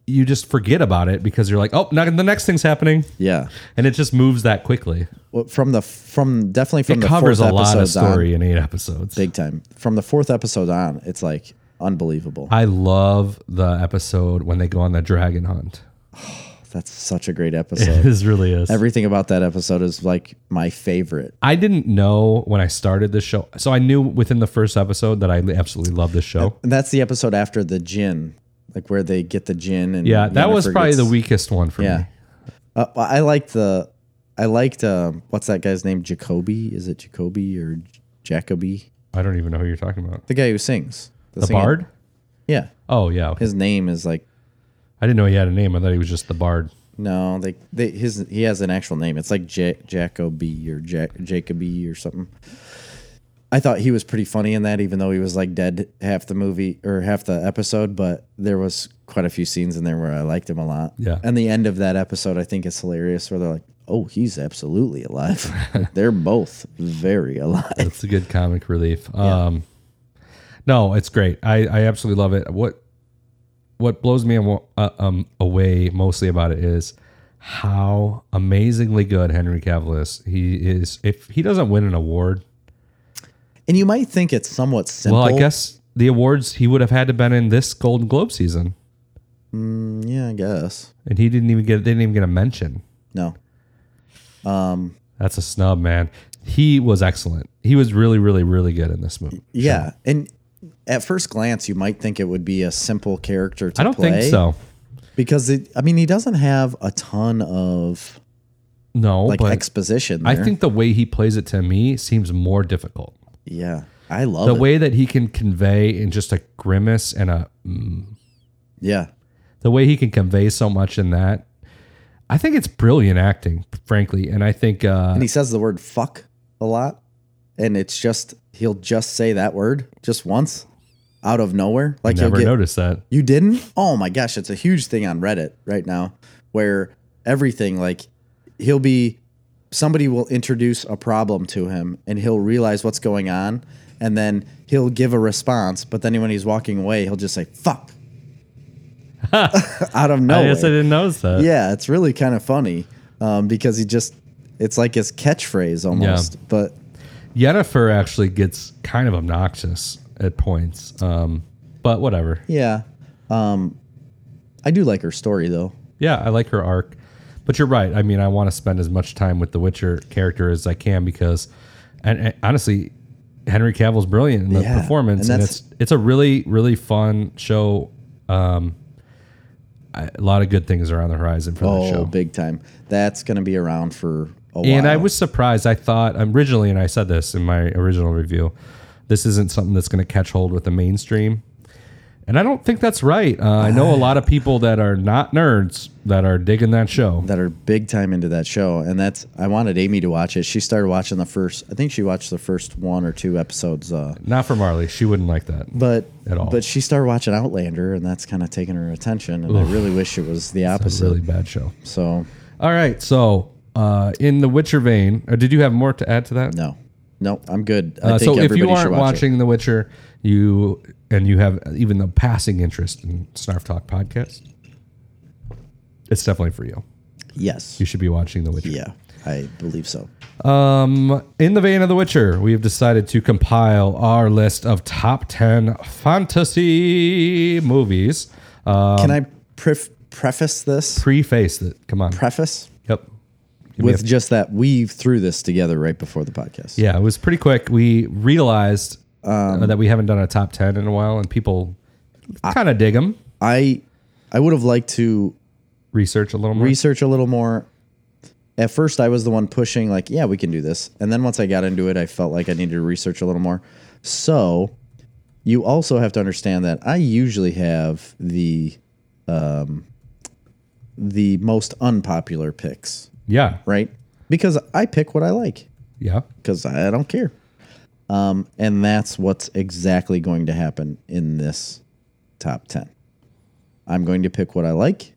[SPEAKER 1] you just forget about it because you're like, oh, now the next thing's happening,
[SPEAKER 2] Yeah.
[SPEAKER 1] and it just moves that quickly.
[SPEAKER 2] Well, from the from definitely from
[SPEAKER 1] It
[SPEAKER 2] the
[SPEAKER 1] covers a
[SPEAKER 2] fourth
[SPEAKER 1] lot of
[SPEAKER 2] episode um, on,
[SPEAKER 1] story in eight episodes.
[SPEAKER 2] big time. From the fourth episode on, it's like unbelievable.
[SPEAKER 1] I love the episode when they go on the dragon hunt.
[SPEAKER 2] That's such a great
[SPEAKER 1] (laughs)
[SPEAKER 2] episode.
[SPEAKER 1] This really is.
[SPEAKER 2] Everything about that episode is like my favorite.
[SPEAKER 1] I didn't know when I started this show. So I knew within the first episode that I absolutely love this show.
[SPEAKER 2] And that's the episode after the gin, like where they get the gin and
[SPEAKER 1] Yeah, that was
[SPEAKER 2] Yennefer
[SPEAKER 1] probably
[SPEAKER 2] gets-
[SPEAKER 1] the weakest one for me.
[SPEAKER 2] Yeah. Uh, I liked the, I liked um, what's that guy's name? Jacoby? Is it Jacoby or J- Jacoby?
[SPEAKER 1] I don't even know who you're talking about.
[SPEAKER 2] The guy who sings.
[SPEAKER 1] The
[SPEAKER 2] singer.
[SPEAKER 1] bard?
[SPEAKER 2] Yeah,
[SPEAKER 1] Oh yeah. okay.
[SPEAKER 2] his name is like
[SPEAKER 1] I didn't know he had a name. I thought he was just the bard.
[SPEAKER 2] no, they, they his he has an actual name. It's like J- Jacoby or ja- Jacoby or something. I thought he was pretty funny in that, even though he was like dead half the movie or half the episode. But there was quite a few scenes in there where I liked him a lot.
[SPEAKER 1] Yeah.
[SPEAKER 2] And the end of that episode, I think is hilarious, where they're like, "Oh, he's absolutely alive."
[SPEAKER 1] (laughs)
[SPEAKER 2] they're both very alive.
[SPEAKER 1] It's a good comic relief. Um No, it's great. I, I absolutely love it. What what blows me awa- uh, um, away mostly about it is how amazingly good Henry Cavill is. He is if he doesn't win an award,
[SPEAKER 2] And you might think it's somewhat simple.
[SPEAKER 1] Well, I guess the awards he would have had to been in this Golden Globe season,
[SPEAKER 2] Yeah, I guess.
[SPEAKER 1] and he didn't even get they didn't even get a mention.
[SPEAKER 2] No.
[SPEAKER 1] That's a snub, man. He was excellent. He was really, really, really good in this movie.
[SPEAKER 2] Yeah, and at first glance, you might think it would be a simple character to
[SPEAKER 1] I don't think
[SPEAKER 2] play.
[SPEAKER 1] so.
[SPEAKER 2] because it, I mean he doesn't have a ton of
[SPEAKER 1] No,
[SPEAKER 2] like
[SPEAKER 1] Oh, but
[SPEAKER 2] exposition.
[SPEAKER 1] I
[SPEAKER 2] there.
[SPEAKER 1] think the way he plays it to me seems more difficult.
[SPEAKER 2] yeah, I love
[SPEAKER 1] The
[SPEAKER 2] it.
[SPEAKER 1] way that he can convey in just a grimace and a mm,
[SPEAKER 2] yeah,
[SPEAKER 1] the way he can convey so much in that, I think it's brilliant acting, frankly. And I think uh,
[SPEAKER 2] and he says the word fuck a lot, and it's just he'll just say that word just once out of nowhere. Like
[SPEAKER 1] never
[SPEAKER 2] you'll get,
[SPEAKER 1] noticed that.
[SPEAKER 2] you didn't? Oh my gosh, it's a huge thing on Reddit right now where everything like he'll be somebody will introduce a problem to him and he'll realize what's going on and then he'll give a response, but then when he's walking away, he'll just say fuck. (laughs) out of
[SPEAKER 1] (laughs) I guess I
[SPEAKER 2] nowhere.
[SPEAKER 1] didn't notice that.
[SPEAKER 2] Yeah, it's really kind of funny um, because he just it's like his catchphrase almost. But
[SPEAKER 1] Yennefer actually gets kind of obnoxious at points, um, but whatever.
[SPEAKER 2] yeah, um, I do like her story though.
[SPEAKER 1] Yeah, I like her arc, but you're right. I mean, I want to spend as much time with the Witcher character as I can because, and, and honestly, Henry Cavill's brilliant in the
[SPEAKER 2] Yeah,
[SPEAKER 1] performance,
[SPEAKER 2] and
[SPEAKER 1] and,
[SPEAKER 2] that's-
[SPEAKER 1] it's it's a really really fun show. Um, I- a lot of good things are on the horizon for
[SPEAKER 2] Oh,
[SPEAKER 1] that show.
[SPEAKER 2] big time. That's going to be around for a while.
[SPEAKER 1] And I was surprised. I thought originally, and I said this in my original review, this isn't something that's going to catch hold with the mainstream. And I don't think that's right. Uh, I
[SPEAKER 2] (laughs)
[SPEAKER 1] know a lot of people that are not nerds that are digging that show.
[SPEAKER 2] that are big time into that show and that's I wanted Amy to watch it. She started watching the first I think she watched the first one or two episodes uh
[SPEAKER 1] Not for Marley. She wouldn't like that.
[SPEAKER 2] but
[SPEAKER 1] At all.
[SPEAKER 2] but she started watching Outlander and that's kind of taken her attention and I really wish it was the
[SPEAKER 1] It's a
[SPEAKER 2] opposite.
[SPEAKER 1] really bad show.
[SPEAKER 2] So,
[SPEAKER 1] All right. So, uh, in The Witcher vein, or did you have more to add to that?
[SPEAKER 2] no. No, I'm good. I
[SPEAKER 1] Uh,
[SPEAKER 2] think
[SPEAKER 1] so if you
[SPEAKER 2] everybody should
[SPEAKER 1] aren't
[SPEAKER 2] watch it.
[SPEAKER 1] watching The Witcher, you and you have even the passing interest in Snarf Talk podcast, it's definitely for you.
[SPEAKER 2] Yes.
[SPEAKER 1] You should be watching The Witcher.
[SPEAKER 2] Yeah. I believe so.
[SPEAKER 1] Um, in the vein of The Witcher, we have decided to compile our list of top 10 fantasy movies. Uh,
[SPEAKER 2] Can I pref- preface this?
[SPEAKER 1] preface it. Come on.
[SPEAKER 2] Preface
[SPEAKER 1] yep.
[SPEAKER 2] with just that we threw this together right before the podcast.
[SPEAKER 1] Yeah, it was pretty quick. We realized
[SPEAKER 2] Um,
[SPEAKER 1] uh, that we haven't done a top 10 in a while, and people kind of dig them.
[SPEAKER 2] I I would have liked to
[SPEAKER 1] Research a little more.
[SPEAKER 2] research a little more. At first, I was the one pushing, like, yeah, we can do this. And then once I got into it, I felt like I needed to research a little more. So you also have to understand that I usually have the um, the most unpopular picks,
[SPEAKER 1] yeah.
[SPEAKER 2] right? Because I pick what I like
[SPEAKER 1] Yeah.
[SPEAKER 2] because I don't care. Um, and that's what's exactly going to happen in this top 10. I'm going to pick what I like.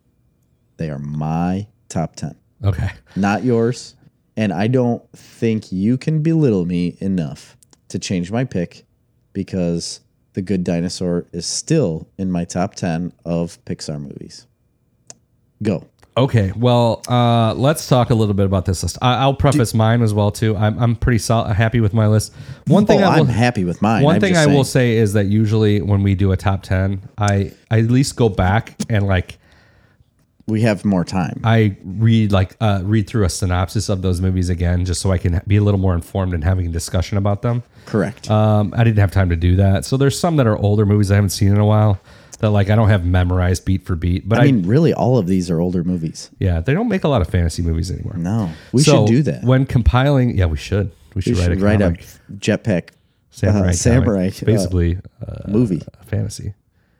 [SPEAKER 2] They are my top 10,
[SPEAKER 1] Okay.
[SPEAKER 2] not yours. And I don't think you can belittle me enough to change my pick because The Good Dinosaur is still in my top 10 of Pixar movies. Go.
[SPEAKER 1] Okay. Well, uh, let's talk a little bit about this list. I, I'll preface mine as well too. I'm, I'm pretty sol- happy with my list. One thing
[SPEAKER 2] oh,
[SPEAKER 1] I will,
[SPEAKER 2] I'm happy with mine.
[SPEAKER 1] one
[SPEAKER 2] I'm
[SPEAKER 1] thing
[SPEAKER 2] just
[SPEAKER 1] I
[SPEAKER 2] saying.
[SPEAKER 1] will say is that usually when we do a top ten, I, I at least go back and like
[SPEAKER 2] we have more time.
[SPEAKER 1] I read like uh, read through a synopsis of those movies again, just so I can be a little more informed and in having a discussion about them.
[SPEAKER 2] Correct.
[SPEAKER 1] Um, I didn't have time to do that. So there's some that are older movies I haven't seen in a while that like I don't have memorized beat for beat. But I,
[SPEAKER 2] I mean, really, all of these are older movies.
[SPEAKER 1] yeah, they don't make a lot of fantasy movies anymore.
[SPEAKER 2] No, we
[SPEAKER 1] So
[SPEAKER 2] should do that.
[SPEAKER 1] when compiling. Yeah, we should. We should,
[SPEAKER 2] we should
[SPEAKER 1] write,
[SPEAKER 2] write
[SPEAKER 1] a
[SPEAKER 2] a
[SPEAKER 1] comic,
[SPEAKER 2] jetpack
[SPEAKER 1] samurai, comic.
[SPEAKER 2] samurai,
[SPEAKER 1] It's
[SPEAKER 2] uh,
[SPEAKER 1] basically uh,
[SPEAKER 2] movie.
[SPEAKER 1] a fantasy.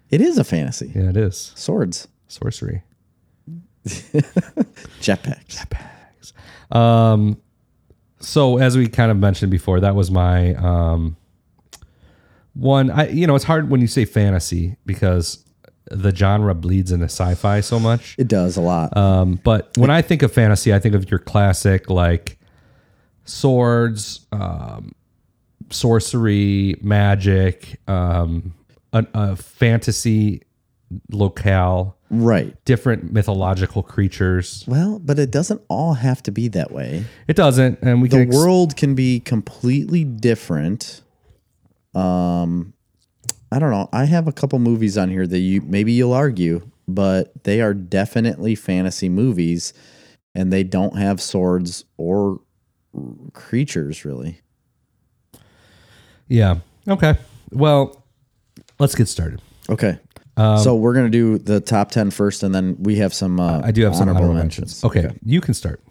[SPEAKER 2] It is a fantasy.
[SPEAKER 1] Yeah, it is
[SPEAKER 2] Swords,
[SPEAKER 1] sorcery.
[SPEAKER 2] jetpacks.
[SPEAKER 1] so as we kind of mentioned before, that was my um, one. I you know it's hard when you say fantasy because the genre bleeds into sci-fi so much.
[SPEAKER 2] It does a lot.
[SPEAKER 1] Um, but when I think of fantasy, I think of your classic like swords, um, sorcery, magic, um, a, a fantasy locale,
[SPEAKER 2] right.
[SPEAKER 1] different mythological creatures.
[SPEAKER 2] Well, but it doesn't all have to be that way.
[SPEAKER 1] It doesn't, and we
[SPEAKER 2] The
[SPEAKER 1] can ex-
[SPEAKER 2] world can be completely different. Um, I don't know. I have a couple movies on here that you maybe you'll argue, but they are definitely fantasy movies, and they don't have swords or creatures really.
[SPEAKER 1] yeah. Okay. Well, let's get started.
[SPEAKER 2] Okay.
[SPEAKER 1] Um,
[SPEAKER 2] so we're gonna do the top 10 first, and then we have some. Uh,
[SPEAKER 1] I do have some honorable mentions. Okay, you can start.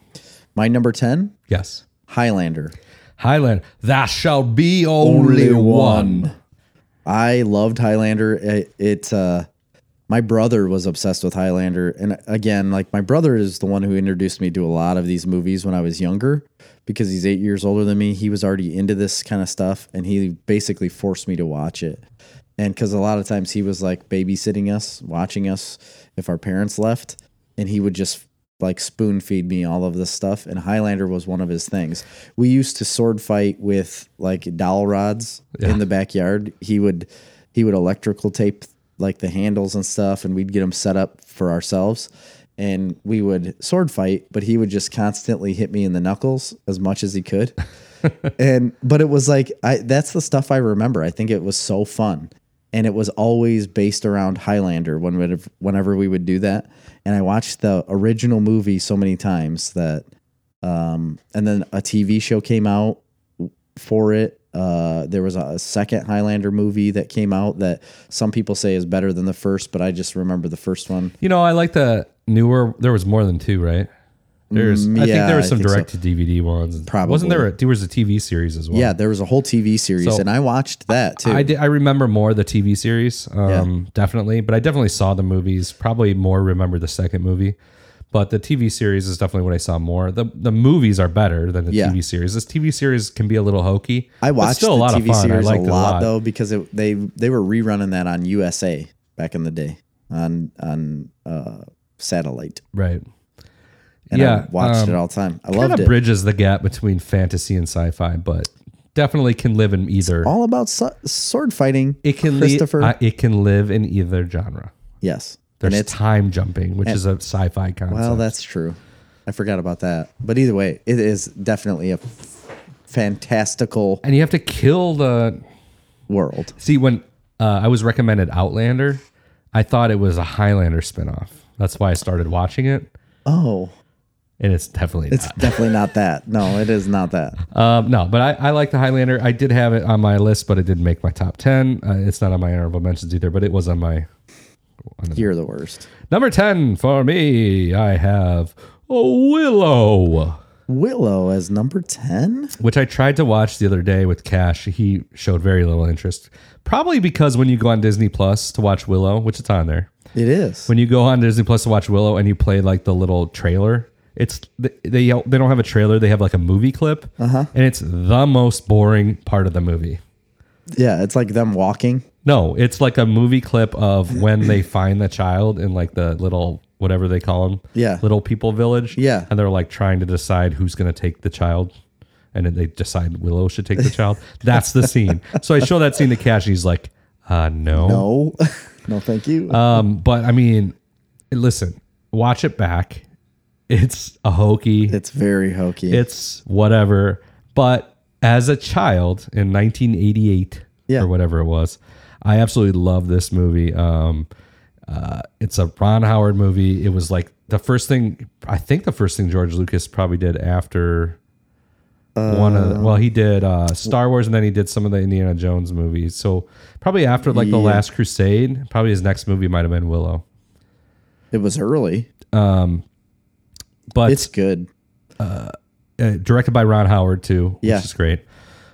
[SPEAKER 2] My number 10,
[SPEAKER 1] Yes,
[SPEAKER 2] Highlander.
[SPEAKER 1] Highlander. That shall be only, one.
[SPEAKER 2] I loved Highlander. It, it uh, my brother was obsessed with Highlander, and again, like my brother is the one who introduced me to a lot of these movies when I was younger, because he's eight years older than me. He was already into this kind of stuff, and he basically forced me to watch it. And because a lot of times he was like babysitting us, watching us if our parents left, and he would just like spoon feed me all of this stuff. And Highlander was one of his things. We used to sword fight with like dowel rods in the backyard. He would he would electrical tape like the handles and stuff, and we'd get them set up for ourselves. And we would sword fight, but he would just constantly hit me in the knuckles as much as he could. and but it was like I that's the stuff I remember. I think it was so fun. And it was always based around Highlander when we'd- whenever we would do that. And I watched the original movie so many times that um and then a TV show came out for it. Uh, there was a, a second Highlander movie that came out that some people say is better than the first, but I just remember the first one.
[SPEAKER 1] You know, I like the newer. There was more than two, right? There's, I think
[SPEAKER 2] yeah,
[SPEAKER 1] there
[SPEAKER 2] I
[SPEAKER 1] was some
[SPEAKER 2] think so.
[SPEAKER 1] direct to DVD ones.
[SPEAKER 2] Probably.
[SPEAKER 1] wasn't there? A, there was a TV series as well.
[SPEAKER 2] Yeah, there was a whole TV series,
[SPEAKER 1] So-
[SPEAKER 2] and I watched that too.
[SPEAKER 1] I did, I remember more the TV series, um, definitely, but I definitely saw the movies. Probably more remember the second movie, but the TV series is definitely what I saw more. the The movies are better than the
[SPEAKER 2] Yeah.
[SPEAKER 1] TV series. This TV series can be a little hokey.
[SPEAKER 2] I
[SPEAKER 1] but
[SPEAKER 2] watched
[SPEAKER 1] still a lot
[SPEAKER 2] the
[SPEAKER 1] of
[SPEAKER 2] TV
[SPEAKER 1] fun. I
[SPEAKER 2] series a
[SPEAKER 1] liked it
[SPEAKER 2] lot though because it, they they were rerunning that on USA back in the day on on uh, satellite,
[SPEAKER 1] Right.
[SPEAKER 2] and
[SPEAKER 1] yeah, um,
[SPEAKER 2] I watched it all the time. I
[SPEAKER 1] kind
[SPEAKER 2] loved
[SPEAKER 1] of
[SPEAKER 2] it.
[SPEAKER 1] bridges the gap between fantasy and sci-fi, but definitely can live in either.
[SPEAKER 2] all about so- sword fighting.
[SPEAKER 1] It can li-
[SPEAKER 2] Christopher.
[SPEAKER 1] I- it can live in either genre.
[SPEAKER 2] yes,
[SPEAKER 1] There's
[SPEAKER 2] and it's
[SPEAKER 1] time jumping, which is a sci-fi concept.
[SPEAKER 2] well, that's true. I forgot about that. But either way, it is definitely a f- fantastical
[SPEAKER 1] and you have to kill the
[SPEAKER 2] world.
[SPEAKER 1] See, when uh, I was recommended Outlander, I thought it was a Highlander spinoff. That's why I started watching it,
[SPEAKER 2] Oh,
[SPEAKER 1] and it's definitely
[SPEAKER 2] it's definitely not that. No, it is
[SPEAKER 1] (laughs)
[SPEAKER 2] not that.
[SPEAKER 1] not. Um, no, but I, I like the Highlander. I did have it on my list, but it didn't make my top ten. Uh, it's not on my honorable mentions either, but it was on my
[SPEAKER 2] You're the worst.
[SPEAKER 1] number ten for me. I have a Willow.
[SPEAKER 2] Willow as number ten.
[SPEAKER 1] which I tried to watch the other day with Cash. He showed very little interest, probably because when you go on Disney Plus to watch Willow, which it's on there,
[SPEAKER 2] It is.
[SPEAKER 1] when you go on Disney Plus to watch Willow and you play like the little trailer, It's they they yell- they don't have a trailer. They have like a movie clip, and it's the most boring part of the movie.
[SPEAKER 2] Yeah, it's like them walking.
[SPEAKER 1] No, it's like a movie clip of when they find the child in like the little whatever they call them,
[SPEAKER 2] Yeah.
[SPEAKER 1] little people village,
[SPEAKER 2] Yeah.
[SPEAKER 1] and they're like trying to decide who's going to take the child, and then they decide Willow should
[SPEAKER 2] (laughs)
[SPEAKER 1] take the child. That's the scene. So I show that scene to Cash, and he's like, uh, no,
[SPEAKER 2] No, (laughs) no, thank you.
[SPEAKER 1] Um, but I mean, listen, watch it back. It's a hokey.
[SPEAKER 2] it's very hokey.
[SPEAKER 1] It's whatever. But as a child in 1988
[SPEAKER 2] Yeah.
[SPEAKER 1] or whatever it was, I absolutely love this movie. Um, uh, it's a Ron Howard movie. It was like the first thing I think the first thing George Lucas probably did after one of well he did uh, Star Wars and then he did some of the Indiana Jones movies. So probably after like the Last Crusade, probably his next movie might have been Willow.
[SPEAKER 2] it was early.
[SPEAKER 1] But
[SPEAKER 2] It's good.
[SPEAKER 1] uh, directed by Ron Howard too,
[SPEAKER 2] Yeah.
[SPEAKER 1] which is great.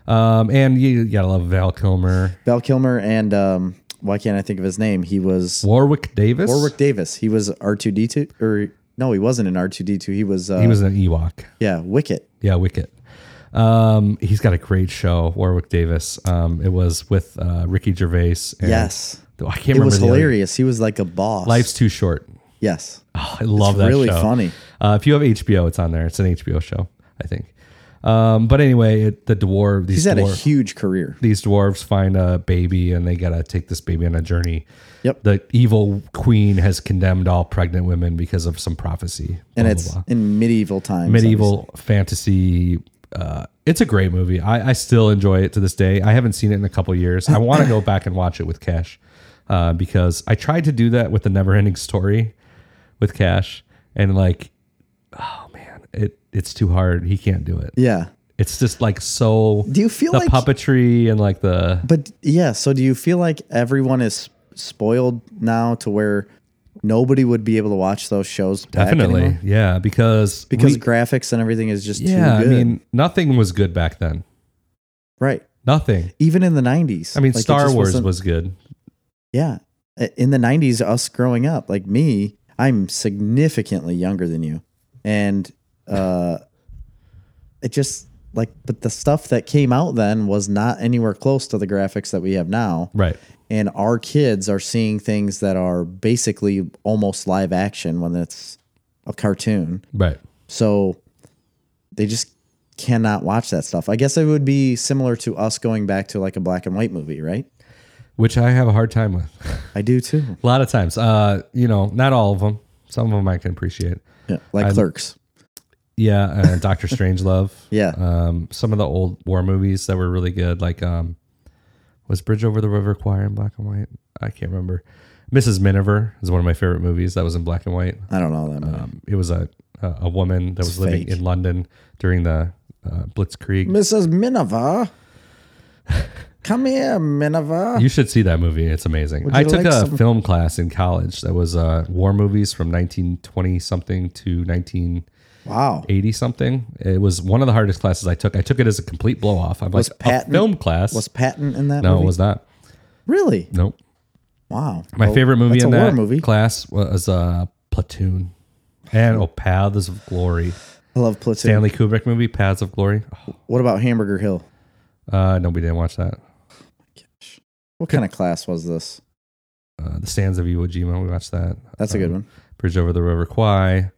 [SPEAKER 1] Um, and you, you gotta love Val Kilmer,
[SPEAKER 2] Val Kilmer and um, why can't I think of his name? He was
[SPEAKER 1] Warwick Davis.
[SPEAKER 2] Warwick Davis. He was R two D two or no, he wasn't in R two D two. He was. Uh,
[SPEAKER 1] He was an Ewok.
[SPEAKER 2] yeah, Wicket.
[SPEAKER 1] Yeah, Wicket. Um, he's got a great show, Warwick Davis. Um, it was with uh, Ricky Gervais. And
[SPEAKER 2] Yes,
[SPEAKER 1] Oh, I can't
[SPEAKER 2] it
[SPEAKER 1] remember.
[SPEAKER 2] was
[SPEAKER 1] the other-
[SPEAKER 2] hilarious. He was like a boss.
[SPEAKER 1] Life's too short. (sighs)
[SPEAKER 2] yes,
[SPEAKER 1] Oh, I love that.
[SPEAKER 2] really
[SPEAKER 1] show.
[SPEAKER 2] funny.
[SPEAKER 1] Uh, if you have HBO, it's on there. It's an HBO show, I think. Um, but anyway, it, the dwarf. These
[SPEAKER 2] he's had a
[SPEAKER 1] dwarf-
[SPEAKER 2] huge career.
[SPEAKER 1] these dwarves find a baby and they gotta take this baby on a journey.
[SPEAKER 2] Yep.
[SPEAKER 1] The evil queen has condemned all pregnant women because of some prophecy.
[SPEAKER 2] and
[SPEAKER 1] Blah,
[SPEAKER 2] it's
[SPEAKER 1] blah, blah.
[SPEAKER 2] in medieval times.
[SPEAKER 1] medieval fantasy. Uh, it's a great movie. I, I still enjoy it to this day. I haven't seen it in a couple years. I want to go back and watch it with Cash uh, because I tried to do that with the Never Ending Story with Cash, and like, oh man, it it's too hard. He can't do it.
[SPEAKER 2] obviously. Yeah,
[SPEAKER 1] It's just like so.
[SPEAKER 2] Do you feel
[SPEAKER 1] the
[SPEAKER 2] like-
[SPEAKER 1] puppetry and like the
[SPEAKER 2] but yeah. So do you feel like everyone is spoiled now to where nobody would be able to watch those shows? back
[SPEAKER 1] Definitely,
[SPEAKER 2] anymore?
[SPEAKER 1] yeah, because
[SPEAKER 2] because
[SPEAKER 1] we-
[SPEAKER 2] graphics and everything is just
[SPEAKER 1] yeah,
[SPEAKER 2] too
[SPEAKER 1] I
[SPEAKER 2] good.
[SPEAKER 1] mean, nothing was good back then.
[SPEAKER 2] right.
[SPEAKER 1] Nothing.
[SPEAKER 2] Even in the nineties.
[SPEAKER 1] I mean, Star Wars
[SPEAKER 2] was.
[SPEAKER 1] was good.
[SPEAKER 2] Yeah. In the 90s, us growing up, like me, I'm significantly younger than you. And uh, it just like, but the stuff that came out then was not anywhere close to the graphics that we have now.
[SPEAKER 1] Right.
[SPEAKER 2] And our kids are seeing things that are basically almost live action when it's a cartoon.
[SPEAKER 1] Right.
[SPEAKER 2] So they just cannot watch that stuff. I guess it would be similar to us going back to like a black and white movie, right?
[SPEAKER 1] Which I have a hard time with. (laughs)
[SPEAKER 2] I do too.
[SPEAKER 1] a lot of times. Uh, you know, not all of them. Some of them I can appreciate.
[SPEAKER 2] Yeah, like clerks.
[SPEAKER 1] Yeah,
[SPEAKER 2] (laughs)
[SPEAKER 1] uh, Doctor Strangelove.
[SPEAKER 2] Yeah.
[SPEAKER 1] Um, some of the old war movies that were really good, like um, was Bridge Over the River Choir in black and white. I can't remember. Mrs. Miniver is one of my favorite movies. That was in black and white.
[SPEAKER 2] I don't know that movie.
[SPEAKER 1] Um, it was a a a woman that was living
[SPEAKER 2] fake.
[SPEAKER 1] in London during the uh, Blitzkrieg.
[SPEAKER 2] Mrs.
[SPEAKER 1] (laughs)
[SPEAKER 2] Minerva. Come here, Minerva.
[SPEAKER 1] You should see that movie. It's amazing.
[SPEAKER 2] Would
[SPEAKER 1] I
[SPEAKER 2] you
[SPEAKER 1] took
[SPEAKER 2] like
[SPEAKER 1] a
[SPEAKER 2] some-
[SPEAKER 1] film class in college that was uh, war movies from 1920 something to 1980
[SPEAKER 2] Wow.
[SPEAKER 1] something. It was one of the hardest classes I took. I took it as a complete blow off. I'm
[SPEAKER 2] Was
[SPEAKER 1] like a
[SPEAKER 2] Patton-
[SPEAKER 1] film class.
[SPEAKER 2] Was Patton in that
[SPEAKER 1] no,
[SPEAKER 2] movie?
[SPEAKER 1] it was not.
[SPEAKER 2] Really?
[SPEAKER 1] Nope.
[SPEAKER 2] Wow.
[SPEAKER 1] My
[SPEAKER 2] Well,
[SPEAKER 1] favorite movie
[SPEAKER 2] Oh, that's
[SPEAKER 1] in
[SPEAKER 2] a
[SPEAKER 1] that
[SPEAKER 2] war movie.
[SPEAKER 1] class was uh, Platoon and Oh Paths of Glory.
[SPEAKER 2] I love Platoon.
[SPEAKER 1] Stanley Kubrick movie Paths of Glory.
[SPEAKER 2] What about Hamburger Hill?
[SPEAKER 1] Uh, no, we didn't watch that.
[SPEAKER 2] What kind of class was this?
[SPEAKER 1] Uh, the Sands of Iwo Jima. We watched that.
[SPEAKER 2] That's a good
[SPEAKER 1] Um,
[SPEAKER 2] one.
[SPEAKER 1] Bridge over the River Kwai.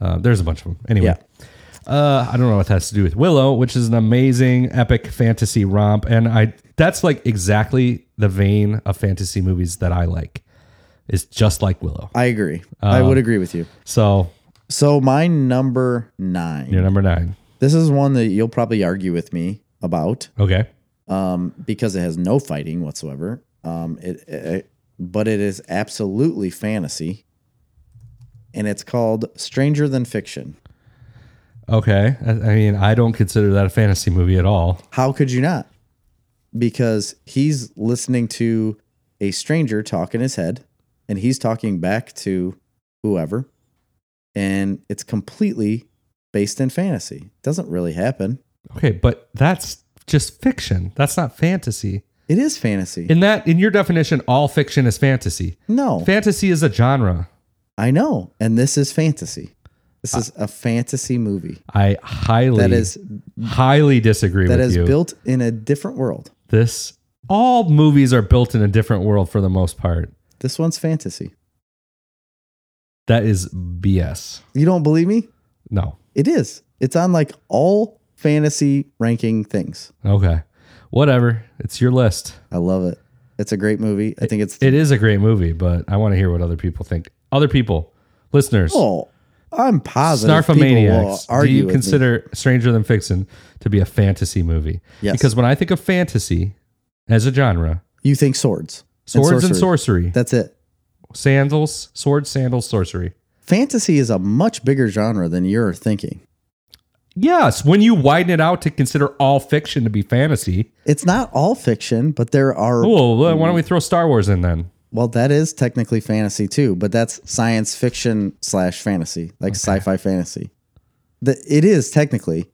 [SPEAKER 1] Uh, there's a bunch of them. Anyway,
[SPEAKER 2] Yeah.
[SPEAKER 1] uh, I don't know what that has to do with Willow, which is an amazing epic fantasy romp, and I that's like exactly the vein of fantasy movies that I like. It's just like Willow.
[SPEAKER 2] I agree. I would agree with you.
[SPEAKER 1] So
[SPEAKER 2] So my number nine.
[SPEAKER 1] you're number nine.
[SPEAKER 2] This is one that you'll probably argue with me about
[SPEAKER 1] Okay.
[SPEAKER 2] um, because it has no fighting whatsoever. Um, it, it, but it is absolutely fantasy, and it's called Stranger Than Fiction.
[SPEAKER 1] Okay. I, I mean, I don't consider that a fantasy movie at all.
[SPEAKER 2] How could you not? Because he's listening to a stranger talk in his head and he's talking back to whoever. And it's completely based in fantasy. doesn't really happen.
[SPEAKER 1] Okay, but that's just fiction. That's not fantasy.
[SPEAKER 2] It is fantasy.
[SPEAKER 1] In that, in your definition, all fiction is fantasy.
[SPEAKER 2] no,
[SPEAKER 1] Fantasy is a genre.
[SPEAKER 2] I know. And this is fantasy. This is a fantasy movie
[SPEAKER 1] I highly
[SPEAKER 2] that is
[SPEAKER 1] highly disagree
[SPEAKER 2] that
[SPEAKER 1] with
[SPEAKER 2] is
[SPEAKER 1] you.
[SPEAKER 2] built in a different world.
[SPEAKER 1] this all movies are built in a different world for the most part.
[SPEAKER 2] This one's fantasy.
[SPEAKER 1] That is BS.
[SPEAKER 2] You don't believe me?
[SPEAKER 1] No.
[SPEAKER 2] It is. It's on like all fantasy ranking things.
[SPEAKER 1] Okay. Whatever. It's your list.
[SPEAKER 2] I love it. It's a great movie. I think it's
[SPEAKER 1] It is a great movie, but I want to hear what other people think. Other people, listeners,
[SPEAKER 2] oh, I'm positive. people will
[SPEAKER 1] Snarfomaniacs. Do
[SPEAKER 2] argue
[SPEAKER 1] you
[SPEAKER 2] with me.
[SPEAKER 1] consider Stranger Than Fiction to be a fantasy movie?
[SPEAKER 2] Yes.
[SPEAKER 1] Because when I think of fantasy as a genre,
[SPEAKER 2] you think swords,
[SPEAKER 1] swords and sorcery,
[SPEAKER 2] That's it.
[SPEAKER 1] sandals, swords, sandals, sorcery.
[SPEAKER 2] Fantasy is a much bigger genre than you're thinking.
[SPEAKER 1] Yes, when you widen it out to consider all fiction to be fantasy.
[SPEAKER 2] It's not all fiction, but there are.
[SPEAKER 1] Oh, well, why don't we throw Star Wars in then?
[SPEAKER 2] Well, that is technically fantasy too, but that's science fiction slash fantasy, like sci-fi fantasy. The, it is technically,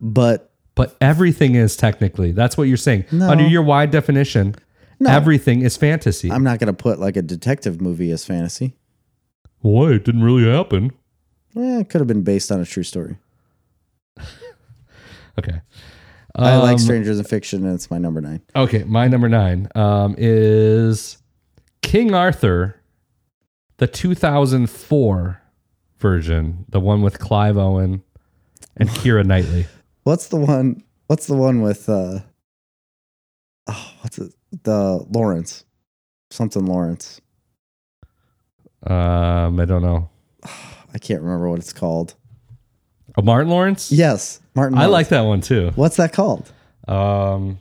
[SPEAKER 2] but
[SPEAKER 1] But everything is technically. That's what you're saying.
[SPEAKER 2] No.
[SPEAKER 1] Under your wide definition, everything is fantasy.
[SPEAKER 2] I'm not going to put like a detective movie as fantasy.
[SPEAKER 1] Why it didn't really happen.
[SPEAKER 2] Eh, it could have been based on a true story.
[SPEAKER 1] Okay.
[SPEAKER 2] I like
[SPEAKER 1] Um,
[SPEAKER 2] strangers in fiction, and it's my number nine.
[SPEAKER 1] Okay, my number nine um, is King Arthur, the 2004 version, the one with Clive Owen
[SPEAKER 2] (laughs)
[SPEAKER 1] and Kira Knightley.
[SPEAKER 2] What's the one? What's the one with? uh Oh, what's it? The Lawrence, something Lawrence.
[SPEAKER 1] Um, I don't know.
[SPEAKER 2] I can't remember what it's called.
[SPEAKER 1] Oh, Martin Lawrence?
[SPEAKER 2] Yes, Martin.
[SPEAKER 1] I
[SPEAKER 2] Lawrence.
[SPEAKER 1] like that one too.
[SPEAKER 2] What's that called?
[SPEAKER 1] Um,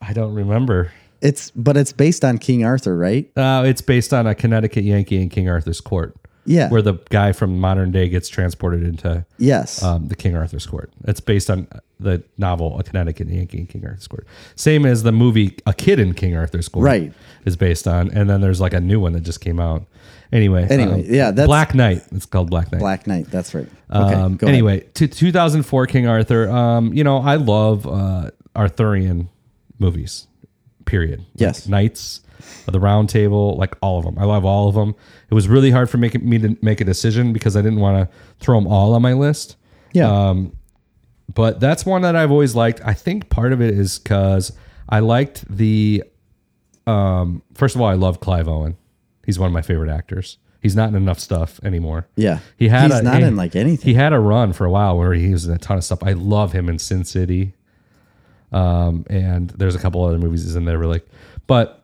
[SPEAKER 1] I don't remember.
[SPEAKER 2] It's but it's based on King Arthur, right?
[SPEAKER 1] Uh, it's based on a Connecticut Yankee in King Arthur's court,
[SPEAKER 2] Yeah.
[SPEAKER 1] where the guy from modern day gets transported into
[SPEAKER 2] yes.
[SPEAKER 1] um, the King Arthur's Court. It's based on the novel A Connecticut Yankee in King Arthur's Court. Same as the movie A Kid in King Arthur's Court,
[SPEAKER 2] Right.
[SPEAKER 1] Is based on, and then there's like a new one that just came out. Anyway, um,
[SPEAKER 2] Anyway, yeah, that's-
[SPEAKER 1] Black Knight. It's called Black Knight.
[SPEAKER 2] Black Knight. That's right. Okay.
[SPEAKER 1] Um,
[SPEAKER 2] go ahead.
[SPEAKER 1] anyway, to 2004 King Arthur. Um, you know, I love uh, Arthurian movies. Period.
[SPEAKER 2] Yes.
[SPEAKER 1] Like Knights of the Round Table, like all of them. I love all of them. It was really hard for making me to make a decision because I didn't want to throw them all on my list
[SPEAKER 2] Yeah.
[SPEAKER 1] uh, but that's one that I've always liked. I think part of it is because I liked the. Um, first of all, I love Clive Owen. He's one of my favorite actors. He's not in enough stuff anymore.
[SPEAKER 2] yeah.
[SPEAKER 1] He had
[SPEAKER 2] He's
[SPEAKER 1] a-
[SPEAKER 2] not
[SPEAKER 1] a-
[SPEAKER 2] in like anything.
[SPEAKER 1] He had a run for a while where he was in a ton of stuff. I love him in Sin City. Um, and there's a couple other movies he's in there really, but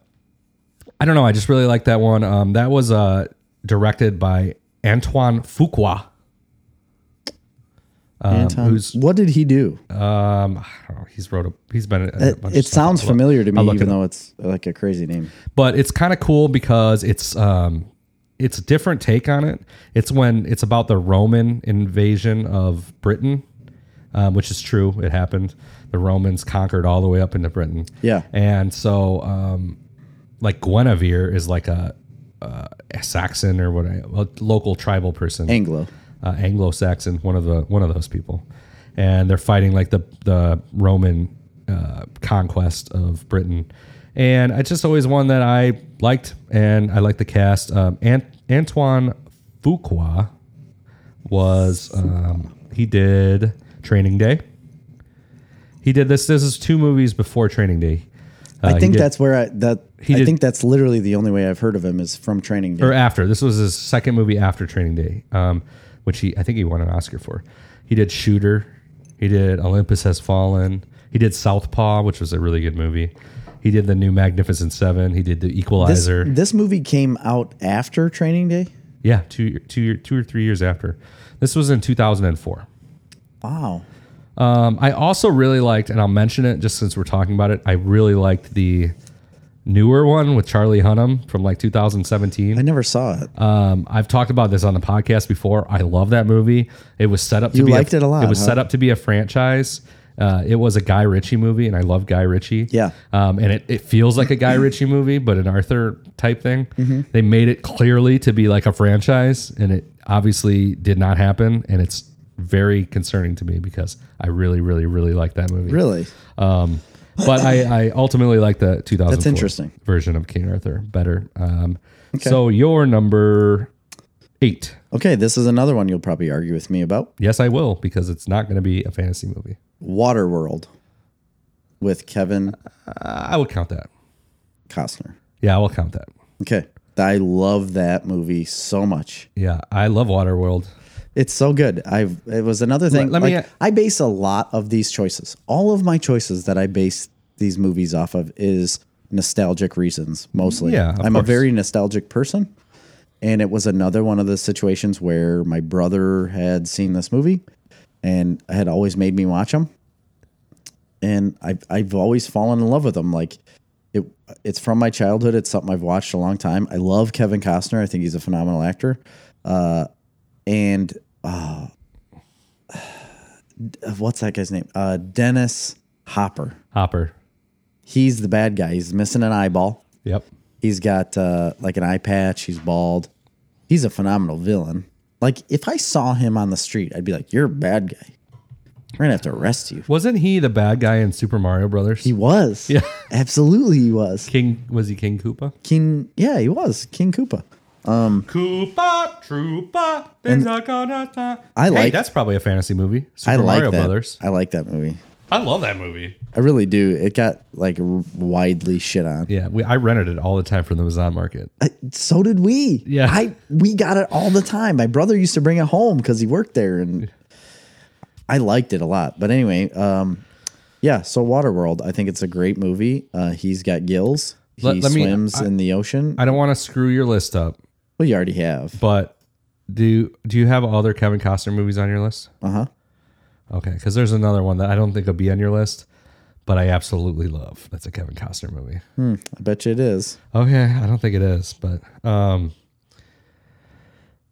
[SPEAKER 1] I don't know. I just really like that one. Um, that was uh directed by Antoine Fuqua. Um,
[SPEAKER 2] Anton.
[SPEAKER 1] who's
[SPEAKER 2] what did he do?
[SPEAKER 1] um, I don't know. He's wrote a. He's been. in a
[SPEAKER 2] It,
[SPEAKER 1] bunch of
[SPEAKER 2] it
[SPEAKER 1] stuff.
[SPEAKER 2] sounds
[SPEAKER 1] I'll look-
[SPEAKER 2] familiar to me,
[SPEAKER 1] I'll look
[SPEAKER 2] even
[SPEAKER 1] it up.
[SPEAKER 2] though it's like a crazy name.
[SPEAKER 1] But it's kind of cool because it's um, it's a different take on it. It's when it's about the Roman invasion of Britain, um, which is true. It happened. The Romans conquered all the way up into Britain.
[SPEAKER 2] Yeah.
[SPEAKER 1] And so, um, like Guinevere is like a, uh, a Saxon or what I, a local tribal person
[SPEAKER 2] Anglo.
[SPEAKER 1] uh, Anglo-Saxon, one of the one of those people, and they're fighting like the the Roman uh, conquest of Britain. And it's just always one that I liked, and I liked the cast. Um, Ant- Antoine Fuqua was um, he did Training Day. He did this. This is two movies before Training Day. Uh,
[SPEAKER 2] I
[SPEAKER 1] he
[SPEAKER 2] think
[SPEAKER 1] did-
[SPEAKER 2] that's where I that
[SPEAKER 1] he
[SPEAKER 2] I
[SPEAKER 1] did-
[SPEAKER 2] think that's literally the only way I've heard of him is from Training Day.
[SPEAKER 1] or after. This was his second movie after Training Day, um, which he I think he won an Oscar for. He did Shooter, he did Olympus Has Fallen, he did Southpaw, which was a really good movie. He did the new Magnificent Seven. He did the
[SPEAKER 2] This,
[SPEAKER 1] Equalizer.
[SPEAKER 2] this movie came out after Training Day.
[SPEAKER 1] yeah, two two two or three years after. This was in two thousand and four.
[SPEAKER 2] Wow.
[SPEAKER 1] Um, I also really liked, and I'll mention it just since we're talking about it. I really liked the newer one with Charlie Hunnam from like 2017.
[SPEAKER 2] I never saw it.
[SPEAKER 1] Um, I've talked about this on the podcast before. I love that movie. It was set up to
[SPEAKER 2] You
[SPEAKER 1] be
[SPEAKER 2] liked it a lot,
[SPEAKER 1] was
[SPEAKER 2] huh?
[SPEAKER 1] set up to be a franchise. Uh, it was a Guy Ritchie movie, and I love Guy Ritchie.
[SPEAKER 2] Yeah.
[SPEAKER 1] Um, and it, it feels like a
[SPEAKER 2] (clears throat)
[SPEAKER 1] Guy Ritchie movie, but an Arthur type thing.
[SPEAKER 2] Mm-hmm.
[SPEAKER 1] They made it clearly to be like a franchise, and it obviously did not happen. And it's very concerning to me because I really, really, really like that movie.
[SPEAKER 2] really?
[SPEAKER 1] Um, but I, I ultimately like the 2000
[SPEAKER 2] That's interesting.
[SPEAKER 1] version of King Arthur better. Um, So your number Eight.
[SPEAKER 2] Okay, this is another one you'll probably argue with me about.
[SPEAKER 1] Yes, I will because it's not going to be a fantasy movie.
[SPEAKER 2] Waterworld with Kevin
[SPEAKER 1] I will count that.
[SPEAKER 2] Costner.
[SPEAKER 1] Yeah, I will count that.
[SPEAKER 2] Okay. I love that movie so much.
[SPEAKER 1] Yeah, I love Waterworld.
[SPEAKER 2] It's so good. I it was another thing.
[SPEAKER 1] Let- let me-
[SPEAKER 2] like, I base a lot of these choices. All of my choices that I base these movies off of is nostalgic reasons mostly.
[SPEAKER 1] Yeah, of
[SPEAKER 2] I'm a
[SPEAKER 1] course.
[SPEAKER 2] very nostalgic person, and it was another one of the situations where my brother had seen this movie and had always made me watch them, and I've I've always fallen in love with them. Like it, it's from my childhood. It's something I've watched a long time. I love Kevin Costner. I think he's a phenomenal actor. Uh, and uh, (sighs) what's that guy's name? Uh, Dennis Hopper.
[SPEAKER 1] Hopper.
[SPEAKER 2] He's the bad guy. He's missing an eyeball.
[SPEAKER 1] Yep.
[SPEAKER 2] He's got uh, like an eye patch. He's bald. He's a phenomenal villain. Like if I saw him on the street, I'd be like, "You're a bad guy. We're gonna have to arrest you."
[SPEAKER 1] Wasn't he the bad guy in Super Mario Brothers?
[SPEAKER 2] He was. Yeah. (laughs) Absolutely, he was.
[SPEAKER 1] King was he King Koopa?
[SPEAKER 2] King. Yeah, he was King Koopa.
[SPEAKER 1] Koopa Troopa. Things are gonna die.
[SPEAKER 2] I
[SPEAKER 1] Hey,
[SPEAKER 2] like-
[SPEAKER 1] that's probably a fantasy movie. Super
[SPEAKER 2] I like
[SPEAKER 1] Mario
[SPEAKER 2] that.
[SPEAKER 1] Brothers.
[SPEAKER 2] I like that movie.
[SPEAKER 1] I love that movie.
[SPEAKER 2] I really do. It got like r- widely shit on.
[SPEAKER 1] Yeah, we, I rented it all the time from the Amazon market.
[SPEAKER 2] Uh, So did we.
[SPEAKER 1] Yeah.
[SPEAKER 2] I we got it all the time. My brother used to bring it home because he worked there and I liked it a lot. But anyway, um yeah, so Waterworld, I think it's a great movie. Uh he's got gills. He
[SPEAKER 1] Let- let me-
[SPEAKER 2] swims
[SPEAKER 1] I-
[SPEAKER 2] in the ocean.
[SPEAKER 1] I don't want to screw your list up,
[SPEAKER 2] well, you already have.
[SPEAKER 1] but do do you have other Kevin Costner movies on your list? Uh
[SPEAKER 2] Uh-huh.
[SPEAKER 1] Okay, because there's another one that I don't think will be on your list, but I absolutely love. That's a Kevin Costner movie.
[SPEAKER 2] I bet you it is.
[SPEAKER 1] Okay, I don't think it is, but um,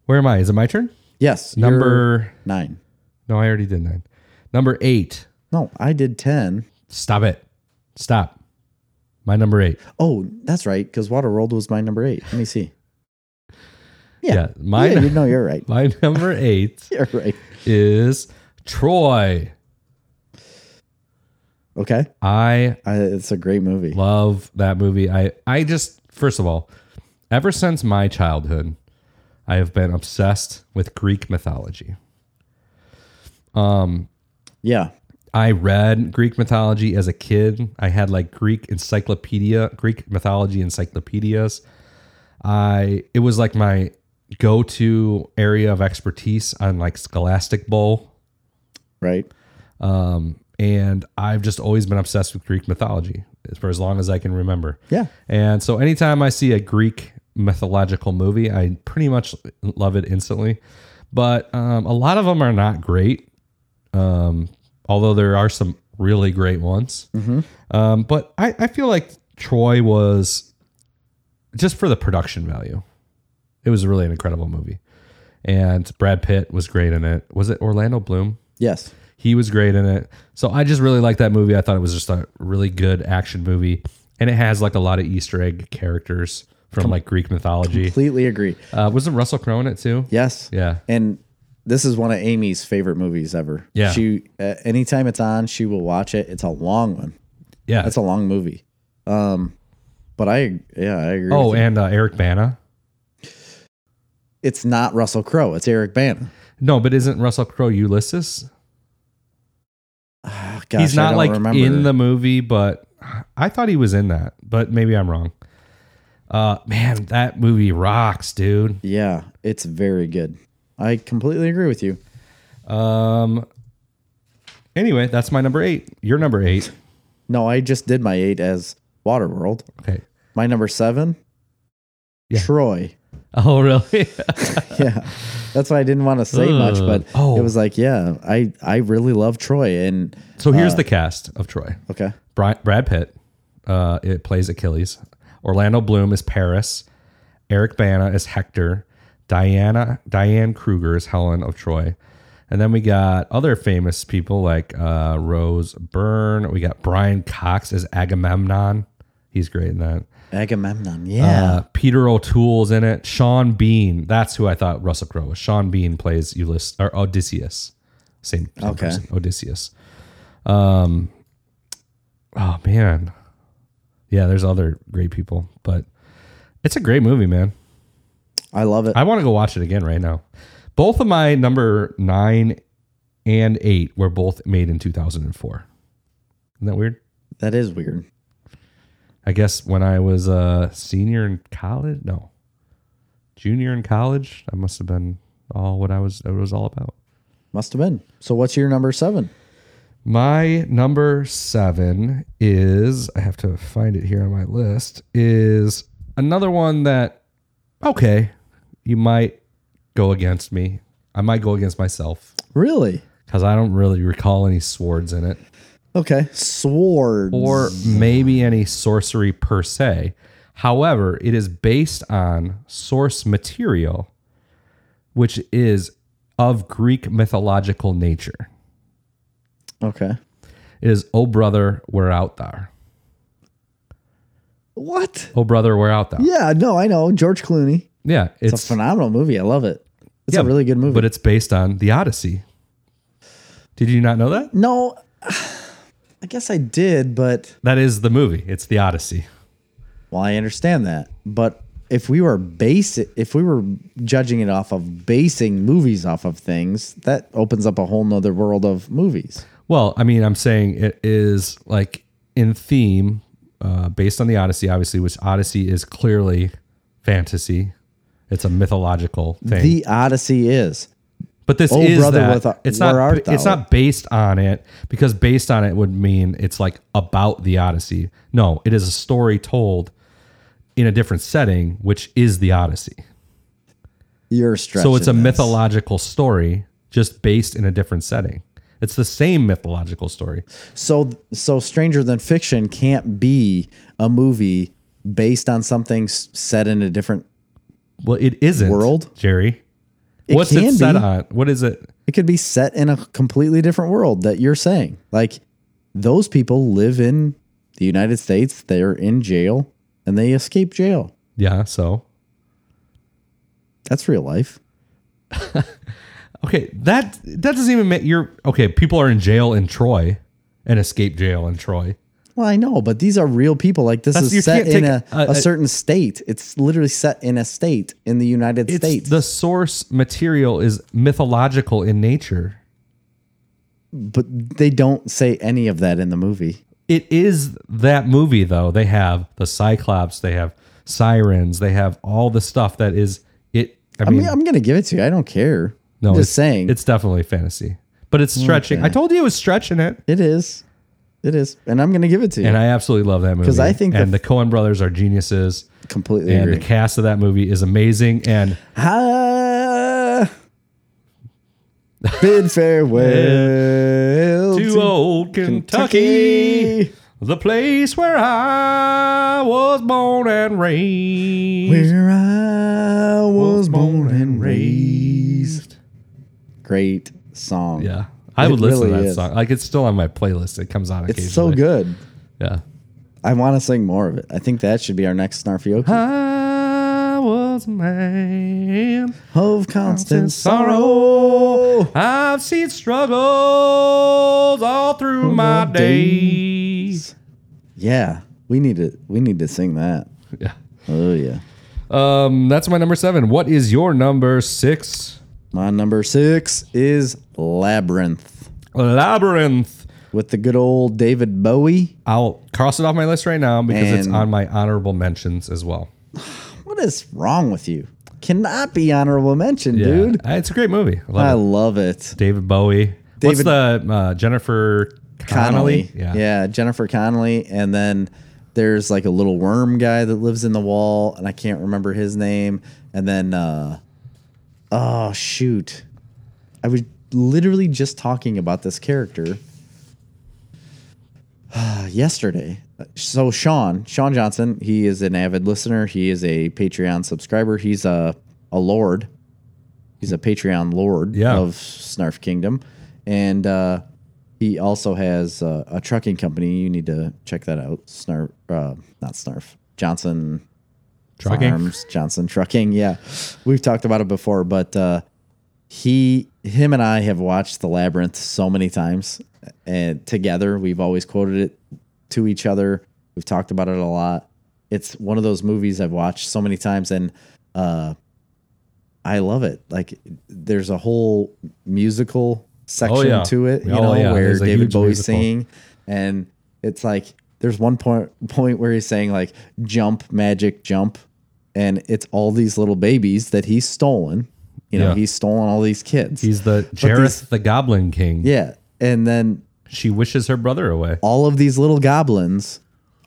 [SPEAKER 1] where am I? Is it my turn?
[SPEAKER 2] Yes. you're
[SPEAKER 1] Number
[SPEAKER 2] nine.
[SPEAKER 1] no, I already did nine. Number eight.
[SPEAKER 2] No, I did ten.
[SPEAKER 1] Stop it. Stop. My number eight.
[SPEAKER 2] Oh, that's right, because Waterworld was my number eight. Let me see. Yeah.
[SPEAKER 1] Yeah, mine-
[SPEAKER 2] Yeah, you know you're right.
[SPEAKER 1] (laughs)
[SPEAKER 2] (laughs)
[SPEAKER 1] My number eight
[SPEAKER 2] You're right.
[SPEAKER 1] is Troy.
[SPEAKER 2] Okay.
[SPEAKER 1] I
[SPEAKER 2] I, it's a great movie.
[SPEAKER 1] love that movie. I I just first of all, ever since my childhood, I have been obsessed with Greek mythology.
[SPEAKER 2] Yeah.
[SPEAKER 1] I read Greek mythology as a kid. I had like Greek encyclopedia, Greek mythology encyclopedias. I it was like my go-to area of expertise on like scholastic bowl
[SPEAKER 2] Right.
[SPEAKER 1] and I've just always been obsessed with Greek mythology for as long as I can remember.
[SPEAKER 2] Yeah.
[SPEAKER 1] And so anytime I see a Greek mythological movie, I pretty much love it instantly. But um, a lot of them are not great, um, although there are some really great ones. Um, but I, I feel like Troy was just for the production value. It was really an incredible movie. And Brad Pitt was great in it. Was it Orlando Bloom?
[SPEAKER 2] Yes.
[SPEAKER 1] He was great in it. So I just really liked that movie. I thought it was just a really good action movie. And it has like a lot of Easter egg characters from like Greek mythology.
[SPEAKER 2] Completely agree.
[SPEAKER 1] Uh, wasn't Russell Crowe in it too?
[SPEAKER 2] Yes.
[SPEAKER 1] Yeah.
[SPEAKER 2] And this is one of Amy's favorite movies ever.
[SPEAKER 1] Yeah.
[SPEAKER 2] She uh, anytime it's on, she will watch it. It's a long one.
[SPEAKER 1] Yeah.
[SPEAKER 2] That's a long movie. Um, but I yeah I agree.
[SPEAKER 1] oh,
[SPEAKER 2] with you.
[SPEAKER 1] and uh, Eric Bana.
[SPEAKER 2] it's not Russell Crowe. It's Eric Bana.
[SPEAKER 1] No, but isn't Russell Crowe Ulysses?
[SPEAKER 2] Oh, gosh,
[SPEAKER 1] He's
[SPEAKER 2] I
[SPEAKER 1] not
[SPEAKER 2] don't
[SPEAKER 1] like
[SPEAKER 2] remember.
[SPEAKER 1] in the movie, but I thought he was in that, but maybe I'm wrong. Uh, man, that movie rocks, dude.
[SPEAKER 2] yeah. It's very good. I completely agree with you.
[SPEAKER 1] Um, anyway, that's my number eight. Your number
[SPEAKER 2] (laughs)
[SPEAKER 1] eight.
[SPEAKER 2] No, I just did my eight as Waterworld.
[SPEAKER 1] Okay.
[SPEAKER 2] My number seven,
[SPEAKER 1] Yeah.
[SPEAKER 2] Troy.
[SPEAKER 1] Oh, really? (laughs)
[SPEAKER 2] (laughs) yeah that's why i didn't want to say much
[SPEAKER 1] Ugh.
[SPEAKER 2] but
[SPEAKER 1] Oh.
[SPEAKER 2] it was like yeah i i really love troy and
[SPEAKER 1] So here's the cast of Troy.
[SPEAKER 2] okay
[SPEAKER 1] Bri- Brad Pitt uh, it plays Achilles. Orlando Bloom is Paris. Eric Bana is Hector. Diana Diane Kruger is Helen of Troy. And then we got other famous people like uh, Rose Byrne. We got Brian Cox as Agamemnon. He's great in that.
[SPEAKER 2] agamemnon yeah
[SPEAKER 1] Uh, Peter O'Toole's in it. Sean Bean. That's who I thought Russell Crowe was. Sean Bean plays Ulysses or Odysseus. Same, same
[SPEAKER 2] Okay.
[SPEAKER 1] person. Odysseus. Um. Oh man. Yeah, there's other great people, but it's a great movie, man.
[SPEAKER 2] I love it.
[SPEAKER 1] I want to go watch it again right now. Both of my number nine and eight were both made in 2004. Isn't that weird?
[SPEAKER 2] That is weird.
[SPEAKER 1] I guess when I was a senior in college, no, junior in college, I must have been all what I was. It was all about.
[SPEAKER 2] Must have been. So what's your number seven?
[SPEAKER 1] My number seven is I have to find it here on my list is another one that okay you might go against me. I might go against myself
[SPEAKER 2] Really?
[SPEAKER 1] because I don't really recall any swords in it.
[SPEAKER 2] Okay. Swords.
[SPEAKER 1] or maybe any sorcery per se. However, it is based on source material, which is of Greek mythological nature.
[SPEAKER 2] okay.
[SPEAKER 1] It is "O brother, where out thou?
[SPEAKER 2] What?
[SPEAKER 1] Oh brother, where out thou?" Yeah,
[SPEAKER 2] Yeah, no, I know. George Clooney.
[SPEAKER 1] it's,
[SPEAKER 2] It's a phenomenal movie. I love it. It's
[SPEAKER 1] yeah,
[SPEAKER 2] a really good movie.
[SPEAKER 1] but it's based on the Odyssey. Did you not know that?
[SPEAKER 2] no, (sighs) I guess I did, but
[SPEAKER 1] That is the movie. It's the Odyssey.
[SPEAKER 2] well, I understand that. But if we were base, if we were judging it off of basing movies off of things, that opens up a whole nother world of movies.
[SPEAKER 1] Well, I mean, I'm saying it is like in theme, uh, based on the Odyssey, obviously, which Odyssey is clearly fantasy. It's a mythological thing.
[SPEAKER 2] The Odyssey is
[SPEAKER 1] but this
[SPEAKER 2] Oh,
[SPEAKER 1] is
[SPEAKER 2] brother,
[SPEAKER 1] that.
[SPEAKER 2] with a-
[SPEAKER 1] it's
[SPEAKER 2] where
[SPEAKER 1] not.
[SPEAKER 2] art thou?
[SPEAKER 1] It's not based on it because based on it would mean it's like about the Odyssey. No, it is a story told in a different setting, which is the Odyssey.
[SPEAKER 2] your stretch.
[SPEAKER 1] So it's a mythological story, just based in a different setting. It's the same mythological story.
[SPEAKER 2] So so Stranger Than Fiction can't be a movie based on something s- set in a different.
[SPEAKER 1] Well, it isn't
[SPEAKER 2] World?
[SPEAKER 1] Jerry.
[SPEAKER 2] It
[SPEAKER 1] What's it
[SPEAKER 2] can
[SPEAKER 1] set
[SPEAKER 2] be.
[SPEAKER 1] on? What is it?
[SPEAKER 2] It could be set in a completely different world that you're saying. Like those people live in the United States, they're in jail and they escape jail.
[SPEAKER 1] Yeah. So
[SPEAKER 2] That's real life.
[SPEAKER 1] okay, that that doesn't even make you're okay. People are in jail in Troy, and escape jail in Troy.
[SPEAKER 2] Well, I know, but these are real people. Like this
[SPEAKER 1] That's- you
[SPEAKER 2] is set
[SPEAKER 1] can't
[SPEAKER 2] in a,
[SPEAKER 1] take
[SPEAKER 2] a,
[SPEAKER 1] a- a-
[SPEAKER 2] certain state. It's literally set in a state in the United
[SPEAKER 1] It's
[SPEAKER 2] States.
[SPEAKER 1] the source material is mythological in nature.
[SPEAKER 2] but they don't say any of that in the movie.
[SPEAKER 1] It is that movie though. They have the Cyclops. They have sirens. They have all the stuff that is it. I,
[SPEAKER 2] I
[SPEAKER 1] mean,
[SPEAKER 2] mean, I'm gonna give it to you. I don't care.
[SPEAKER 1] no,
[SPEAKER 2] I'm
[SPEAKER 1] it's,
[SPEAKER 2] just saying
[SPEAKER 1] it's definitely fantasy, but it's stretching. I told you it was stretching it.
[SPEAKER 2] It is. It is. And I'm going to give it to you.
[SPEAKER 1] And I absolutely love that movie
[SPEAKER 2] 'Cause I think
[SPEAKER 1] and the,
[SPEAKER 2] the-
[SPEAKER 1] Cohen brothers are geniuses,
[SPEAKER 2] Completely
[SPEAKER 1] and the
[SPEAKER 2] agree.
[SPEAKER 1] cast of that movie is amazing. And
[SPEAKER 2] Ah,
[SPEAKER 1] (laughs)
[SPEAKER 2] bid farewell
[SPEAKER 1] to old Kentucky, the place where I was born and raised,
[SPEAKER 2] where I was born and raised. Great song.
[SPEAKER 1] Yeah, I
[SPEAKER 2] It
[SPEAKER 1] would listen to
[SPEAKER 2] really
[SPEAKER 1] that
[SPEAKER 2] is.
[SPEAKER 1] song. Like it's still on my playlist. It comes on occasionally.
[SPEAKER 2] It's so good.
[SPEAKER 1] Yeah.
[SPEAKER 2] I want to sing more of it. I think that should be our next Snarfioke.
[SPEAKER 1] I was a man
[SPEAKER 2] Of constant
[SPEAKER 1] in
[SPEAKER 2] sorrow.
[SPEAKER 1] sorrow. I've seen struggles all through my
[SPEAKER 2] my
[SPEAKER 1] days.
[SPEAKER 2] Yeah, we need to we need to sing that.
[SPEAKER 1] Yeah.
[SPEAKER 2] Oh yeah.
[SPEAKER 1] Um, that's my number seven. What is your number six?
[SPEAKER 2] My number six is Labyrinth
[SPEAKER 1] Labyrinth.
[SPEAKER 2] with the good old David Bowie.
[SPEAKER 1] I'll cross it off my list right now because it's
[SPEAKER 2] And-
[SPEAKER 1] on my honorable mentions as well.
[SPEAKER 2] What is wrong with you? Cannot be honorable mention,
[SPEAKER 1] Yeah.
[SPEAKER 2] dude.
[SPEAKER 1] Uh, it's a great movie. I love
[SPEAKER 2] I
[SPEAKER 1] it.
[SPEAKER 2] love it.
[SPEAKER 1] David Bowie. What's
[SPEAKER 2] David-
[SPEAKER 1] the uh, Jennifer Connelly?
[SPEAKER 2] Connolly. Jennifer Connolly. And then there's like a little worm guy that lives in the wall, and I can't remember his name. And then, uh, oh, shoot. I was literally just talking about this character yesterday. So Sean, Sean Johnson, he is an avid listener. He is a Patreon subscriber. He's a a lord. He's a Patreon lord
[SPEAKER 1] Yeah.
[SPEAKER 2] of Snarf Kingdom, and uh, he also has uh, a trucking company. You need to check that out. Snarf, uh, not Snarf Johnson
[SPEAKER 1] Trucking?
[SPEAKER 2] Farms Johnson Trucking. Yeah, we've talked about it before, but uh, he him and I have watched The Labyrinth so many times and together we've always quoted it to each other. We've talked about it a lot. It's one of those movies I've watched so many times and uh I love it. Like there's a whole musical section
[SPEAKER 1] yeah.
[SPEAKER 2] to it, you
[SPEAKER 1] Oh,
[SPEAKER 2] know,
[SPEAKER 1] yeah.
[SPEAKER 2] where
[SPEAKER 1] There's a
[SPEAKER 2] David
[SPEAKER 1] huge
[SPEAKER 2] Bowie's
[SPEAKER 1] musical.
[SPEAKER 2] singing, and it's like there's one point point where he's saying like jump magic jump, and it's all these little babies that he's stolen. You know,
[SPEAKER 1] Yeah.
[SPEAKER 2] he's stolen all these kids.
[SPEAKER 1] He's the Jareth the Goblin King.
[SPEAKER 2] yeah, and then
[SPEAKER 1] She wishes her brother away.
[SPEAKER 2] all of these little goblins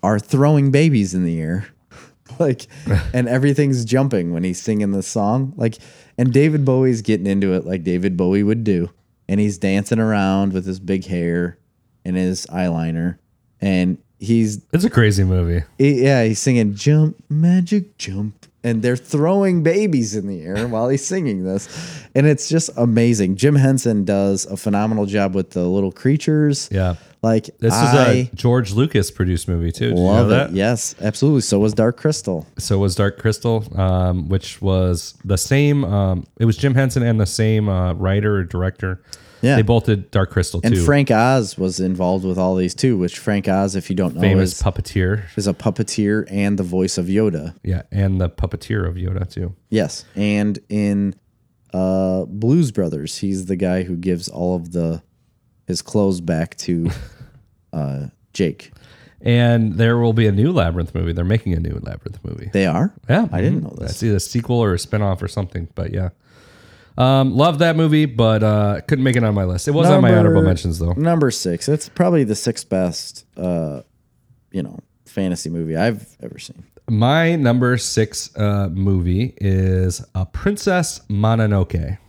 [SPEAKER 2] are throwing babies in the air. (laughs)
[SPEAKER 1] (laughs)
[SPEAKER 2] like and everything's jumping when he's singing this song. Like and David Bowie's getting into it like David Bowie would do. And he's dancing around with his big hair and his eyeliner. And he's
[SPEAKER 1] It's a crazy movie.
[SPEAKER 2] he- yeah, he's singing jump, magic jump. And they're throwing babies in the
[SPEAKER 1] (laughs)
[SPEAKER 2] air while he's singing this. And it's just amazing. Jim Henson does a phenomenal job with the little creatures.
[SPEAKER 1] Yeah.
[SPEAKER 2] Like
[SPEAKER 1] This
[SPEAKER 2] I,
[SPEAKER 1] is a George Lucas produced movie too. Did you know
[SPEAKER 2] Love
[SPEAKER 1] that?
[SPEAKER 2] it. Yes, absolutely. So was Dark Crystal.
[SPEAKER 1] So was Dark Crystal, um, which was the same. Um, it was Jim Henson and the same uh, writer or director.
[SPEAKER 2] Yeah.
[SPEAKER 1] They both did Dark Crystal
[SPEAKER 2] And
[SPEAKER 1] too.
[SPEAKER 2] Frank Oz was involved with all these too, which Frank Oz, if you don't know,
[SPEAKER 1] famous
[SPEAKER 2] is,
[SPEAKER 1] puppeteer.
[SPEAKER 2] is a puppeteer and the voice of Yoda.
[SPEAKER 1] Yeah, and the puppeteer of Yoda too.
[SPEAKER 2] Yes. And in uh, Blues Brothers, he's the guy who gives all of the his clothes
[SPEAKER 1] (laughs)
[SPEAKER 2] back to uh, Jake.
[SPEAKER 1] And there will be a new Labyrinth movie. They're making a new Labyrinth movie.
[SPEAKER 2] They are?
[SPEAKER 1] Yeah,
[SPEAKER 2] I didn't know this.
[SPEAKER 1] That's either a sequel or a spinoff or something. But yeah, um, love that movie, but uh, couldn't make it on my list. It was on my honorable
[SPEAKER 2] Number-
[SPEAKER 1] mentions though.
[SPEAKER 2] Number six. It's probably the sixth best uh, you know, fantasy movie I've ever seen.
[SPEAKER 1] My number six uh, movie is a Princess Mononoke.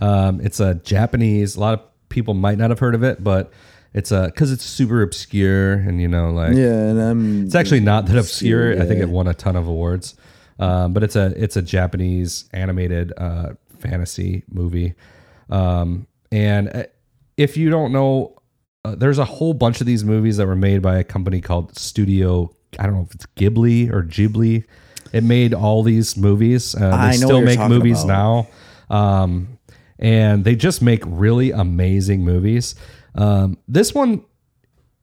[SPEAKER 1] Um, it's a Japanese. A lot of people might not have heard of it, but it's a because it's super obscure and you know like
[SPEAKER 2] Yeah, and um, I'm
[SPEAKER 1] it's actually not that obscure. I think it won a ton of awards, um, but it's a it's a Japanese animated uh, fantasy movie. Um, and uh, if you don't know, uh, there's a whole bunch of these movies that were made by a company called Studio. I don't know if it's Ghibli or Ghibli. It made all these movies. Uh, they
[SPEAKER 2] I know what
[SPEAKER 1] still
[SPEAKER 2] you're
[SPEAKER 1] make
[SPEAKER 2] talking
[SPEAKER 1] movies
[SPEAKER 2] about.
[SPEAKER 1] now now. Um, and they just make really amazing movies. Um, this one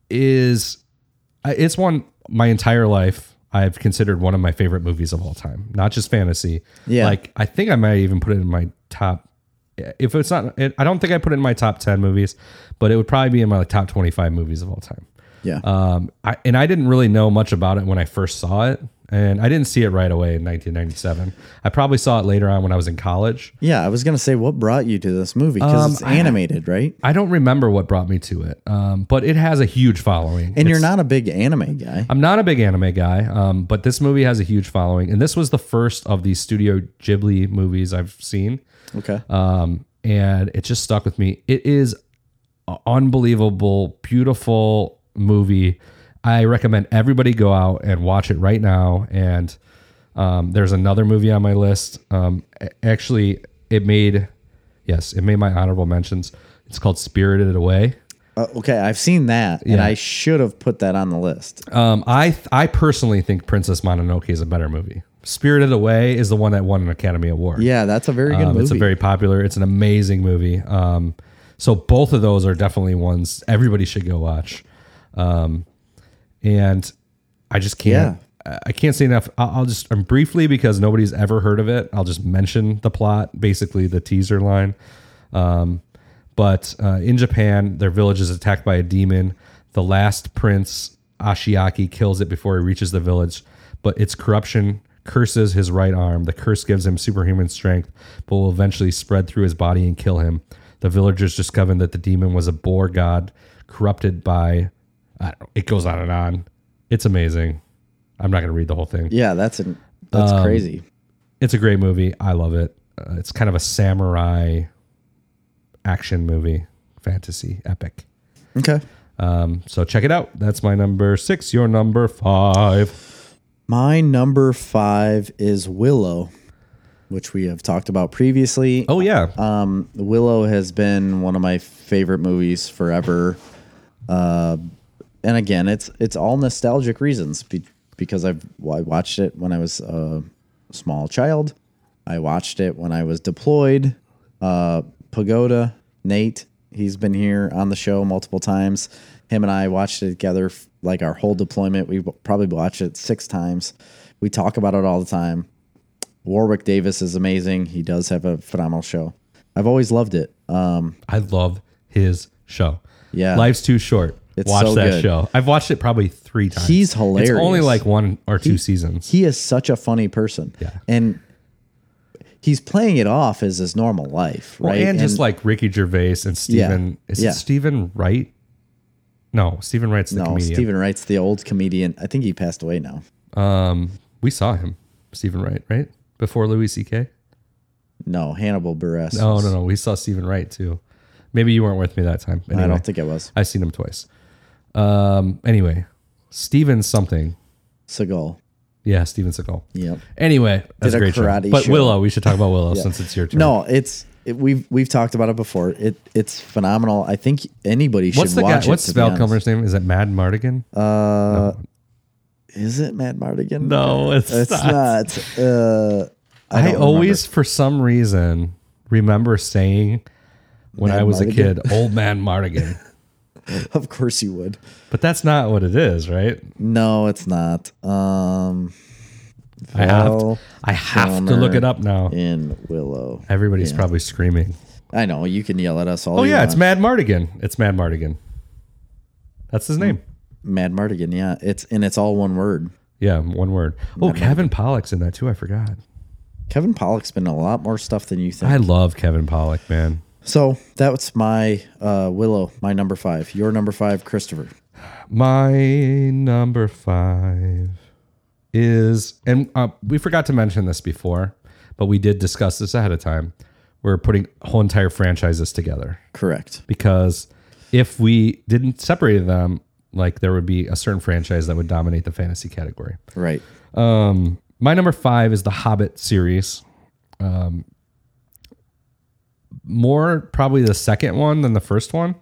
[SPEAKER 1] is I- it's one my entire life I've considered one of my favorite movies of all time, not just fantasy.
[SPEAKER 2] Yeah.
[SPEAKER 1] Like I think I might even put it in my top if it's not it, I don't think I put it in my top 10 movies, but it would probably be in my top 25 movies of all time.
[SPEAKER 2] Yeah.
[SPEAKER 1] Um, I, and I didn't really know much about it when I first saw it, and I didn't see it right away in 1997. I probably saw it later on when I was in college.
[SPEAKER 2] Yeah, I was gonna say, what brought you to this movie? Because
[SPEAKER 1] Um,
[SPEAKER 2] it's animated, right?
[SPEAKER 1] I don't remember what brought me to it, um, but it has a huge following.
[SPEAKER 2] And you're not a big anime guy.
[SPEAKER 1] I'm not a big anime guy, um, but this movie has a huge following, and this was the first of the Studio Ghibli movies I've seen.
[SPEAKER 2] Okay.
[SPEAKER 1] um, and it just stuck with me. It is a unbelievable, beautiful movie. I recommend everybody go out and watch it right now. And um, there's another movie on my list. Um, a- actually, it made yes, it made my honorable mentions. It's called Spirited Away.
[SPEAKER 2] Uh, okay, I've seen that, and I should have put that on the list.
[SPEAKER 1] Um, I I personally think Princess Mononoke is a better movie. Spirited Away is the one that won an Academy Award.
[SPEAKER 2] Yeah, that's a very good
[SPEAKER 1] Um,
[SPEAKER 2] movie.
[SPEAKER 1] It's a very popular. It's an amazing movie. Um, so both of those are definitely ones everybody should go watch. Um, and I just can't. I- I can't say enough. I'll, I'll just um, briefly because nobody's ever heard of it. I'll just mention the plot, basically the teaser line. But uh, in Japan, their village is attacked by a demon. The last prince, Ashiaki, kills it before he reaches the village, but its corruption curses his right arm. The curse gives him superhuman strength, but will eventually spread through his body and kill him. The villagers discover that the demon was a boar god corrupted by. I don't, it goes on and on. It's amazing. I'm not going to read the whole thing
[SPEAKER 2] yeah, that's an that's crazy.
[SPEAKER 1] it's a great movie. I love it. Uh, it's kind of a samurai action movie, fantasy, epic.
[SPEAKER 2] Okay,
[SPEAKER 1] Um, so check it out. That's my number six. Your number five.
[SPEAKER 2] my number five is Willow, which we have talked about previously.
[SPEAKER 1] Oh yeah,
[SPEAKER 2] Um, Willow has been one of my favorite movies forever. Uh, and again, it's it's all nostalgic reasons be, because I've I watched it when I was a small child. I watched it when I was deployed. Uh, Pagoda Nate, he's been here on the show multiple times. Him and I watched it together f- like our whole deployment. We probably watched it six times. We talk about it all the time Warwick Davis is amazing. He does have a phenomenal show. I've always loved it. Um,
[SPEAKER 1] I love his show.
[SPEAKER 2] Yeah.
[SPEAKER 1] Life's Too Short.
[SPEAKER 2] It's
[SPEAKER 1] Watch
[SPEAKER 2] so
[SPEAKER 1] that
[SPEAKER 2] good.
[SPEAKER 1] show. I've watched it probably three times.
[SPEAKER 2] He's
[SPEAKER 1] It's only
[SPEAKER 2] hilarious.
[SPEAKER 1] like one or two seasons.
[SPEAKER 2] he is such a funny person.
[SPEAKER 1] Yeah.
[SPEAKER 2] And he's playing it off as his normal life, right?
[SPEAKER 1] Well, and, just like Ricky Gervais and Stephen. Is
[SPEAKER 2] Yeah.
[SPEAKER 1] it Stephen Wright? No, Stephen Wright's the
[SPEAKER 2] no,
[SPEAKER 1] comedian.
[SPEAKER 2] Stephen Wright's the old comedian. I think he passed away now.
[SPEAKER 1] Um, we saw him, Stephen Wright, right before Louis C.K.
[SPEAKER 2] No, Hannibal Buress.
[SPEAKER 1] No, no, no. We saw Stephen Wright too. Maybe you weren't with me that time.
[SPEAKER 2] I
[SPEAKER 1] Anyway,
[SPEAKER 2] don't think it was
[SPEAKER 1] I've seen him twice. Um. Anyway, Stephen something.
[SPEAKER 2] Seagal.
[SPEAKER 1] Yeah, Steven Seagal.
[SPEAKER 2] Yep.
[SPEAKER 1] Anyway, that's
[SPEAKER 2] a
[SPEAKER 1] a great show.
[SPEAKER 2] karate
[SPEAKER 1] But
[SPEAKER 2] show.
[SPEAKER 1] Willow, we should talk about
[SPEAKER 2] (laughs)
[SPEAKER 1] Willow since it's your turn.
[SPEAKER 2] No, it's it, we've we've talked about it before. It it's phenomenal. I think anybody should
[SPEAKER 1] what's the
[SPEAKER 2] watch
[SPEAKER 1] guy?
[SPEAKER 2] it.
[SPEAKER 1] What's
[SPEAKER 2] to be
[SPEAKER 1] Val
[SPEAKER 2] honest. Uh,
[SPEAKER 1] Kilmer's name? Is it Mad Mardigan?
[SPEAKER 2] Is it Matt Mardigan?
[SPEAKER 1] no, it's,
[SPEAKER 2] it's
[SPEAKER 1] not.
[SPEAKER 2] not. Uh, I,
[SPEAKER 1] I,
[SPEAKER 2] don't
[SPEAKER 1] always, for some reason, remember saying when
[SPEAKER 2] Mad
[SPEAKER 1] I was
[SPEAKER 2] Mardigan?
[SPEAKER 1] a kid, "Old Man
[SPEAKER 2] (laughs)
[SPEAKER 1] Mardigan,"
[SPEAKER 2] remember. (laughs) of course you would.
[SPEAKER 1] but that's not what it is, right?
[SPEAKER 2] No, it's not. Um,
[SPEAKER 1] I have
[SPEAKER 2] Val
[SPEAKER 1] to, I have to look
[SPEAKER 2] Kilmer
[SPEAKER 1] it up now.
[SPEAKER 2] in Willow.
[SPEAKER 1] Everybody's probably screaming.
[SPEAKER 2] I know you can yell at us all.
[SPEAKER 1] Oh
[SPEAKER 2] you
[SPEAKER 1] yeah,
[SPEAKER 2] want.
[SPEAKER 1] it's Mad Mardigan. It's Mad Mardigan. That's
[SPEAKER 2] Hmm.
[SPEAKER 1] his name.
[SPEAKER 2] Mad Mardigan. Yeah, it's and it's all one word.
[SPEAKER 1] Yeah, one word. Oh, Kevin Pollock's in that too. I forgot.
[SPEAKER 2] Kevin Pollock's been in a lot more stuff than you think.
[SPEAKER 1] I love Kevin Pollock, man.
[SPEAKER 2] so that's my uh, Willow, my number five. Your number five, Christopher.
[SPEAKER 1] My number five is, and uh, we forgot to mention this before, but we did discuss this ahead of time. We're putting whole entire franchises together
[SPEAKER 2] Correct.
[SPEAKER 1] because if we didn't separate them, like there would be a certain franchise that would dominate the fantasy category.
[SPEAKER 2] Right.
[SPEAKER 1] Um, my number five is the Hobbit series. Um, more probably the second one than the first one,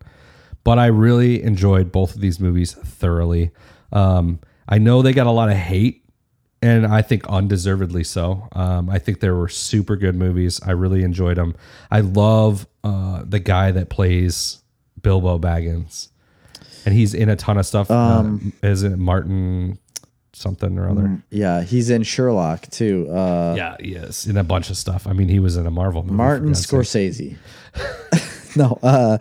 [SPEAKER 1] but I really enjoyed both of these movies thoroughly. Um, I know they got a lot of hate, and I think undeservedly so. Um, I think they were super good movies. I really enjoyed them. I love uh, the guy that plays Bilbo Baggins, and he's in a ton of stuff. uh, is it Martin something or other?
[SPEAKER 2] Yeah, he's in Sherlock too. Uh,
[SPEAKER 1] Yeah, yes, in a bunch of stuff. I mean, he was in a Marvel movie.
[SPEAKER 2] Martin
[SPEAKER 1] for God's sake.
[SPEAKER 2] Scorsese. (laughs) no, uh,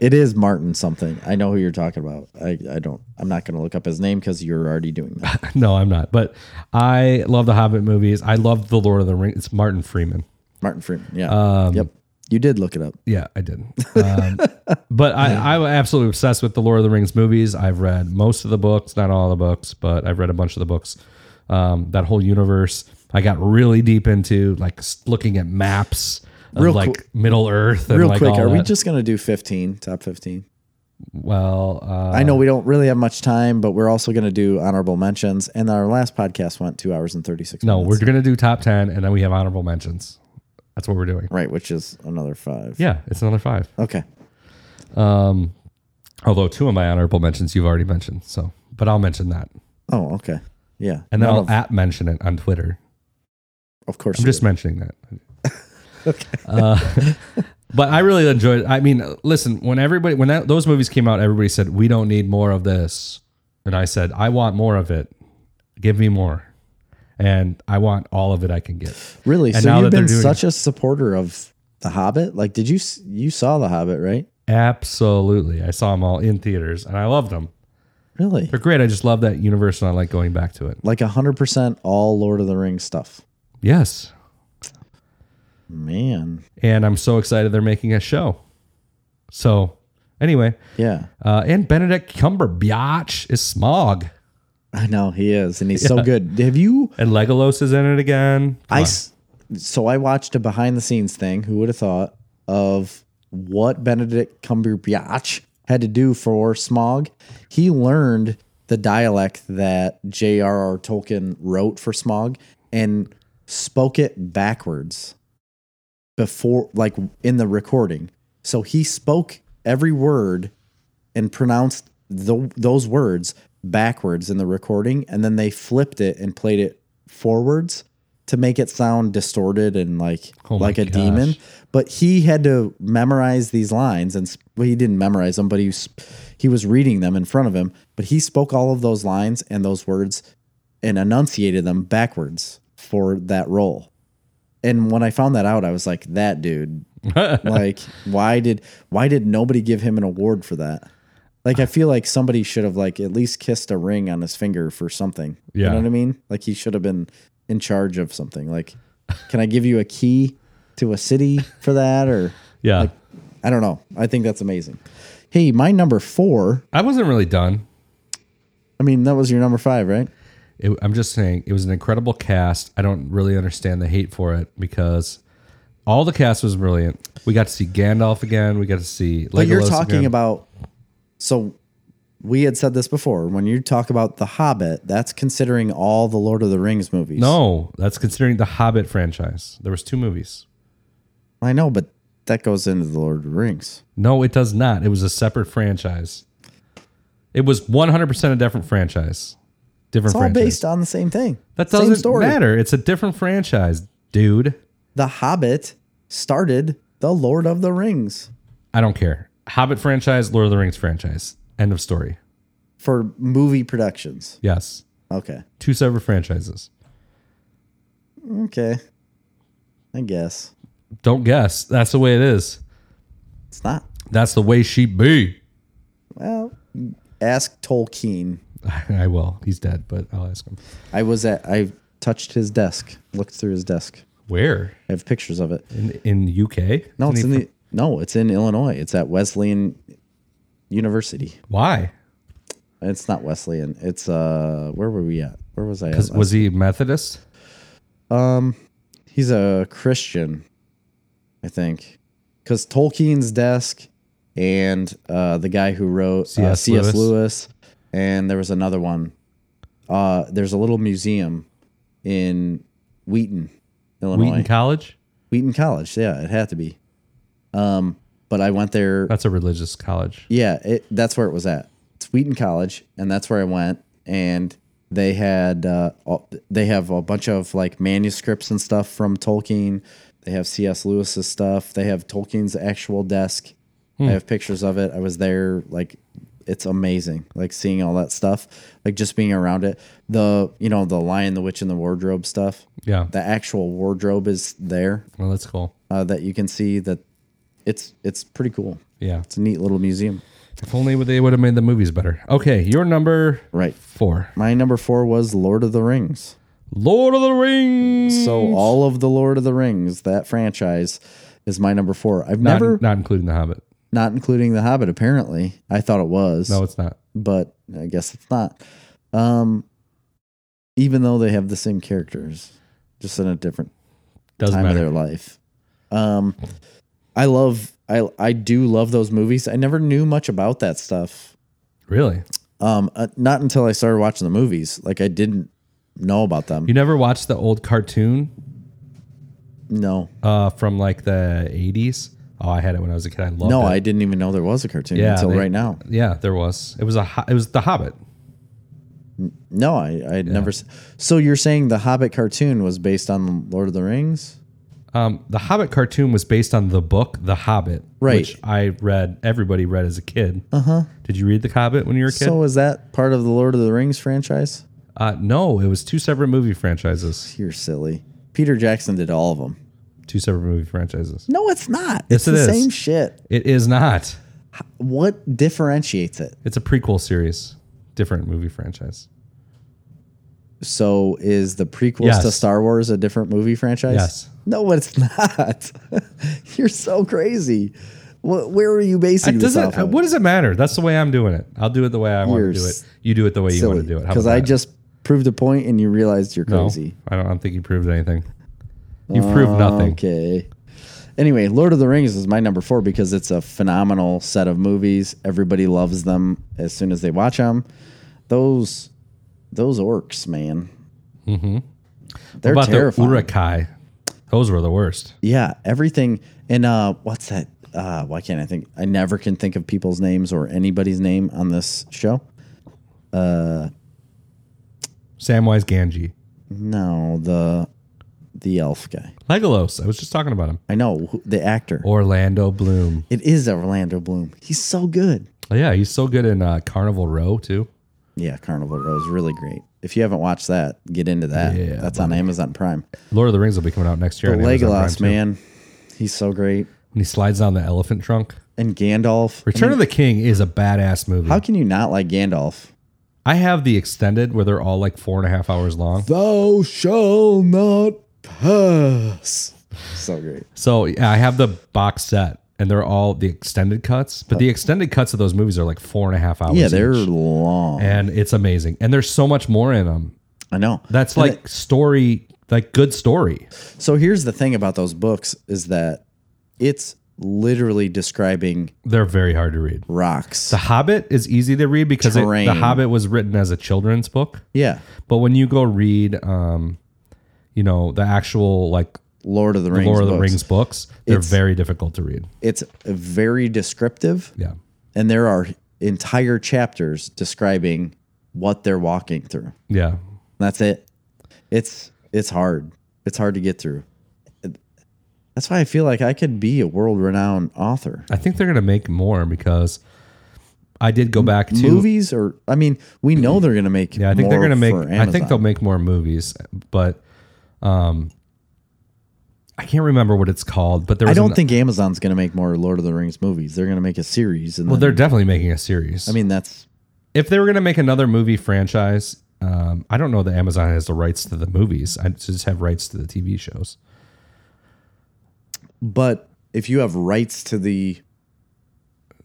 [SPEAKER 2] it is Martin something. I know who you're talking about. I, I don't. I'm not going to look up his name because you're already doing that.
[SPEAKER 1] (laughs) No, I'm not. But I love the Hobbit movies. I love the Lord of the Rings. It's Martin Freeman.
[SPEAKER 2] Martin Freeman. Yeah.
[SPEAKER 1] Um,
[SPEAKER 2] yep. You did look it up.
[SPEAKER 1] Yeah, I did.
[SPEAKER 2] (laughs)
[SPEAKER 1] Um, but I, I'm absolutely obsessed with the Lord of the Rings movies. I've read most of the books, not all the books, but I've read a bunch of the books. Um, that whole universe, I got really deep into, like s- looking at maps of
[SPEAKER 2] Real
[SPEAKER 1] like
[SPEAKER 2] qu-
[SPEAKER 1] Middle Earth. And
[SPEAKER 2] Real
[SPEAKER 1] like
[SPEAKER 2] quick,
[SPEAKER 1] all
[SPEAKER 2] are we
[SPEAKER 1] that.
[SPEAKER 2] just going to do 15 top 15?
[SPEAKER 1] Well, uh,
[SPEAKER 2] I know we don't really have much time, but we're also going to do honorable mentions. And our last podcast went two hours and 36
[SPEAKER 1] no, we're
[SPEAKER 2] minutes.
[SPEAKER 1] gonna do top ten, and then we have honorable mentions. That's what we're doing.
[SPEAKER 2] right, which is another five.
[SPEAKER 1] Yeah, it's another five.
[SPEAKER 2] Okay.
[SPEAKER 1] Although two of my honorable mentions you've already mentioned, so but I'll mention that,
[SPEAKER 2] Oh, okay. Yeah.
[SPEAKER 1] and then
[SPEAKER 2] None
[SPEAKER 1] I'll
[SPEAKER 2] of,
[SPEAKER 1] at mention it on Twitter.
[SPEAKER 2] of course.
[SPEAKER 1] I'm
[SPEAKER 2] you
[SPEAKER 1] just mentioning (laughs) that. Uh, (laughs) but I really enjoyed. I mean, listen, when everybody when that, those movies came out, everybody said we don't need more of this, and I said I want more of it. Give me more, and I want all of it I can get.
[SPEAKER 2] did. really.
[SPEAKER 1] and
[SPEAKER 2] So
[SPEAKER 1] now
[SPEAKER 2] you've
[SPEAKER 1] that they're
[SPEAKER 2] been
[SPEAKER 1] doing-
[SPEAKER 2] such a supporter of The Hobbit. Like, did you s- you saw The Hobbit, right?
[SPEAKER 1] Absolutely, I saw them all in theaters, and I loved them.
[SPEAKER 2] Really?
[SPEAKER 1] They're great. I just love that universe, and I like going back to it.
[SPEAKER 2] Like hundred percent all Lord of the Rings stuff.
[SPEAKER 1] Yes,
[SPEAKER 2] Man.
[SPEAKER 1] and I'm so excited they're making a show. So, anyway,
[SPEAKER 2] Yeah.
[SPEAKER 1] uh, and Benedict Cumberbatch is Smog,
[SPEAKER 2] I know he is, and he's so good. Have you?
[SPEAKER 1] and Legolas is in it again.
[SPEAKER 2] I s- so I watched a behind the scenes thing. Who would have thought of what Benedict Cumberbatch had to do for Smog? He learned the dialect that J.R.R. Tolkien wrote for Smog and spoke it backwards before, like in the recording. So he spoke every word and pronounced tho- those words backwards in the recording, and then they flipped it and played it forwards to make it sound distorted and like
[SPEAKER 1] Oh my
[SPEAKER 2] like a
[SPEAKER 1] gosh.
[SPEAKER 2] demon. But he had to memorize these lines, and s- well, he didn't memorize them, but he was, he was reading them in front of him. But he spoke all of those lines and those words and enunciated them backwards for that role. And when I found that out, I was like, that dude, like, why did why did nobody give him an award for that? Like, I feel like somebody should have like at least kissed a ring on his finger for something. You
[SPEAKER 1] Yeah.
[SPEAKER 2] know what I mean? Like he should have been in charge of something. Like, can I give you a key to a city for that? Or
[SPEAKER 1] Yeah.
[SPEAKER 2] I don't know. I think that's amazing. Hey, my number four.
[SPEAKER 1] I wasn't really done.
[SPEAKER 2] I mean, that was your number five, right?
[SPEAKER 1] It, I'm just saying it was an incredible cast. I don't really understand the hate for it because all the cast was brilliant. We got to see Gandalf again. We got to see. Legolas
[SPEAKER 2] But you're talking
[SPEAKER 1] again.
[SPEAKER 2] about. So we had said this before. When you talk about The Hobbit, that's considering all the Lord of the Rings movies.
[SPEAKER 1] No, that's considering the Hobbit franchise. There was two movies.
[SPEAKER 2] I know, but that goes into the Lord of the Rings.
[SPEAKER 1] No, it does not. It was a separate franchise. It was 100% a different franchise. Different
[SPEAKER 2] It's all
[SPEAKER 1] franchise.
[SPEAKER 2] based on the same thing.
[SPEAKER 1] that
[SPEAKER 2] Same
[SPEAKER 1] doesn't matter. It's a different franchise, dude.
[SPEAKER 2] The Hobbit started the Lord of the Rings
[SPEAKER 1] I don't care. Hobbit franchise, Lord of the Rings franchise. End of story.
[SPEAKER 2] for movie productions.
[SPEAKER 1] Yes.
[SPEAKER 2] Okay.
[SPEAKER 1] Two separate franchises.
[SPEAKER 2] Okay. I guess
[SPEAKER 1] Don't guess. That's the way it is.
[SPEAKER 2] it's not.
[SPEAKER 1] That's the way she be. (laughs)
[SPEAKER 2] Well, ask Tolkien.
[SPEAKER 1] I will. He's dead, but I'll ask him.
[SPEAKER 2] I was at. I touched his desk. Looked through his desk.
[SPEAKER 1] Where?
[SPEAKER 2] I have pictures of it.
[SPEAKER 1] In in the UK? Isn't
[SPEAKER 2] No, it's
[SPEAKER 1] he
[SPEAKER 2] in
[SPEAKER 1] fr-
[SPEAKER 2] the no, it's in Illinois. It's at Wesleyan University.
[SPEAKER 1] Why?
[SPEAKER 2] It's not Wesleyan. It's uh, where were we at? Where was I? At? last-
[SPEAKER 1] Was he Methodist?
[SPEAKER 2] Um, he's a Christian, I think, because Tolkien's desk and uh, the guy who wrote C.S. Uh,
[SPEAKER 1] C.S.
[SPEAKER 2] C.S.
[SPEAKER 1] Lewis.
[SPEAKER 2] Lewis. and there was another one. Uh, there's a little museum in Wheaton, Illinois.
[SPEAKER 1] Wheaton College?
[SPEAKER 2] Wheaton College. Yeah, it had to be. Um, but I went there.
[SPEAKER 1] That's a religious college.
[SPEAKER 2] Yeah, it, that's where it was at. It's Wheaton College, and that's where I went. And they had uh, all- they have a bunch of like manuscripts and stuff from Tolkien. They have C.S. Lewis's stuff. They have Tolkien's actual desk. I have pictures of it. I was there. Like, it's amazing. Like seeing all that stuff. Like just being around it. The you know the Lion, the Witch, and the Wardrobe stuff.
[SPEAKER 1] Yeah.
[SPEAKER 2] The actual wardrobe is there
[SPEAKER 1] Well, that's cool.
[SPEAKER 2] uh, that you can see. That it's it's pretty cool.
[SPEAKER 1] Yeah.
[SPEAKER 2] It's a neat little museum.
[SPEAKER 1] If only they would have made the movies better. Okay, your number
[SPEAKER 2] Right.
[SPEAKER 1] four.
[SPEAKER 2] My number four was Lord of the Rings.
[SPEAKER 1] Lord of the Rings.
[SPEAKER 2] So uh, all of the Lord of the Rings, that franchise, is my number four. I've
[SPEAKER 1] not,
[SPEAKER 2] never,
[SPEAKER 1] not including the Hobbit.
[SPEAKER 2] not including The Hobbit. Apparently, I thought it was,
[SPEAKER 1] No, it's not.
[SPEAKER 2] but I guess it's not. Um, even though they have the same characters, just in a different
[SPEAKER 1] Doesn't
[SPEAKER 2] time of
[SPEAKER 1] matter.
[SPEAKER 2] their life. Um, I love, I I do love those movies. I never knew much about that stuff
[SPEAKER 1] Really?
[SPEAKER 2] Um, uh, not until I started watching the movies. Like I didn't know about them.
[SPEAKER 1] You never watched the old cartoon
[SPEAKER 2] no,
[SPEAKER 1] uh, from like the eighties? Oh, I had it when I was a kid. I loved
[SPEAKER 2] no,
[SPEAKER 1] it.
[SPEAKER 2] I didn't even know there was a cartoon
[SPEAKER 1] Yeah,
[SPEAKER 2] until
[SPEAKER 1] they-
[SPEAKER 2] right now.
[SPEAKER 1] yeah, there was. It was a. ho- It was the Hobbit.
[SPEAKER 2] No, I I had never. s- So you're saying the Hobbit cartoon was based on Lord of the Rings?
[SPEAKER 1] Um, the Hobbit cartoon was based on the book The Hobbit,
[SPEAKER 2] Right. Uh-huh.
[SPEAKER 1] Which I read. Everybody read as a kid. Uh huh. Did you read The Hobbit when you were a kid?
[SPEAKER 2] So is that part of the Lord of the Rings franchise?
[SPEAKER 1] uh, no, it was two separate movie franchises.
[SPEAKER 2] You're silly. Peter Jackson did all of them.
[SPEAKER 1] Two separate movie franchises.
[SPEAKER 2] No, it's not.
[SPEAKER 1] Yes,
[SPEAKER 2] it's the
[SPEAKER 1] it is.
[SPEAKER 2] same shit.
[SPEAKER 1] It is not.
[SPEAKER 2] What differentiates it?
[SPEAKER 1] It's a prequel series, different movie franchise.
[SPEAKER 2] So is the prequels
[SPEAKER 1] Yes.
[SPEAKER 2] to Star Wars a different movie franchise?
[SPEAKER 1] Yes.
[SPEAKER 2] No, it's (laughs) not. You're so crazy. What, where are you basing this
[SPEAKER 1] Doesn't
[SPEAKER 2] off of?
[SPEAKER 1] what does it matter? That's the way I'm doing it. I'll do it the way I want
[SPEAKER 2] You're
[SPEAKER 1] to do it.
[SPEAKER 2] s-
[SPEAKER 1] You do it the way you want
[SPEAKER 2] Silly.
[SPEAKER 1] to do it. How
[SPEAKER 2] Because
[SPEAKER 1] about
[SPEAKER 2] I
[SPEAKER 1] that?
[SPEAKER 2] just proved a point and you realized you're
[SPEAKER 1] no,
[SPEAKER 2] crazy.
[SPEAKER 1] I don't, I don't think you proved anything. You've proved nothing.
[SPEAKER 2] Um, Okay. Anyway, Lord of the Rings is my number four because it's a phenomenal set of movies. Everybody loves them as soon as they watch them. Those, those orcs, man. Mm-hmm. They're
[SPEAKER 1] What about
[SPEAKER 2] terrifying.
[SPEAKER 1] the Urukai? Those were the worst.
[SPEAKER 2] Yeah, everything. And uh, what's that? Uh, why can't I think? I never can think of people's names or anybody's name on this show.
[SPEAKER 1] Samwise Ganji.
[SPEAKER 2] No, the the elf guy.
[SPEAKER 1] Legolas. I was just talking about him.
[SPEAKER 2] I know who- the actor.
[SPEAKER 1] Oh. Orlando Bloom.
[SPEAKER 2] It is Orlando Bloom. He's so good.
[SPEAKER 1] Oh, yeah, he's so good in uh, Carnival Row too.
[SPEAKER 2] Yeah, Carnival Row is really great. If you haven't watched that, get into that.
[SPEAKER 1] Yeah,
[SPEAKER 2] That's on Amazon Prime.
[SPEAKER 1] Lord of the Rings will be coming out next year.
[SPEAKER 2] But
[SPEAKER 1] on Amazon Prime,
[SPEAKER 2] Legolas,
[SPEAKER 1] too.
[SPEAKER 2] man, he's so great.
[SPEAKER 1] when he slides down the elephant trunk.
[SPEAKER 2] And Gandalf.
[SPEAKER 1] Return of the King is a badass movie.
[SPEAKER 2] How can you not like Gandalf?
[SPEAKER 1] I have the extended where they're all like four and a half hours long.
[SPEAKER 2] Thou shall not pass. So great.
[SPEAKER 1] So yeah, I have the box set, and they're all the extended cuts. But the extended cuts of those movies are like four and a half hours.
[SPEAKER 2] Yeah, they're
[SPEAKER 1] each.
[SPEAKER 2] long.
[SPEAKER 1] and it's amazing. And there's so much more in them.
[SPEAKER 2] I know.
[SPEAKER 1] That's like story, like good story.
[SPEAKER 2] So here's the thing about those books is that it's literally describing
[SPEAKER 1] They're very hard to read.
[SPEAKER 2] rocks.
[SPEAKER 1] The Hobbit is easy to read because it,
[SPEAKER 2] Terrain.
[SPEAKER 1] the Hobbit was written as a children's book.
[SPEAKER 2] yeah.
[SPEAKER 1] But when you go read, um, you know, the actual like
[SPEAKER 2] Lord of the Rings.
[SPEAKER 1] Lord of the
[SPEAKER 2] books.
[SPEAKER 1] Rings books, they're very difficult to read.
[SPEAKER 2] It's very descriptive.
[SPEAKER 1] Yeah.
[SPEAKER 2] and there are entire chapters describing what they're walking through.
[SPEAKER 1] Yeah.
[SPEAKER 2] That's it. It's it's hard. It's hard to get through. That's why I feel like I could be a world-renowned author.
[SPEAKER 1] I think they're going to make more because I did go back to.
[SPEAKER 2] Movies or I mean, we know they're going to make
[SPEAKER 1] Yeah, I think they're
[SPEAKER 2] more
[SPEAKER 1] gonna make.
[SPEAKER 2] for
[SPEAKER 1] I think
[SPEAKER 2] Amazon.
[SPEAKER 1] they'll make more movies, but um, I can't remember what it's called. But there, was
[SPEAKER 2] I don't
[SPEAKER 1] an-
[SPEAKER 2] think Amazon's going to make more Lord of the Rings movies. They're going to make a series and
[SPEAKER 1] Well,
[SPEAKER 2] then,
[SPEAKER 1] they're definitely making a series.
[SPEAKER 2] I mean that's
[SPEAKER 1] if they were gonna make another movie franchise, um, I don't know that Amazon has the rights to the movies. I just have rights to the TV shows.
[SPEAKER 2] but if you have rights to the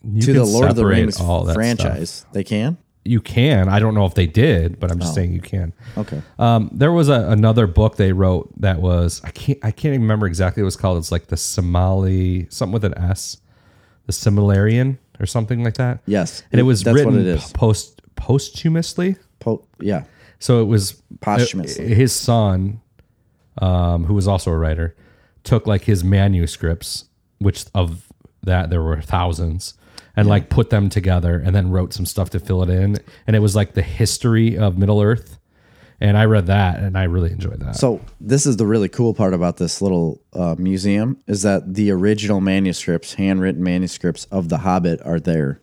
[SPEAKER 1] You
[SPEAKER 2] to
[SPEAKER 1] can
[SPEAKER 2] the Lord of the
[SPEAKER 1] separate
[SPEAKER 2] Rings
[SPEAKER 1] that
[SPEAKER 2] franchise,
[SPEAKER 1] stuff.
[SPEAKER 2] they can?
[SPEAKER 1] You can. I don't know if they did, but I'm
[SPEAKER 2] Oh.
[SPEAKER 1] just saying you can.
[SPEAKER 2] Okay.
[SPEAKER 1] Um, there was a, another book they wrote that was I can't I can't even remember exactly what it's called. It's like the Somali something with an S, the Similarian or something like that.
[SPEAKER 2] Yes.
[SPEAKER 1] and it was
[SPEAKER 2] that's
[SPEAKER 1] written
[SPEAKER 2] what it is.
[SPEAKER 1] post posthumously.
[SPEAKER 2] Po- yeah.
[SPEAKER 1] So it was uh,
[SPEAKER 2] Posthumously.
[SPEAKER 1] His son, um, who was also a writer, took like his manuscripts, which of that there were thousands, and like put them together and then wrote some stuff to fill it in. And it was like the history of Middle Earth. And I read that and I really enjoyed that.
[SPEAKER 2] So this is the really cool part about this little uh, museum is that the original manuscripts, handwritten manuscripts of The Hobbit, are there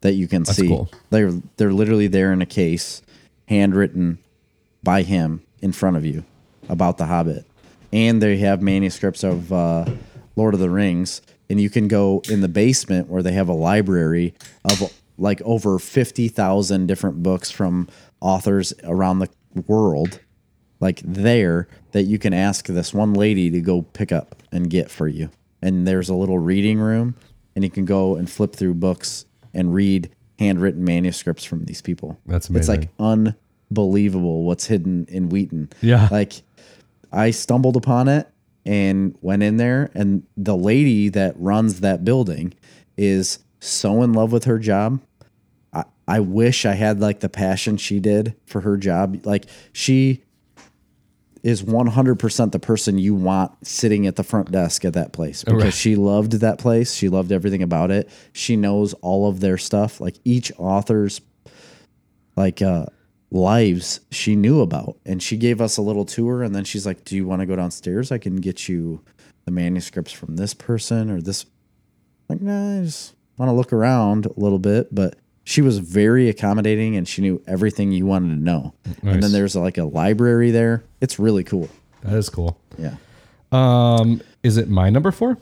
[SPEAKER 2] that you can see.
[SPEAKER 1] cool.
[SPEAKER 2] They're they're literally there in a case, handwritten by him in front of you about The Hobbit, and they have manuscripts of uh, Lord of the Rings, and you can go in the basement where they have a library of like over fifty thousand different books from authors around the world like there that you can ask this one lady to go pick up and get for you. And there's a little reading room, and you can go and flip through books and read handwritten manuscripts from these people.
[SPEAKER 1] That's
[SPEAKER 2] It's like unbelievable what's hidden in Wheaton.
[SPEAKER 1] Yeah.
[SPEAKER 2] Like I stumbled upon it and went in there, and the lady that runs that building is so in love with her job. I, I wish I had like the passion she did for her job. Like she is 100% the person you want sitting at the front desk at that place because she loved that place. She loved everything about it. She knows all of their stuff. Like each author's like uh lives she knew about and she gave us a little tour and then she's like, "Do you want to go downstairs? I can get you the manuscripts from this person or this like, nah, I just want to look around a little bit. But she was very accommodating and she knew everything you wanted to know. And
[SPEAKER 1] Nice.
[SPEAKER 2] then there's like a library there. It's really cool.
[SPEAKER 1] that is cool.
[SPEAKER 2] Yeah,
[SPEAKER 1] Um, is it my number four?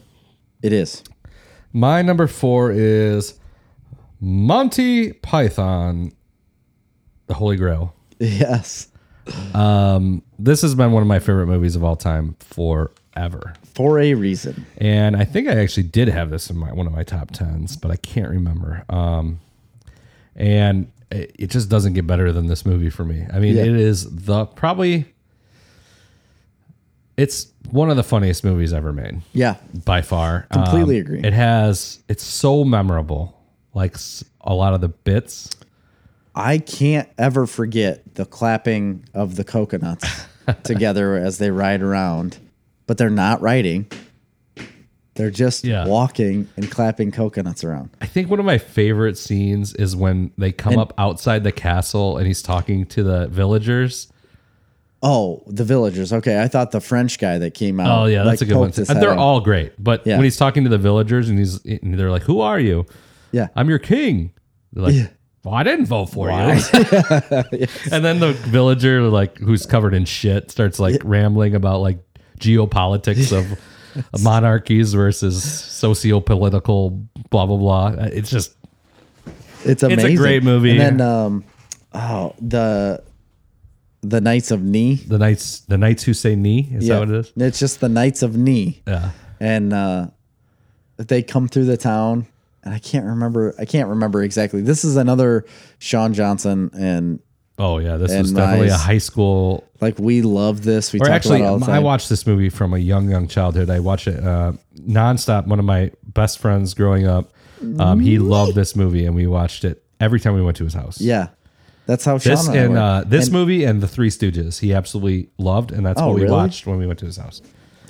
[SPEAKER 2] it is. (laughs)
[SPEAKER 1] My number four is Monty Python, The Holy Grail.
[SPEAKER 2] Yes.
[SPEAKER 1] This has been one of my favorite movies of all time forever.
[SPEAKER 2] For a reason.
[SPEAKER 1] And I think I actually did have this in my one of my top tens, but I can't remember. Um, and it, it just doesn't get better than this movie for me. I mean, it is the probably it's one of the funniest movies ever made
[SPEAKER 2] Yeah.
[SPEAKER 1] by far. Um,
[SPEAKER 2] Completely agree.
[SPEAKER 1] It has it's so memorable, like s- a lot of the bits.
[SPEAKER 2] I can't ever forget the clapping of the coconuts
[SPEAKER 1] (laughs)
[SPEAKER 2] together as they ride around, but they're not riding. They're just
[SPEAKER 1] Yeah.
[SPEAKER 2] walking and clapping coconuts around.
[SPEAKER 1] I think one of my favorite scenes is when they come up outside the castle and he's talking to the villagers.
[SPEAKER 2] Oh, the villagers. Okay, I thought the French guy that came out.
[SPEAKER 1] Oh yeah, that's
[SPEAKER 2] like,
[SPEAKER 1] a good one.
[SPEAKER 2] poked his
[SPEAKER 1] And
[SPEAKER 2] head
[SPEAKER 1] they're
[SPEAKER 2] out.
[SPEAKER 1] all great, but
[SPEAKER 2] Yeah.
[SPEAKER 1] when he's talking to the villagers and he's and they're like, "Who are you?"
[SPEAKER 2] yeah.
[SPEAKER 1] I'm your king. They're like, Well, I didn't vote for (laughs)
[SPEAKER 2] (laughs)
[SPEAKER 1] you. and then the villager, like who's covered in shit, starts like rambling about like geopolitics of
[SPEAKER 2] (laughs)
[SPEAKER 1] monarchies versus socio-political blah blah blah. It's just
[SPEAKER 2] It's amazing.
[SPEAKER 1] great movie.
[SPEAKER 2] And then um, oh the the Knights of Knee.
[SPEAKER 1] the knights, the knights who say knee. Is that what it is?
[SPEAKER 2] It's just the Knights of Knee.
[SPEAKER 1] Yeah.
[SPEAKER 2] and uh, they come through the town. And I can't remember. I can't remember exactly. This is another Sean Johnson, and
[SPEAKER 1] Oh yeah, this was
[SPEAKER 2] And
[SPEAKER 1] definitely a
[SPEAKER 2] nice.
[SPEAKER 1] high school
[SPEAKER 2] like we love this. We
[SPEAKER 1] Or
[SPEAKER 2] talk
[SPEAKER 1] actually,
[SPEAKER 2] about it all the
[SPEAKER 1] I
[SPEAKER 2] time.
[SPEAKER 1] watched this movie from a young, young childhood. I watched it uh, nonstop. One of my best friends growing up, um, he loved this movie, and we watched it every time we went to his house.
[SPEAKER 2] yeah, that's how
[SPEAKER 1] this
[SPEAKER 2] Sean and I
[SPEAKER 1] and
[SPEAKER 2] were.
[SPEAKER 1] uh, this movie and the Three Stooges, he absolutely loved, and that's
[SPEAKER 2] Oh,
[SPEAKER 1] what we
[SPEAKER 2] really?
[SPEAKER 1] watched when we went to his house.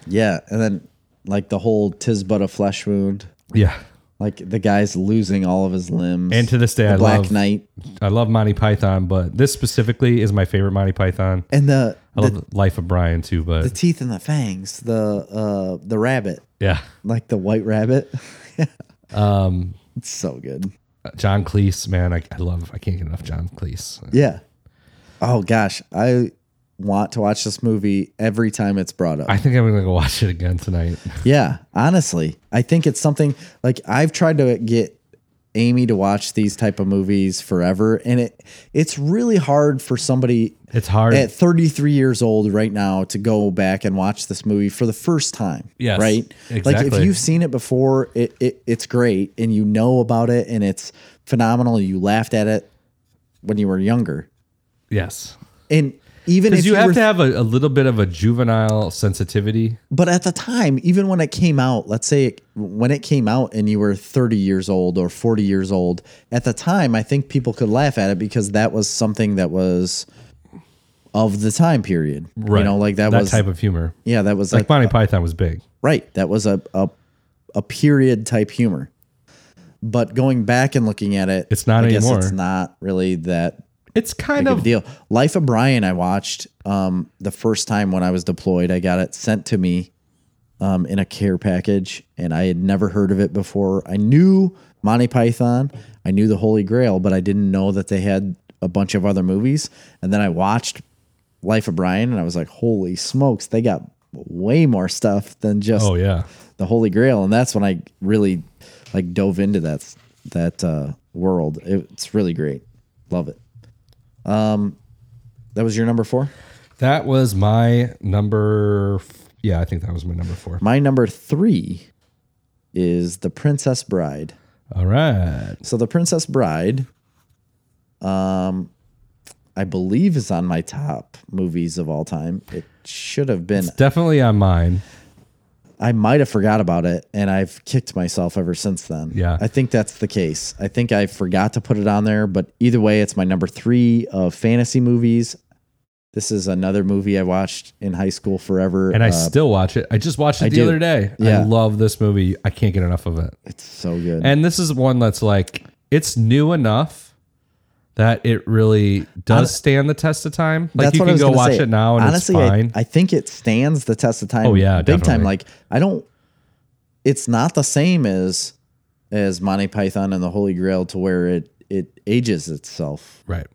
[SPEAKER 2] yeah, and then like the whole tis but a flesh wound.
[SPEAKER 1] Yeah,
[SPEAKER 2] Like the guy's losing all of his limbs.
[SPEAKER 1] and to this day, I
[SPEAKER 2] Black
[SPEAKER 1] love
[SPEAKER 2] Knight
[SPEAKER 1] I love Monty Python, but this specifically is my favorite Monty Python.
[SPEAKER 2] and the
[SPEAKER 1] I
[SPEAKER 2] the,
[SPEAKER 1] love Life of Brian too,
[SPEAKER 2] the
[SPEAKER 1] but
[SPEAKER 2] teeth and the fangs. The uh the rabbit,
[SPEAKER 1] yeah,
[SPEAKER 2] like the white rabbit. (laughs) um,
[SPEAKER 1] Um,
[SPEAKER 2] it's so good.
[SPEAKER 1] John Cleese, man, I, I love. I can't get enough John Cleese.
[SPEAKER 2] Yeah. Oh gosh, I want to watch this movie every time it's brought up.
[SPEAKER 1] I think I'm gonna go watch it again tonight.
[SPEAKER 2] yeah, honestly, I think it's something like I've tried to get Amy to watch these type of movies forever and it it's really hard for somebody
[SPEAKER 1] It's hard.
[SPEAKER 2] at 33 years old right now to go back and watch this movie for the first time.
[SPEAKER 1] Yes,
[SPEAKER 2] Right. Like if
[SPEAKER 1] exactly.
[SPEAKER 2] you've seen it before, it, it it's great and you know about it and it's phenomenal. You laughed at it when you were younger.
[SPEAKER 1] yes.
[SPEAKER 2] And even if
[SPEAKER 1] Because you have
[SPEAKER 2] were
[SPEAKER 1] to have a, a little bit of a juvenile sensitivity.
[SPEAKER 2] but at the time, even when it came out, let's say it, when it came out and you were 30 years old or 40 years old, at the time, I think people could laugh at it because that was something that was of the time period. You know, like that, was, Uh,
[SPEAKER 1] type of humor.
[SPEAKER 2] yeah, that was
[SPEAKER 1] Like
[SPEAKER 2] like,
[SPEAKER 1] Monty Python was big.
[SPEAKER 2] right. That was a, a, a period type humor. But going back and looking at it,
[SPEAKER 1] It's not
[SPEAKER 2] I guess
[SPEAKER 1] anymore.
[SPEAKER 2] it's not really that
[SPEAKER 1] It's kind
[SPEAKER 2] big of a
[SPEAKER 1] of
[SPEAKER 2] deal. Life of Brian, I watched um, the first time when I was deployed. I got it sent to me um, in a care package, and I had never heard of it before. I knew Monty Python, I knew the Holy Grail, but I didn't know that they had a bunch of other movies. And then I watched Life of Brian, and I was like, "Holy smokes, they got way more stuff than just
[SPEAKER 1] oh yeah.
[SPEAKER 2] the Holy Grail." And that's when I really like dove into that that uh, world. It- it's really great. Love it. Um, That was your number four.
[SPEAKER 1] That was my number. f- Yeah, I think that was my number four.
[SPEAKER 2] My number three is The Princess Bride.
[SPEAKER 1] All right.
[SPEAKER 2] So The Princess Bride, um, I believe is on my top movies of all time. It should have been.
[SPEAKER 1] Definitely on mine.
[SPEAKER 2] I might have forgot about it, and I've kicked myself ever since then.
[SPEAKER 1] Yeah.
[SPEAKER 2] I think that's the case. I think I forgot to put it on there, but either way, it's my number three of fantasy movies. This is another movie I watched in high school forever.
[SPEAKER 1] And I
[SPEAKER 2] Uh,
[SPEAKER 1] still watch it. I just watched it the
[SPEAKER 2] do.
[SPEAKER 1] other day. I
[SPEAKER 2] Yeah.
[SPEAKER 1] love this movie. I can't get enough of it.
[SPEAKER 2] it's so good.
[SPEAKER 1] And this is one that's like, it's new enough that it really does stand the test of time. Like you
[SPEAKER 2] what I
[SPEAKER 1] can
[SPEAKER 2] was
[SPEAKER 1] go
[SPEAKER 2] gonna
[SPEAKER 1] watch
[SPEAKER 2] say.
[SPEAKER 1] it now and
[SPEAKER 2] Honestly,
[SPEAKER 1] it's
[SPEAKER 2] I-
[SPEAKER 1] fine.
[SPEAKER 2] I, think it stands the test of time.
[SPEAKER 1] Oh, yeah,
[SPEAKER 2] big time.
[SPEAKER 1] definitely.
[SPEAKER 2] Like I don't. It's not the same as as Monty Python and the Holy Grail to where it it ages itself
[SPEAKER 1] right.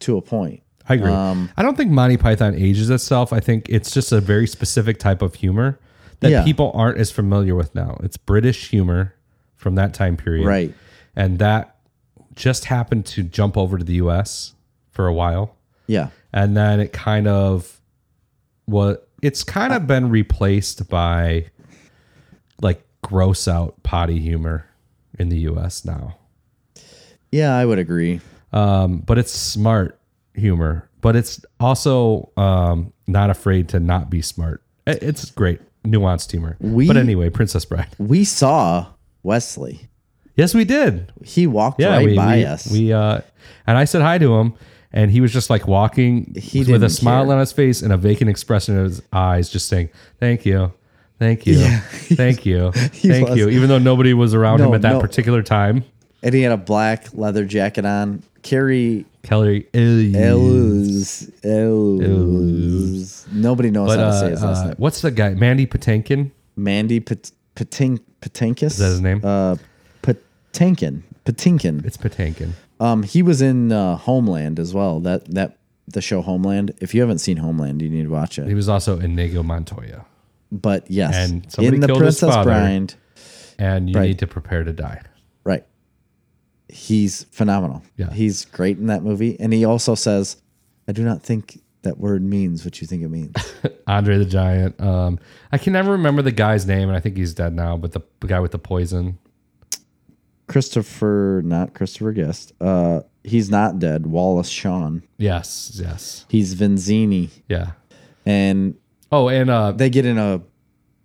[SPEAKER 2] to a point.
[SPEAKER 1] I agree.
[SPEAKER 2] Um,
[SPEAKER 1] I don't think Monty Python ages itself. I think it's just a very specific type of humor that
[SPEAKER 2] Yeah.
[SPEAKER 1] people aren't as familiar with now. It's British humor from that time period.
[SPEAKER 2] Right.
[SPEAKER 1] And that just happened to jump over to the US for a while.
[SPEAKER 2] Yeah.
[SPEAKER 1] And then it kind of what it's kind of been replaced by like gross out potty humor in the US now.
[SPEAKER 2] Yeah, I would agree.
[SPEAKER 1] um, but it's smart humor. But it's also um, not afraid to not be smart. I- It's great nuanced humor.
[SPEAKER 2] We-
[SPEAKER 1] but anyway, Princess Bride.
[SPEAKER 2] We saw Wesley.
[SPEAKER 1] Yes, we did.
[SPEAKER 2] He walked
[SPEAKER 1] Yeah,
[SPEAKER 2] right
[SPEAKER 1] we,
[SPEAKER 2] by
[SPEAKER 1] we,
[SPEAKER 2] us.
[SPEAKER 1] we uh, and I said hi to him, and he was just like walking
[SPEAKER 2] He
[SPEAKER 1] with a
[SPEAKER 2] didn't
[SPEAKER 1] smile
[SPEAKER 2] care.
[SPEAKER 1] on his face and a vacant expression in his eyes, just saying thank you. Thank you.
[SPEAKER 2] (laughs)
[SPEAKER 1] Thank you. Thank
[SPEAKER 2] was-
[SPEAKER 1] you. Even though nobody was around
[SPEAKER 2] No,
[SPEAKER 1] him at that
[SPEAKER 2] no.
[SPEAKER 1] particular time.
[SPEAKER 2] and he had a black leather jacket on. Carrie
[SPEAKER 1] Kelly Ellie.
[SPEAKER 2] Ells. Ells. Nobody knows
[SPEAKER 1] But,
[SPEAKER 2] how to
[SPEAKER 1] uh,
[SPEAKER 2] say his last
[SPEAKER 1] uh,
[SPEAKER 2] name.
[SPEAKER 1] what's the guy? Mandy Patinkin?
[SPEAKER 2] Mandy Pat- Patink Patinkus. Is
[SPEAKER 1] that his name?
[SPEAKER 2] Uh, Patinkin. Patinkin.
[SPEAKER 1] It's Patinkin.
[SPEAKER 2] Um, he was in uh, Homeland as well. That that the show Homeland. If you haven't seen Homeland, you need to watch
[SPEAKER 1] He
[SPEAKER 2] it.
[SPEAKER 1] was also Inigo Montoya.
[SPEAKER 2] But yes,
[SPEAKER 1] And somebody
[SPEAKER 2] in the
[SPEAKER 1] killed his
[SPEAKER 2] Princess
[SPEAKER 1] father.
[SPEAKER 2] Bride,
[SPEAKER 1] And you
[SPEAKER 2] Right.
[SPEAKER 1] need to prepare to die.
[SPEAKER 2] right? He's phenomenal.
[SPEAKER 1] Yeah.
[SPEAKER 2] he's great in that movie, and he also says, "I do not think that word means what you think it means." (laughs)
[SPEAKER 1] Andre the Giant. Um, I can never remember the guy's name, and I think he's dead now. But the, the guy with the poison.
[SPEAKER 2] Christopher, not Christopher Guest. Uh, he's not dead. Wallace Shawn.
[SPEAKER 1] Yes, yes,
[SPEAKER 2] He's Vinzini,
[SPEAKER 1] yeah.
[SPEAKER 2] and
[SPEAKER 1] Oh, and uh,
[SPEAKER 2] they get in a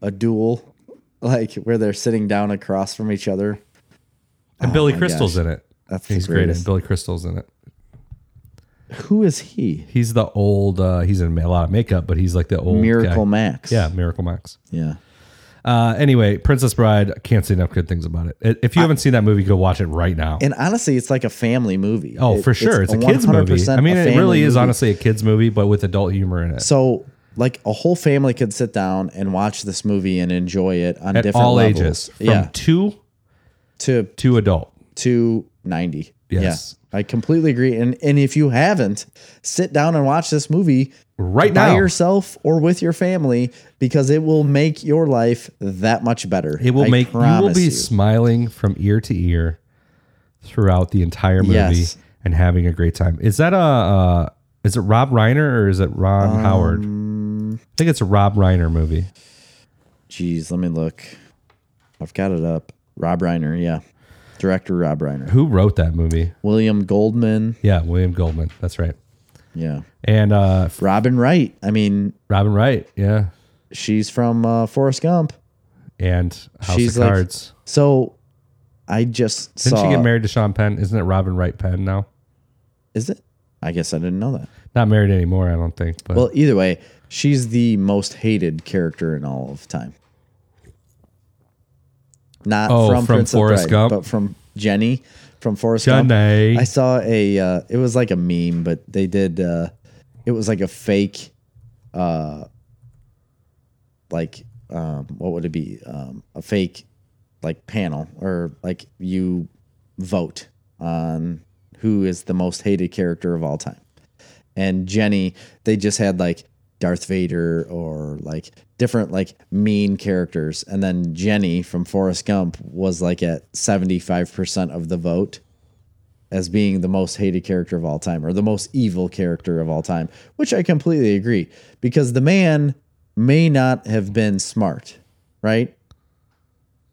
[SPEAKER 2] a duel, (laughs) like where they're sitting down across from each other.
[SPEAKER 1] and Billy
[SPEAKER 2] oh my
[SPEAKER 1] Crystal's in it.
[SPEAKER 2] That's the
[SPEAKER 1] He's great. And
[SPEAKER 2] greatest.
[SPEAKER 1] Billy Crystal's in it.
[SPEAKER 2] Who is he?
[SPEAKER 1] He's the old. Uh, he's in a lot of makeup, but he's like the old
[SPEAKER 2] Miracle
[SPEAKER 1] guy.
[SPEAKER 2] Max.
[SPEAKER 1] Yeah, Miracle Max.
[SPEAKER 2] yeah.
[SPEAKER 1] Uh, anyway, Princess Bride. Can't say enough good things about it. I- If you haven't seen that movie, go watch it right now.
[SPEAKER 2] And honestly, it's like a family movie.
[SPEAKER 1] oh,
[SPEAKER 2] It-
[SPEAKER 1] for sure, it's, a kids
[SPEAKER 2] 100%
[SPEAKER 1] movie. I mean,
[SPEAKER 2] a
[SPEAKER 1] it
[SPEAKER 2] family
[SPEAKER 1] really is
[SPEAKER 2] movie.
[SPEAKER 1] honestly a kids movie, but with adult humor in it.
[SPEAKER 2] So, like a whole family could sit down and watch this movie and enjoy it on
[SPEAKER 1] At
[SPEAKER 2] different
[SPEAKER 1] all
[SPEAKER 2] levels.
[SPEAKER 1] ages, from
[SPEAKER 2] yeah,
[SPEAKER 1] two
[SPEAKER 2] to
[SPEAKER 1] to adult.
[SPEAKER 2] to ninety.
[SPEAKER 1] Yes.
[SPEAKER 2] Yeah, I completely agree. And and if you haven't, sit down and watch this movie
[SPEAKER 1] Right
[SPEAKER 2] by
[SPEAKER 1] now,
[SPEAKER 2] yourself or with your family because it will make your life that much better.
[SPEAKER 1] It will
[SPEAKER 2] I
[SPEAKER 1] make you will
[SPEAKER 2] promise
[SPEAKER 1] be smiling from ear to ear throughout the entire movie
[SPEAKER 2] Yes.
[SPEAKER 1] and having a great time. Is that a uh, is it Rob Reiner or is it Ron
[SPEAKER 2] Um,
[SPEAKER 1] Howard? I think it's a Rob Reiner movie.
[SPEAKER 2] Jeez, let me look. I've got it up. Rob Reiner, yeah, director Rob Reiner,
[SPEAKER 1] Who wrote that movie?
[SPEAKER 2] William Goldman,
[SPEAKER 1] Yeah, William Goldman. That's right.
[SPEAKER 2] yeah,
[SPEAKER 1] And uh,
[SPEAKER 2] Robin Wright. I mean,
[SPEAKER 1] Robin Wright. Yeah,
[SPEAKER 2] she's from uh, Forrest Gump.
[SPEAKER 1] and House
[SPEAKER 2] She's
[SPEAKER 1] of
[SPEAKER 2] like-
[SPEAKER 1] Cards.
[SPEAKER 2] So I just
[SPEAKER 1] Didn't
[SPEAKER 2] saw.
[SPEAKER 1] she get married to Sean Penn? Isn't it Robin Wright Penn now?
[SPEAKER 2] Is it? I guess I didn't know that.
[SPEAKER 1] Not married anymore, I don't think. But
[SPEAKER 2] Well, either way, she's the most hated character in all of time. Not
[SPEAKER 1] Oh,
[SPEAKER 2] from,
[SPEAKER 1] from
[SPEAKER 2] Prince
[SPEAKER 1] Forrest
[SPEAKER 2] of Bride,
[SPEAKER 1] Gump?
[SPEAKER 2] but from Jenny from Forrest
[SPEAKER 1] Jenny.
[SPEAKER 2] Gump. I saw a uh, it was like a meme, but they did uh, it was like a fake uh like um what would it be? Um a fake like panel or like you vote on who is the most hated character of all time and Jenny, they just had like Darth Vader or like different like mean characters. And then Jenny from Forrest Gump was like at 75% of the vote as being the most hated character of all time or the most evil character of all time, which I completely agree because the man may not have been smart, right?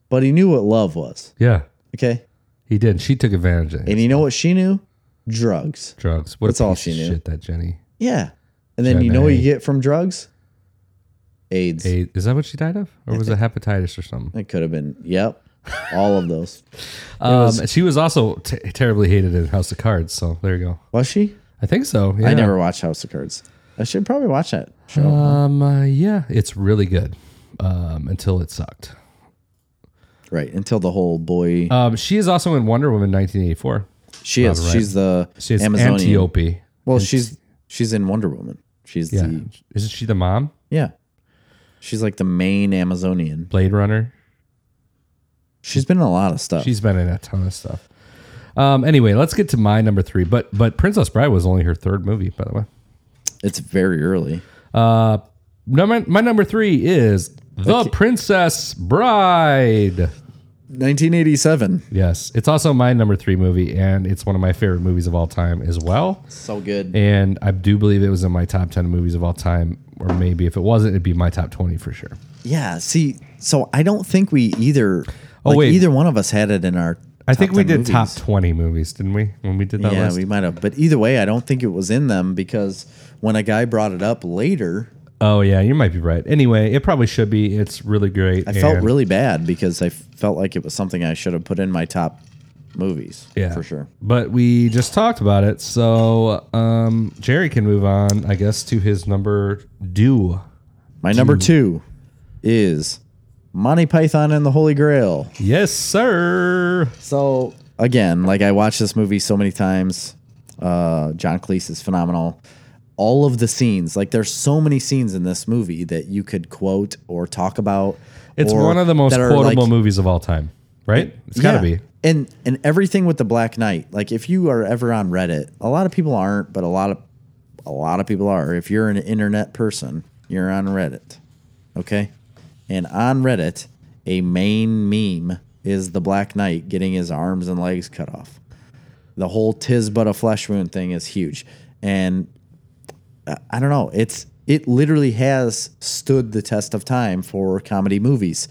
[SPEAKER 2] But he knew what love was,
[SPEAKER 1] yeah,
[SPEAKER 2] okay?
[SPEAKER 1] he did. She took advantage of it.
[SPEAKER 2] And you know what she knew? Drugs.
[SPEAKER 1] drugs. What
[SPEAKER 2] That's
[SPEAKER 1] a
[SPEAKER 2] all
[SPEAKER 1] piece
[SPEAKER 2] she
[SPEAKER 1] of
[SPEAKER 2] knew.
[SPEAKER 1] Shit, that Jenny.
[SPEAKER 2] Yeah. And then you know what you get from drugs? AIDS.
[SPEAKER 1] A- is that what she died of, or was it hepatitis or something?
[SPEAKER 2] It could have been. Yep. All of those. (laughs)
[SPEAKER 1] Um, she was also t- terribly hated in House of Cards. So there you go.
[SPEAKER 2] Was she?
[SPEAKER 1] I think so. Yeah.
[SPEAKER 2] I never watched House of Cards. I should probably watch that show.
[SPEAKER 1] Um, uh, yeah, it's really good. Um, until it sucked.
[SPEAKER 2] right. Until the whole boy.
[SPEAKER 1] Um, she is also in Wonder Woman 1984. uh,
[SPEAKER 2] she is. She's the
[SPEAKER 1] She's
[SPEAKER 2] Amazonian.
[SPEAKER 1] Antiope.
[SPEAKER 2] Well, she's she's in Wonder Woman. She's
[SPEAKER 1] Yeah,
[SPEAKER 2] the
[SPEAKER 1] isn't she the mom?
[SPEAKER 2] yeah. She's like the main Amazonian.
[SPEAKER 1] Blade Runner.
[SPEAKER 2] She's been in a lot of stuff.
[SPEAKER 1] She's been in a ton of stuff. Um, anyway, let's get to my number three. But but Princess Bride was only her third movie, by the way.
[SPEAKER 2] it's very early.
[SPEAKER 1] Uh, number my number three is The Princess Bride.
[SPEAKER 2] 1987.
[SPEAKER 1] Yes, it's also my number three movie, and it's one of my favorite movies of all time as well.
[SPEAKER 2] So good.
[SPEAKER 1] And I do believe it was in my top ten movies of all time, or maybe if it wasn't, it'd be my top twenty for sure.
[SPEAKER 2] Yeah. See, so I don't think we either. Oh
[SPEAKER 1] wait.
[SPEAKER 2] Either one of us had it in our.
[SPEAKER 1] I think we
[SPEAKER 2] 10
[SPEAKER 1] did
[SPEAKER 2] movies.
[SPEAKER 1] top twenty movies, didn't we? When we did that
[SPEAKER 2] Yeah,
[SPEAKER 1] list,
[SPEAKER 2] we might have. But either way, I don't think it was in them because when a guy brought it up later,
[SPEAKER 1] oh yeah, you might be right. Anyway, it probably should be. It's really great.
[SPEAKER 2] I felt really bad because I felt like it was something I should have put in my top movies.
[SPEAKER 1] Yeah.
[SPEAKER 2] for sure.
[SPEAKER 1] but we just talked about it, so um, Jerry can move on, I guess, to his number do.
[SPEAKER 2] My number two is Monty Python and the Holy Grail.
[SPEAKER 1] Yes, sir.
[SPEAKER 2] So again, like I watched this movie so many times. Uh, John Cleese is phenomenal. All of the scenes, like there's so many scenes in this movie that you could quote or talk about.
[SPEAKER 1] It's
[SPEAKER 2] or
[SPEAKER 1] one of the most
[SPEAKER 2] that are,
[SPEAKER 1] quotable
[SPEAKER 2] like,
[SPEAKER 1] movies of all time. right? It's got to
[SPEAKER 2] Yeah.
[SPEAKER 1] be.
[SPEAKER 2] And and everything with the Black Knight, like if you are ever on Reddit, a lot of people aren't, but a lot of a lot of people are. If you're an internet person, you're on Reddit. Okay? And on Reddit, a main meme is the Black Knight getting his arms and legs cut off. The whole tis but a flesh wound thing is huge. And I- I don't know, it's it literally has stood the test of time for comedy movies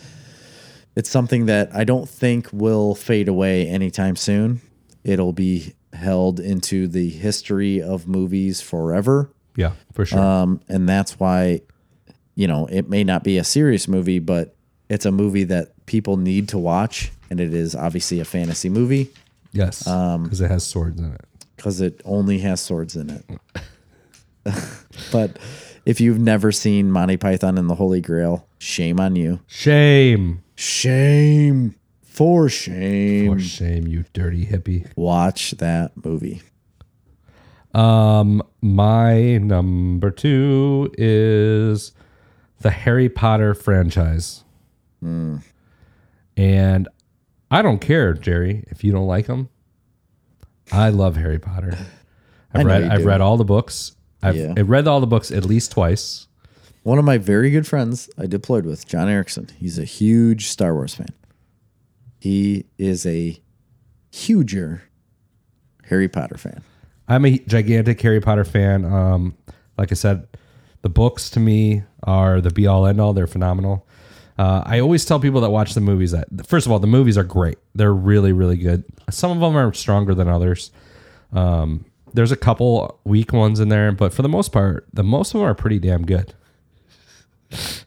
[SPEAKER 2] it's something that I don't think will fade away anytime soon. It'll be held into the history of movies forever.
[SPEAKER 1] Yeah, for sure.
[SPEAKER 2] Um, and that's why, you know, it may not be a serious movie, but it's a movie that people need to watch. And it is obviously a fantasy movie
[SPEAKER 1] yes,
[SPEAKER 2] Um,
[SPEAKER 1] because it has swords in it.
[SPEAKER 2] because it only has swords in it. (laughs) but if you've never seen Monty Python and the Holy Grail, shame on you.
[SPEAKER 1] Shame
[SPEAKER 2] Shame. For shame.
[SPEAKER 1] or shame, you dirty hippie.
[SPEAKER 2] watch that movie.
[SPEAKER 1] Um, my number two is the Harry Potter franchise,
[SPEAKER 2] Hmm.
[SPEAKER 1] and I don't care, Jerry, if you don't like them. I love Harry
[SPEAKER 2] (laughs)
[SPEAKER 1] Potter. I've
[SPEAKER 2] know
[SPEAKER 1] read.
[SPEAKER 2] you
[SPEAKER 1] I've
[SPEAKER 2] do.
[SPEAKER 1] read all the books. I've
[SPEAKER 2] Yeah.
[SPEAKER 1] I've read all the books at least twice.
[SPEAKER 2] One of my very good friends I deployed with, John Erickson, he's a huge Star Wars fan. He is a huger Harry Potter fan.
[SPEAKER 1] I'm a gigantic Harry Potter fan. Um, like I said, the books to me are the be all end all. They're phenomenal. Uh, I always tell people that watch the movies that first of all, the movies are great. They're really, really good. Some of them are stronger than others. Um, there's a couple weak ones in there, but for the most part, the most of them are pretty damn good. (laughs)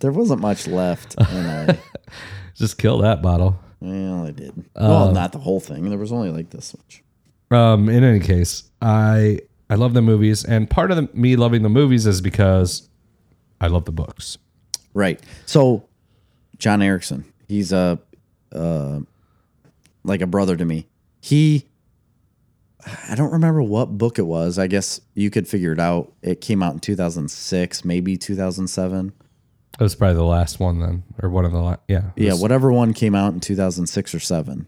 [SPEAKER 2] There wasn't much left, and I, (laughs)
[SPEAKER 1] Just kill that bottle.
[SPEAKER 2] well, I did. well, not the whole thing. There was only like this much.
[SPEAKER 1] Um, in any case, I I love the movies, and part of the, me loving the movies is because I love the books.
[SPEAKER 2] Right. So, John Erickson, he's a, uh, like a brother to me. He, I don't remember what book it was. I guess you could figure it out. It came out in 2006, maybe 2007.
[SPEAKER 1] That was probably the last one then, or one of the last. Yeah. it
[SPEAKER 2] Yeah,
[SPEAKER 1] was-
[SPEAKER 2] whatever one came out in 2006 or 7.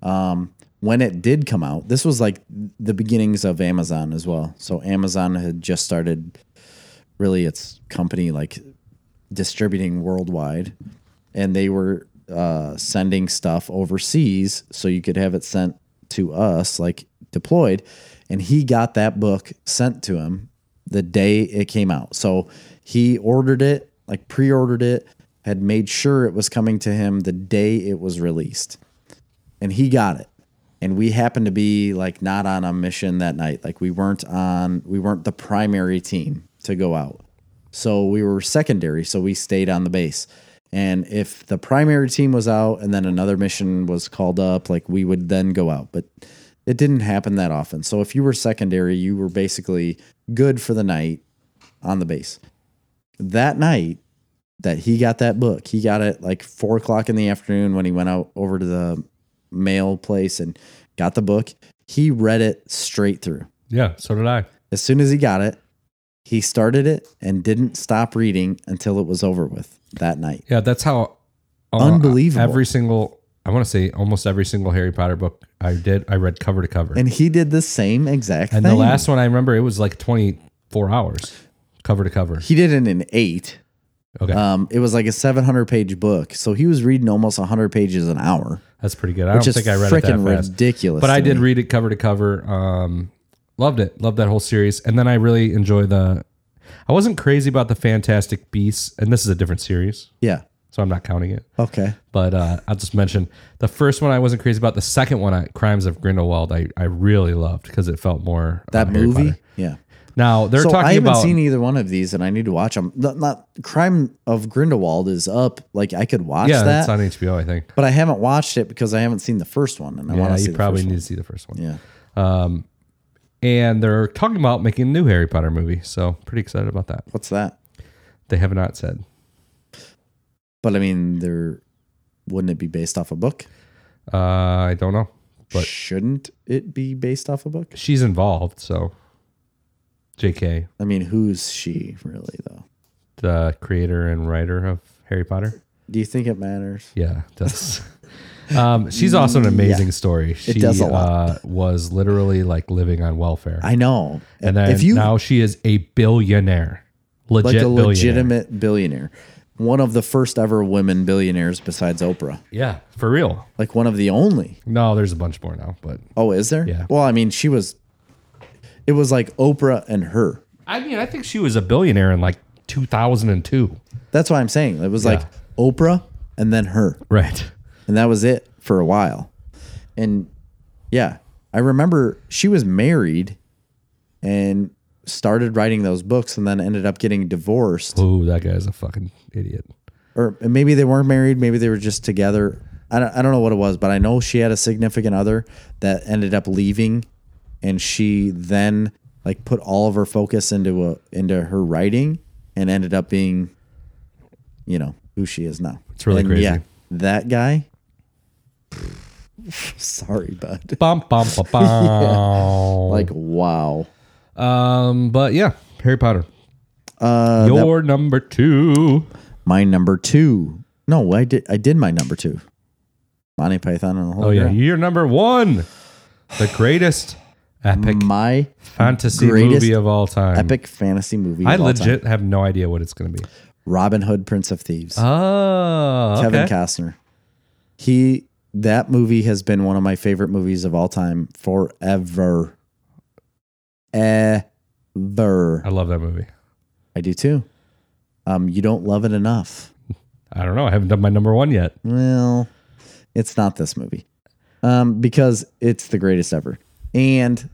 [SPEAKER 2] Um, when it did come out, this was like the beginnings of Amazon as well. So Amazon had just started really its company like distributing worldwide and they were uh, sending stuff overseas so you could have it sent to us like deployed and he got that book sent to him the day it came out so he ordered it like pre-ordered it had made sure it was coming to him the day it was released and he got it and we happened to be like not on a mission that night like we weren't on we weren't the primary team to go out so we were secondary so we stayed on the base and if the primary team was out and then another mission was called up like we would then go out but it didn't happen that often so if you were secondary you were basically good for the night on the base that night that he got that book. He got it like four o'clock in the afternoon when he went out over to the mail place and got the book. He read it straight through.
[SPEAKER 1] yeah. So did I.
[SPEAKER 2] As soon as he got it, he started it and didn't stop reading until it was over with that night.
[SPEAKER 1] Yeah. That's how uh,
[SPEAKER 2] Unbelievable.
[SPEAKER 1] Every single, I want to say almost every single Harry Potter book I did, I read cover to cover. And,
[SPEAKER 2] And he did the same exact thing.
[SPEAKER 1] the last one I remember, it was like 24 hours cover to cover.
[SPEAKER 2] he did it in eight.
[SPEAKER 1] Okay.
[SPEAKER 2] Um, it was like a 700 page book. So he was reading almost 100 pages an hour.
[SPEAKER 1] That's pretty good. I
[SPEAKER 2] Which
[SPEAKER 1] don't
[SPEAKER 2] is
[SPEAKER 1] think I read it that
[SPEAKER 2] freaking
[SPEAKER 1] fast.
[SPEAKER 2] ridiculous.
[SPEAKER 1] But I
[SPEAKER 2] to
[SPEAKER 1] did
[SPEAKER 2] me.
[SPEAKER 1] read it cover to cover. Um, loved it. Loved that whole series. And then I really enjoy the, I wasn't crazy about the Fantastic Beasts. And this is a different series.
[SPEAKER 2] Yeah.
[SPEAKER 1] So I'm not counting it.
[SPEAKER 2] Okay.
[SPEAKER 1] But uh, I'll just mention the first one I wasn't crazy about. The second one, I, Crimes of Grindelwald, I, I really loved because it felt more uh,
[SPEAKER 2] That
[SPEAKER 1] Harry
[SPEAKER 2] movie.
[SPEAKER 1] Potter.
[SPEAKER 2] Yeah.
[SPEAKER 1] Now they're
[SPEAKER 2] so I
[SPEAKER 1] talking
[SPEAKER 2] haven't
[SPEAKER 1] about
[SPEAKER 2] seen either one of these, and I need to watch them. Not, not- Crime of Grindelwald is up. Like I could watch
[SPEAKER 1] yeah,
[SPEAKER 2] that,
[SPEAKER 1] it's on HBO, I think.
[SPEAKER 2] but I haven't watched it because I haven't seen the first one, and I
[SPEAKER 1] Yeah,
[SPEAKER 2] want to see
[SPEAKER 1] you probably
[SPEAKER 2] the
[SPEAKER 1] need to see the first one.
[SPEAKER 2] first one.
[SPEAKER 1] And they're talking about making a new Harry Potter movie, so pretty excited about that.
[SPEAKER 2] Yeah, what's that?
[SPEAKER 1] They have not said.
[SPEAKER 2] But I mean, there wouldn't it be based off a book?
[SPEAKER 1] Uh, I don't know, but
[SPEAKER 2] Shouldn't it be based off a book?
[SPEAKER 1] she's involved, so J.K.,
[SPEAKER 2] I mean, who's she really though?
[SPEAKER 1] the creator and writer of Harry Potter.
[SPEAKER 2] Do you think it matters?
[SPEAKER 1] Yeah, it does. (laughs) um, she's also an amazing story. She
[SPEAKER 2] does a lot.
[SPEAKER 1] Uh, was literally like living on welfare,
[SPEAKER 2] I know.
[SPEAKER 1] and then
[SPEAKER 2] if you
[SPEAKER 1] now she is a billionaire, legit
[SPEAKER 2] like a
[SPEAKER 1] billionaire.
[SPEAKER 2] legitimate billionaire, one of the first ever women billionaires besides Oprah,
[SPEAKER 1] Yeah, for real.
[SPEAKER 2] like one of the only.
[SPEAKER 1] No, there's a bunch more now, but
[SPEAKER 2] Oh, is there?
[SPEAKER 1] Yeah.
[SPEAKER 2] Well, I mean, she was. It was like Oprah and her.
[SPEAKER 1] I mean, I think she was a billionaire in like 2002.
[SPEAKER 2] That's what I'm saying. It was like
[SPEAKER 1] Yeah.
[SPEAKER 2] Oprah and then her.
[SPEAKER 1] Right.
[SPEAKER 2] and that was it for a while. And yeah, I remember she was married and started writing those books and then ended up getting divorced
[SPEAKER 1] Ooh, that guy's a fucking idiot.
[SPEAKER 2] or maybe they weren't married, maybe they were just together. I don't, I don't know what it was, but I know she had a significant other that ended up leaving and she then like put all of her focus into a into her writing and ended up being you know, who she is now. It's
[SPEAKER 1] really crazy.
[SPEAKER 2] that guy (laughs) Sorry, bud.
[SPEAKER 1] Bum, bum,
[SPEAKER 2] (laughs)
[SPEAKER 1] bum, bum.
[SPEAKER 2] Like wow.
[SPEAKER 1] Um, but yeah, Harry Potter. Uh, Your number two.
[SPEAKER 2] My number 2. No, I did I did my number 2. Monty Python and the Holy
[SPEAKER 1] Oh yeah,
[SPEAKER 2] Grail.
[SPEAKER 1] your number one. The greatest epic
[SPEAKER 2] My
[SPEAKER 1] fantasy
[SPEAKER 2] greatest
[SPEAKER 1] movie of all time.
[SPEAKER 2] epic fantasy movie.
[SPEAKER 1] I
[SPEAKER 2] of all time.
[SPEAKER 1] legit have no idea what it's gonna be.
[SPEAKER 2] Robin Hood, Prince of Thieves.
[SPEAKER 1] Oh, Uh, okay.
[SPEAKER 2] Kevin Costner. He that movie has been one of my favorite movies of all time forever. Ever.
[SPEAKER 1] I love that movie.
[SPEAKER 2] I do too. Um, you don't love it enough.
[SPEAKER 1] I don't know. I haven't done my number one yet.
[SPEAKER 2] Well, it's not this movie. Um, because it's the greatest ever. And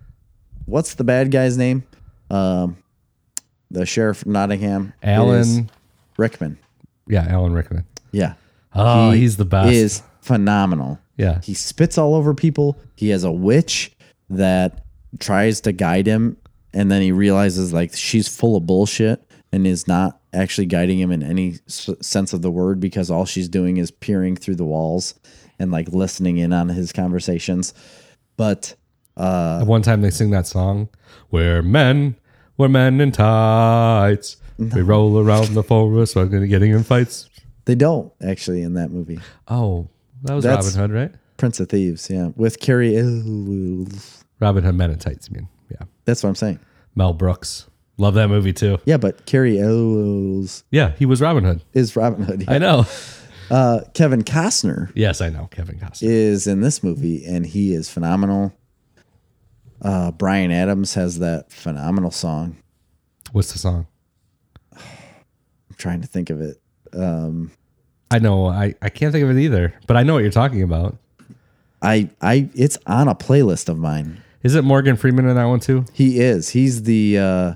[SPEAKER 2] what's the bad guy's name? Um, the sheriff of Nottingham. It is
[SPEAKER 1] Alan,
[SPEAKER 2] Rickman.
[SPEAKER 1] yeah, Alan Rickman.
[SPEAKER 2] Yeah.
[SPEAKER 1] Oh,
[SPEAKER 2] He
[SPEAKER 1] he's the best.
[SPEAKER 2] Is phenomenal.
[SPEAKER 1] yeah,
[SPEAKER 2] He spits all over people. He has a witch that tries to guide him, and then he realizes like she's full of bullshit and is not actually guiding him in any s- sense of the word because all she's doing is peering through the walls and like listening in on his conversations. But uh,
[SPEAKER 1] At one time they sing that song, We're men, we're men in tights. We roll around the forest, we're gonna- getting in fights.
[SPEAKER 2] they don't actually in that movie,
[SPEAKER 1] Oh, that was
[SPEAKER 2] That's-
[SPEAKER 1] Robin Hood, right?
[SPEAKER 2] Prince of Thieves, yeah, with Carrie. Elwes.
[SPEAKER 1] Robin Hood Men in Tights, I mean. Yeah.
[SPEAKER 2] That's what I'm saying.
[SPEAKER 1] Mel Brooks. Love that movie too.
[SPEAKER 2] Yeah, but Carrie Elwes
[SPEAKER 1] Yeah, he was Robin Hood.
[SPEAKER 2] is Robin Hood.
[SPEAKER 1] I know.
[SPEAKER 2] Uh, Kevin Costner
[SPEAKER 1] (laughs) Yes, I know. Kevin Costner.
[SPEAKER 2] is in this movie, and he is phenomenal. Uh, Brian Adams has that phenomenal song.
[SPEAKER 1] What's the song?
[SPEAKER 2] I'm trying to think of it.
[SPEAKER 1] I know. I, I can't think of it either, but I know what you're talking about.
[SPEAKER 2] I, I, it's on a playlist of mine.
[SPEAKER 1] Is it Morgan Freeman in that one too?
[SPEAKER 2] He is. He's the, uh,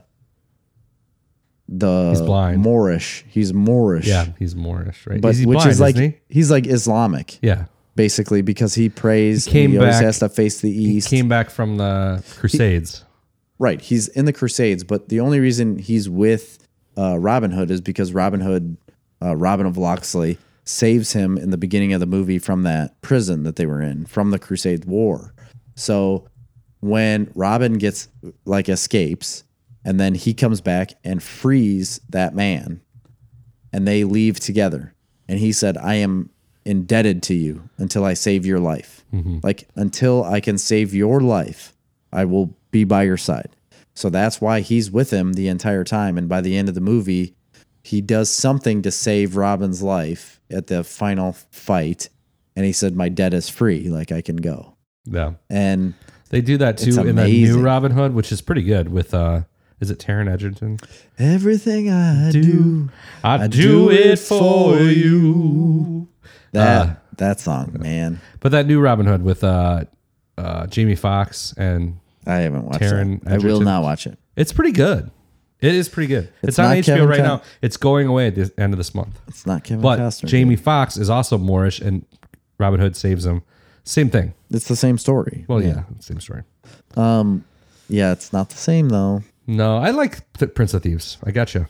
[SPEAKER 2] the
[SPEAKER 1] He's blind.
[SPEAKER 2] Moorish. He's Moorish.
[SPEAKER 1] Yeah, he's Moorish, right?
[SPEAKER 2] but
[SPEAKER 1] Is he
[SPEAKER 2] which
[SPEAKER 1] blind,
[SPEAKER 2] is like
[SPEAKER 1] isn't
[SPEAKER 2] he's like Islamic
[SPEAKER 1] he? Yeah.
[SPEAKER 2] basically because he prays.
[SPEAKER 1] He came
[SPEAKER 2] and he always
[SPEAKER 1] back-
[SPEAKER 2] has to face the
[SPEAKER 1] He
[SPEAKER 2] east.
[SPEAKER 1] came back from the Crusades.
[SPEAKER 2] Right. He's in the Crusades, but the only reason he's with uh, Robin Hood is because Robin Hood, uh, Robin of Locksley, saves him in the beginning of the movie from that prison that they were in from the Crusade War. So when Robin gets like escapes, and then he comes back and frees that man, and they leave together. And he said, I am indebted to you until I save your life. Like, until I can save your life, I will be by your side. So that's why he's with him the entire time. And by the end of the movie, he does something to save Robin's life at the final fight. And he said, My debt is free. Like, I can go.
[SPEAKER 1] Yeah.
[SPEAKER 2] And
[SPEAKER 1] They do that
[SPEAKER 2] It's
[SPEAKER 1] too in the new
[SPEAKER 2] amazing.
[SPEAKER 1] Robin Hood, which is pretty good. With uh, is it Taron Egerton?
[SPEAKER 2] everything I do,
[SPEAKER 1] I,
[SPEAKER 2] do it for
[SPEAKER 1] you.
[SPEAKER 2] that, that song, man,
[SPEAKER 1] But that new Robin Hood with uh, uh, Jamie Foxx and
[SPEAKER 2] I haven't watched
[SPEAKER 1] Taron
[SPEAKER 2] it. I will
[SPEAKER 1] Egerton.
[SPEAKER 2] not watch it.
[SPEAKER 1] it's pretty good. It is pretty good. It's,
[SPEAKER 2] not
[SPEAKER 1] on HBO
[SPEAKER 2] Kevin
[SPEAKER 1] right
[SPEAKER 2] Con-
[SPEAKER 1] now. It's going away at the end of this month.
[SPEAKER 2] It's not Kevin
[SPEAKER 1] But
[SPEAKER 2] Costner.
[SPEAKER 1] Jamie Foxx is also Moorish, and Robin Hood saves him. Same thing.
[SPEAKER 2] It's the same story.
[SPEAKER 1] Well, yeah, same story.
[SPEAKER 2] Yeah, it's not the same though.
[SPEAKER 1] No, I like Th- Prince of Thieves. I gotcha.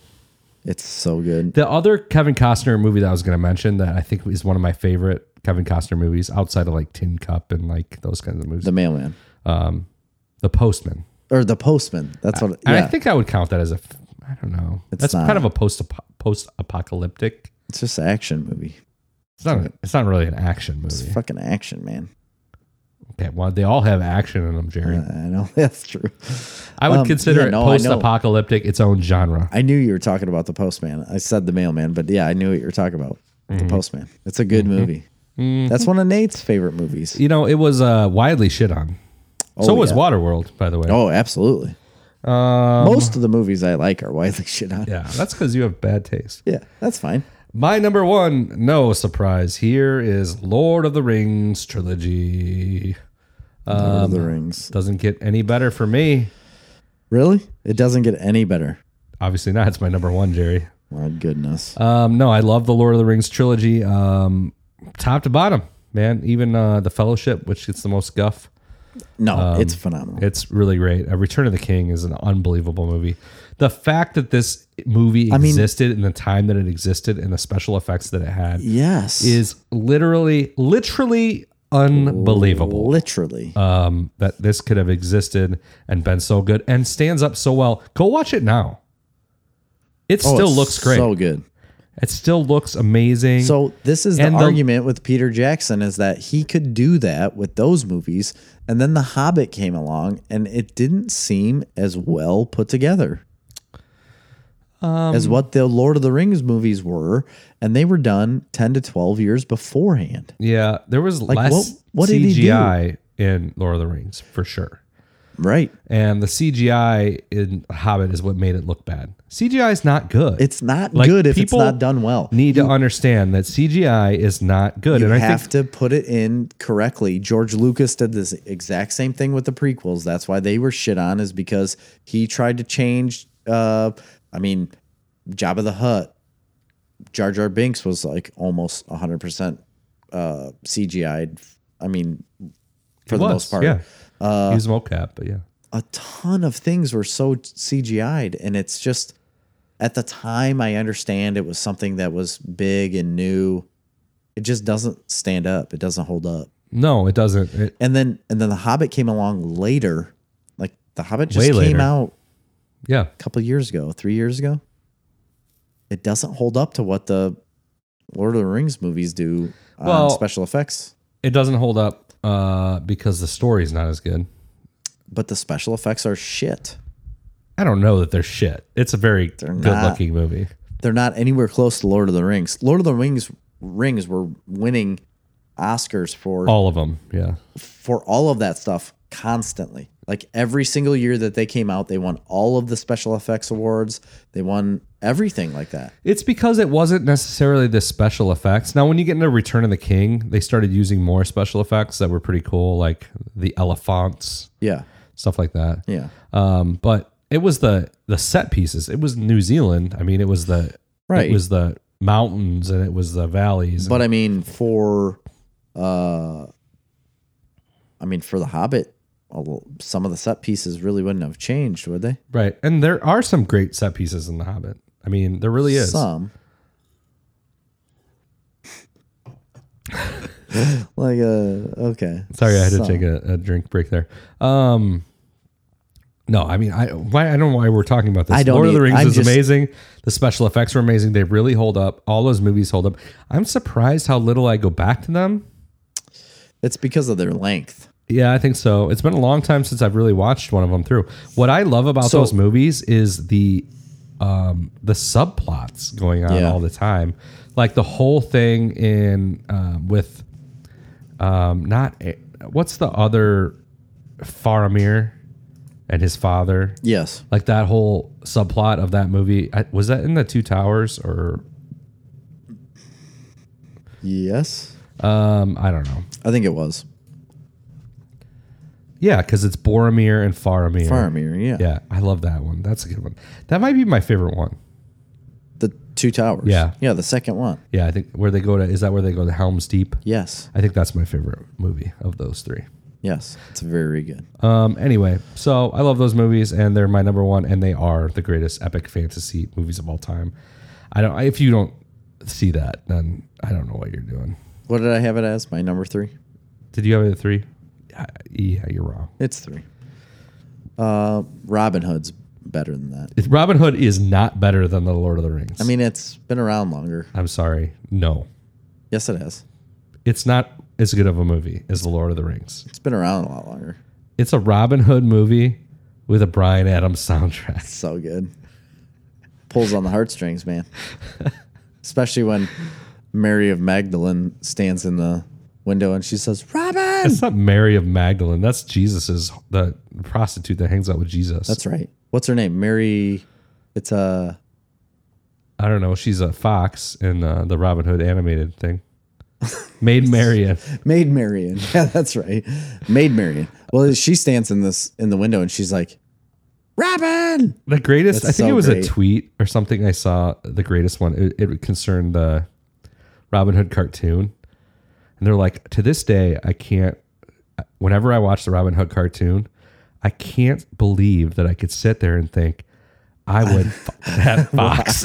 [SPEAKER 2] It's so good.
[SPEAKER 1] The other Kevin Costner movie that I was going to mention that I think is one of my favorite Kevin Costner movies outside of like Tin Cup and like those kinds of movies,
[SPEAKER 2] The
[SPEAKER 1] The,
[SPEAKER 2] mailman
[SPEAKER 1] Postman.
[SPEAKER 2] or the postman. That's what.
[SPEAKER 1] And
[SPEAKER 2] yeah,
[SPEAKER 1] I think I would count that as a, f- I don't know. That's
[SPEAKER 2] not.
[SPEAKER 1] kind of a post post apocalyptic.
[SPEAKER 2] it's just an action movie.
[SPEAKER 1] It's not. It's not really an action movie.
[SPEAKER 2] Fucking action, man. Uh,
[SPEAKER 1] Okay, well, they all have action in them, Jerry.
[SPEAKER 2] I know (laughs) that's true.
[SPEAKER 1] I would
[SPEAKER 2] um,
[SPEAKER 1] consider
[SPEAKER 2] yeah,
[SPEAKER 1] it
[SPEAKER 2] no, I know.
[SPEAKER 1] post-apocalyptic, its own genre.
[SPEAKER 2] I knew you were talking about the postman. I said the mailman, but yeah, I knew what you were talking about.
[SPEAKER 1] Mm-hmm.
[SPEAKER 2] The postman. It's a good movie. That's one of Nate's favorite movies.
[SPEAKER 1] You know, it was uh, widely shit on. so was
[SPEAKER 2] Oh, yeah.
[SPEAKER 1] Waterworld, by the way.
[SPEAKER 2] Oh, absolutely. Most of the movies I like are widely shit on.
[SPEAKER 1] Um, Yeah, that's because you have bad taste.
[SPEAKER 2] yeah, that's fine.
[SPEAKER 1] My number one, no surprise here, is Lord of the Rings trilogy.
[SPEAKER 2] Lord
[SPEAKER 1] Um,
[SPEAKER 2] of the Rings.
[SPEAKER 1] Doesn't get any better for me.
[SPEAKER 2] Really? It doesn't get any better.
[SPEAKER 1] Obviously not. It's my number one, Jerry.
[SPEAKER 2] My goodness.
[SPEAKER 1] Um, no, I love the Lord of the Rings trilogy, um, top to bottom, man. Even uh, the Fellowship, which gets the most guff,
[SPEAKER 2] no, it's
[SPEAKER 1] um,
[SPEAKER 2] phenomenal.
[SPEAKER 1] it's really great. Uh, Return of the King is an unbelievable movie. The fact that this movie
[SPEAKER 2] mean-
[SPEAKER 1] existed in the time that it existed and the special effects that it had
[SPEAKER 2] yes.
[SPEAKER 1] is literally, literally
[SPEAKER 2] Oh.
[SPEAKER 1] unbelievable.
[SPEAKER 2] literally.
[SPEAKER 1] um, that this could have existed and been so good and stands up so well. Go watch it now. It
[SPEAKER 2] Oh,
[SPEAKER 1] still
[SPEAKER 2] it's
[SPEAKER 1] looks great.
[SPEAKER 2] So good.
[SPEAKER 1] it still looks amazing.
[SPEAKER 2] So this is the
[SPEAKER 1] And the-
[SPEAKER 2] argument with Peter Jackson is that he could do that with those movies, and then The Hobbit came along, and it didn't seem as well put together as
[SPEAKER 1] Um,
[SPEAKER 2] what the Lord of the Rings movies were, and they were done ten to twelve years beforehand.
[SPEAKER 1] yeah, there was less
[SPEAKER 2] what- what did he do?
[SPEAKER 1] CGI in Lord of the Rings for sure.
[SPEAKER 2] Right?
[SPEAKER 1] And the CGI in Hobbit is what made it look bad. CGI is not good.
[SPEAKER 2] It's not
[SPEAKER 1] Like,
[SPEAKER 2] good if it's
[SPEAKER 1] people
[SPEAKER 2] not done well.
[SPEAKER 1] need to understand that CGI is not good.
[SPEAKER 2] You
[SPEAKER 1] and I think
[SPEAKER 2] have to put it in correctly. George Lucas did this exact same thing with the prequels. That's why they were shit on, is because he tried to change. Uh, I mean, Jabba the Hutt, Jar Jar Binks was like almost 100% uh, CGI'd. I mean, for
[SPEAKER 1] it
[SPEAKER 2] the
[SPEAKER 1] was,
[SPEAKER 2] most part, Uh,
[SPEAKER 1] yeah, use mocap, but yeah.
[SPEAKER 2] a ton of things were so CGI'd, and it's just at the time I understand it was something that was big and new. It just doesn't stand up. It doesn't hold up.
[SPEAKER 1] No, it doesn't. It,
[SPEAKER 2] And then and then the Hobbit came along later. Like the Hobbit just
[SPEAKER 1] Way
[SPEAKER 2] came
[SPEAKER 1] later.
[SPEAKER 2] out
[SPEAKER 1] yeah,
[SPEAKER 2] a couple years ago, three years ago. It doesn't hold up to what the Lord of the Rings movies do on
[SPEAKER 1] Well-
[SPEAKER 2] special effects.
[SPEAKER 1] it doesn't hold up uh, because the story's not as good.
[SPEAKER 2] But the special effects are shit.
[SPEAKER 1] I don't know that they're shit. It's a very good
[SPEAKER 2] not.
[SPEAKER 1] looking movie.
[SPEAKER 2] they're not anywhere close to Lord of the Rings. Lord of the Rings rings were winning Oscars for
[SPEAKER 1] All of them. Yeah.
[SPEAKER 2] for all of that stuff constantly. Like every single year that they came out, they won all of the special effects awards. They won everything like that.
[SPEAKER 1] It's because it wasn't necessarily the special effects. Now, when you get into Return of the King, they started using more special effects that were pretty cool, like the elephants,
[SPEAKER 2] Yeah.
[SPEAKER 1] stuff like that.
[SPEAKER 2] Yeah.
[SPEAKER 1] Um, but it was the the set pieces. It was New Zealand. I mean, it was the
[SPEAKER 2] Right.
[SPEAKER 1] It was the mountains and it was the valleys.
[SPEAKER 2] But I mean for uh I mean for the Hobbit, a lo- some of the set pieces really wouldn't have changed, would they?
[SPEAKER 1] right. And there are some great set pieces in The Hobbit. I mean, there really is.
[SPEAKER 2] Some. (laughs) like uh okay.
[SPEAKER 1] Sorry, I had to
[SPEAKER 2] Some.
[SPEAKER 1] take a, a drink break there. Um, no, I mean, I why I don't know why we're talking about this.
[SPEAKER 2] I don't
[SPEAKER 1] Lord of the
[SPEAKER 2] either.
[SPEAKER 1] Rings
[SPEAKER 2] I'm
[SPEAKER 1] is
[SPEAKER 2] just-
[SPEAKER 1] amazing. The special effects were amazing. They really hold up. All those movies hold up. I'm surprised how little I go back to them.
[SPEAKER 2] It's because of their length.
[SPEAKER 1] Yeah, I think so. It's been a long time since I've really watched one of them through. What I love about
[SPEAKER 2] So-
[SPEAKER 1] those movies is the um the subplots going on
[SPEAKER 2] Yeah.
[SPEAKER 1] all the time. Like the whole thing in um, with um not what's the other Faramir and his father?
[SPEAKER 2] Yes.
[SPEAKER 1] Like that whole subplot of that movie. I, was that in the Two Towers or
[SPEAKER 2] Yes.
[SPEAKER 1] um I don't know.
[SPEAKER 2] I think it was.
[SPEAKER 1] Yeah, cuz it's Boromir and Faramir.
[SPEAKER 2] Faramir, yeah.
[SPEAKER 1] Yeah, I love that one. That's a good one. That might be my favorite one.
[SPEAKER 2] The two towers.
[SPEAKER 1] Yeah.
[SPEAKER 2] Yeah, the second one.
[SPEAKER 1] Yeah, I think where they go to is that where they go to Helm's Deep.
[SPEAKER 2] Yes.
[SPEAKER 1] I think that's my favorite movie of those three.
[SPEAKER 2] Yes. It's very good.
[SPEAKER 1] Um, anyway, so I love those movies, and they're my number one, and they are the greatest epic fantasy movies of all time. I don't. If you don't see that, then I don't know what you're doing.
[SPEAKER 2] What did I have it as? My number three?
[SPEAKER 1] Did you have it at three? Yeah, yeah, you're wrong.
[SPEAKER 2] It's three. Uh Robin Hood's better than that.
[SPEAKER 1] If Robin Hood is not better than the Lord of the Rings.
[SPEAKER 2] I mean, it's been around longer.
[SPEAKER 1] I'm sorry, no.
[SPEAKER 2] Yes, it has.
[SPEAKER 1] It's not as good of a movie as The Lord of the Rings.
[SPEAKER 2] It's been around a lot longer.
[SPEAKER 1] It's a Robin Hood movie with a Brian Adams
[SPEAKER 2] (laughs)
[SPEAKER 1] soundtrack.
[SPEAKER 2] So good. Pulls on the heartstrings, man. Especially when Mary of Magdalene stands in the window and she says,
[SPEAKER 1] (laughs)
[SPEAKER 2] Robin!
[SPEAKER 1] It's not Mary of Magdalene. That's Jesus's the prostitute that hangs out with Jesus.
[SPEAKER 2] That's right. What's her name? Mary. It's uh, a.
[SPEAKER 1] I don't know. She's a fox in uh, the Robin Hood animated thing. Maid Marian.
[SPEAKER 2] Maid Marian. (laughs) Yeah, that's right. Maid Marian. Well, she stands in this in the window and she's like, Robin. (laughs)
[SPEAKER 1] The greatest,
[SPEAKER 2] That's
[SPEAKER 1] I think
[SPEAKER 2] so
[SPEAKER 1] it was
[SPEAKER 2] great.
[SPEAKER 1] a tweet or something I saw. The greatest one, it, it concerned the Robin Hood cartoon. And they're like, to this day, I can't, whenever I watch the Robin Hood cartoon, I can't believe that I could sit there and think, I
[SPEAKER 2] (laughs)
[SPEAKER 1] would fuck that fox.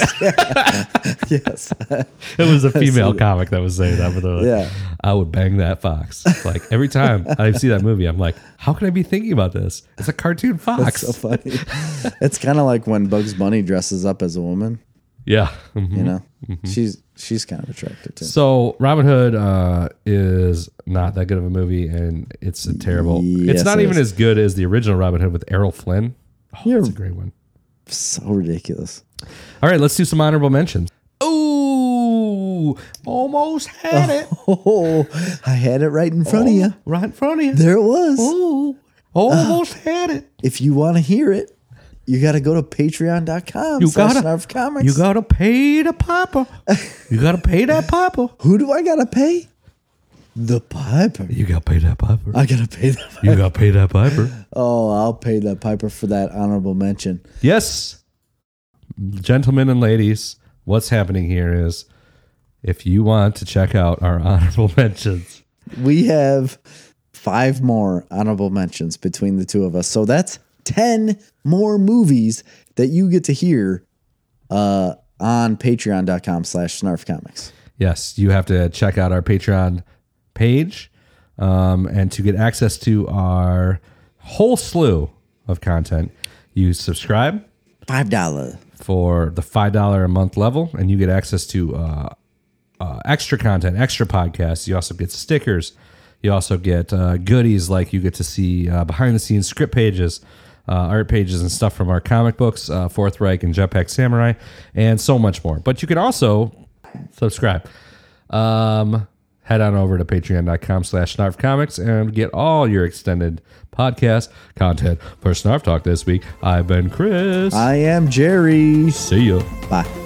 [SPEAKER 2] Yes.
[SPEAKER 1] (laughs) it was a female comic that was saying that, but they're like,
[SPEAKER 2] Yeah.
[SPEAKER 1] I would bang that fox. Like every time I see that movie, I'm like, how could I be thinking about this? It's a cartoon fox.
[SPEAKER 2] (laughs) so funny. it's kind of like when Bugs Bunny dresses up as a woman.
[SPEAKER 1] yeah. Mhm.
[SPEAKER 2] You know, she's she's kind of attractive too.
[SPEAKER 1] So Robin Hood uh, is not that good of a movie, and it's a terrible.
[SPEAKER 2] Yes,
[SPEAKER 1] it's not
[SPEAKER 2] it
[SPEAKER 1] even as
[SPEAKER 2] is.
[SPEAKER 1] good as the original Robin Hood with Errol Flynn. Oh,
[SPEAKER 2] You're-
[SPEAKER 1] that's a great one.
[SPEAKER 2] So ridiculous.
[SPEAKER 1] All right, let's do some honorable mentions. Ooh, almost had it
[SPEAKER 2] Oh, I had it right in front of you.
[SPEAKER 1] right in front of you.
[SPEAKER 2] There it was.
[SPEAKER 1] Ooh, almost
[SPEAKER 2] Uh.
[SPEAKER 1] had it.
[SPEAKER 2] If you want to hear it, you got to go to patreon.com.
[SPEAKER 1] You
[SPEAKER 2] slash
[SPEAKER 1] gotta-
[SPEAKER 2] Snarf Comics.
[SPEAKER 1] You gotta pay the
[SPEAKER 2] (laughs)
[SPEAKER 1] papa. You gotta pay that papa.
[SPEAKER 2] Who do I got to pay? The piper.
[SPEAKER 1] You gotta pay that piper.
[SPEAKER 2] I got to pay the
[SPEAKER 1] You gotta pay that piper.
[SPEAKER 2] (laughs) Oh, I'll pay the piper for that honorable mention.
[SPEAKER 1] Yes, gentlemen and ladies, what's happening here is if you want to check out our (laughs) honorable mentions,
[SPEAKER 2] We have five more honorable mentions between the two of us. So that's 10 more movies that you get to hear uh, on patreon.com slash snarf comics.
[SPEAKER 1] yes, you have to check out our Patreon page. Um, and to get access to our whole slew of content, you subscribe
[SPEAKER 2] $5.
[SPEAKER 1] for the $5 a month level, and you get access to uh, uh, extra content, extra podcasts. You also get stickers. You also get uh, goodies like you get to see uh, behind the scenes script pages, uh, art pages, and stuff from our comic books, uh, Fourth Reich and Jetpack Samurai, and so much more. But you can also subscribe. Um, head on over to patreon.com slash snarf comics and get all your extended podcast content for Snarf Talk this week. I've been Chris.
[SPEAKER 2] I am Jerry.
[SPEAKER 1] See you.
[SPEAKER 2] Bye.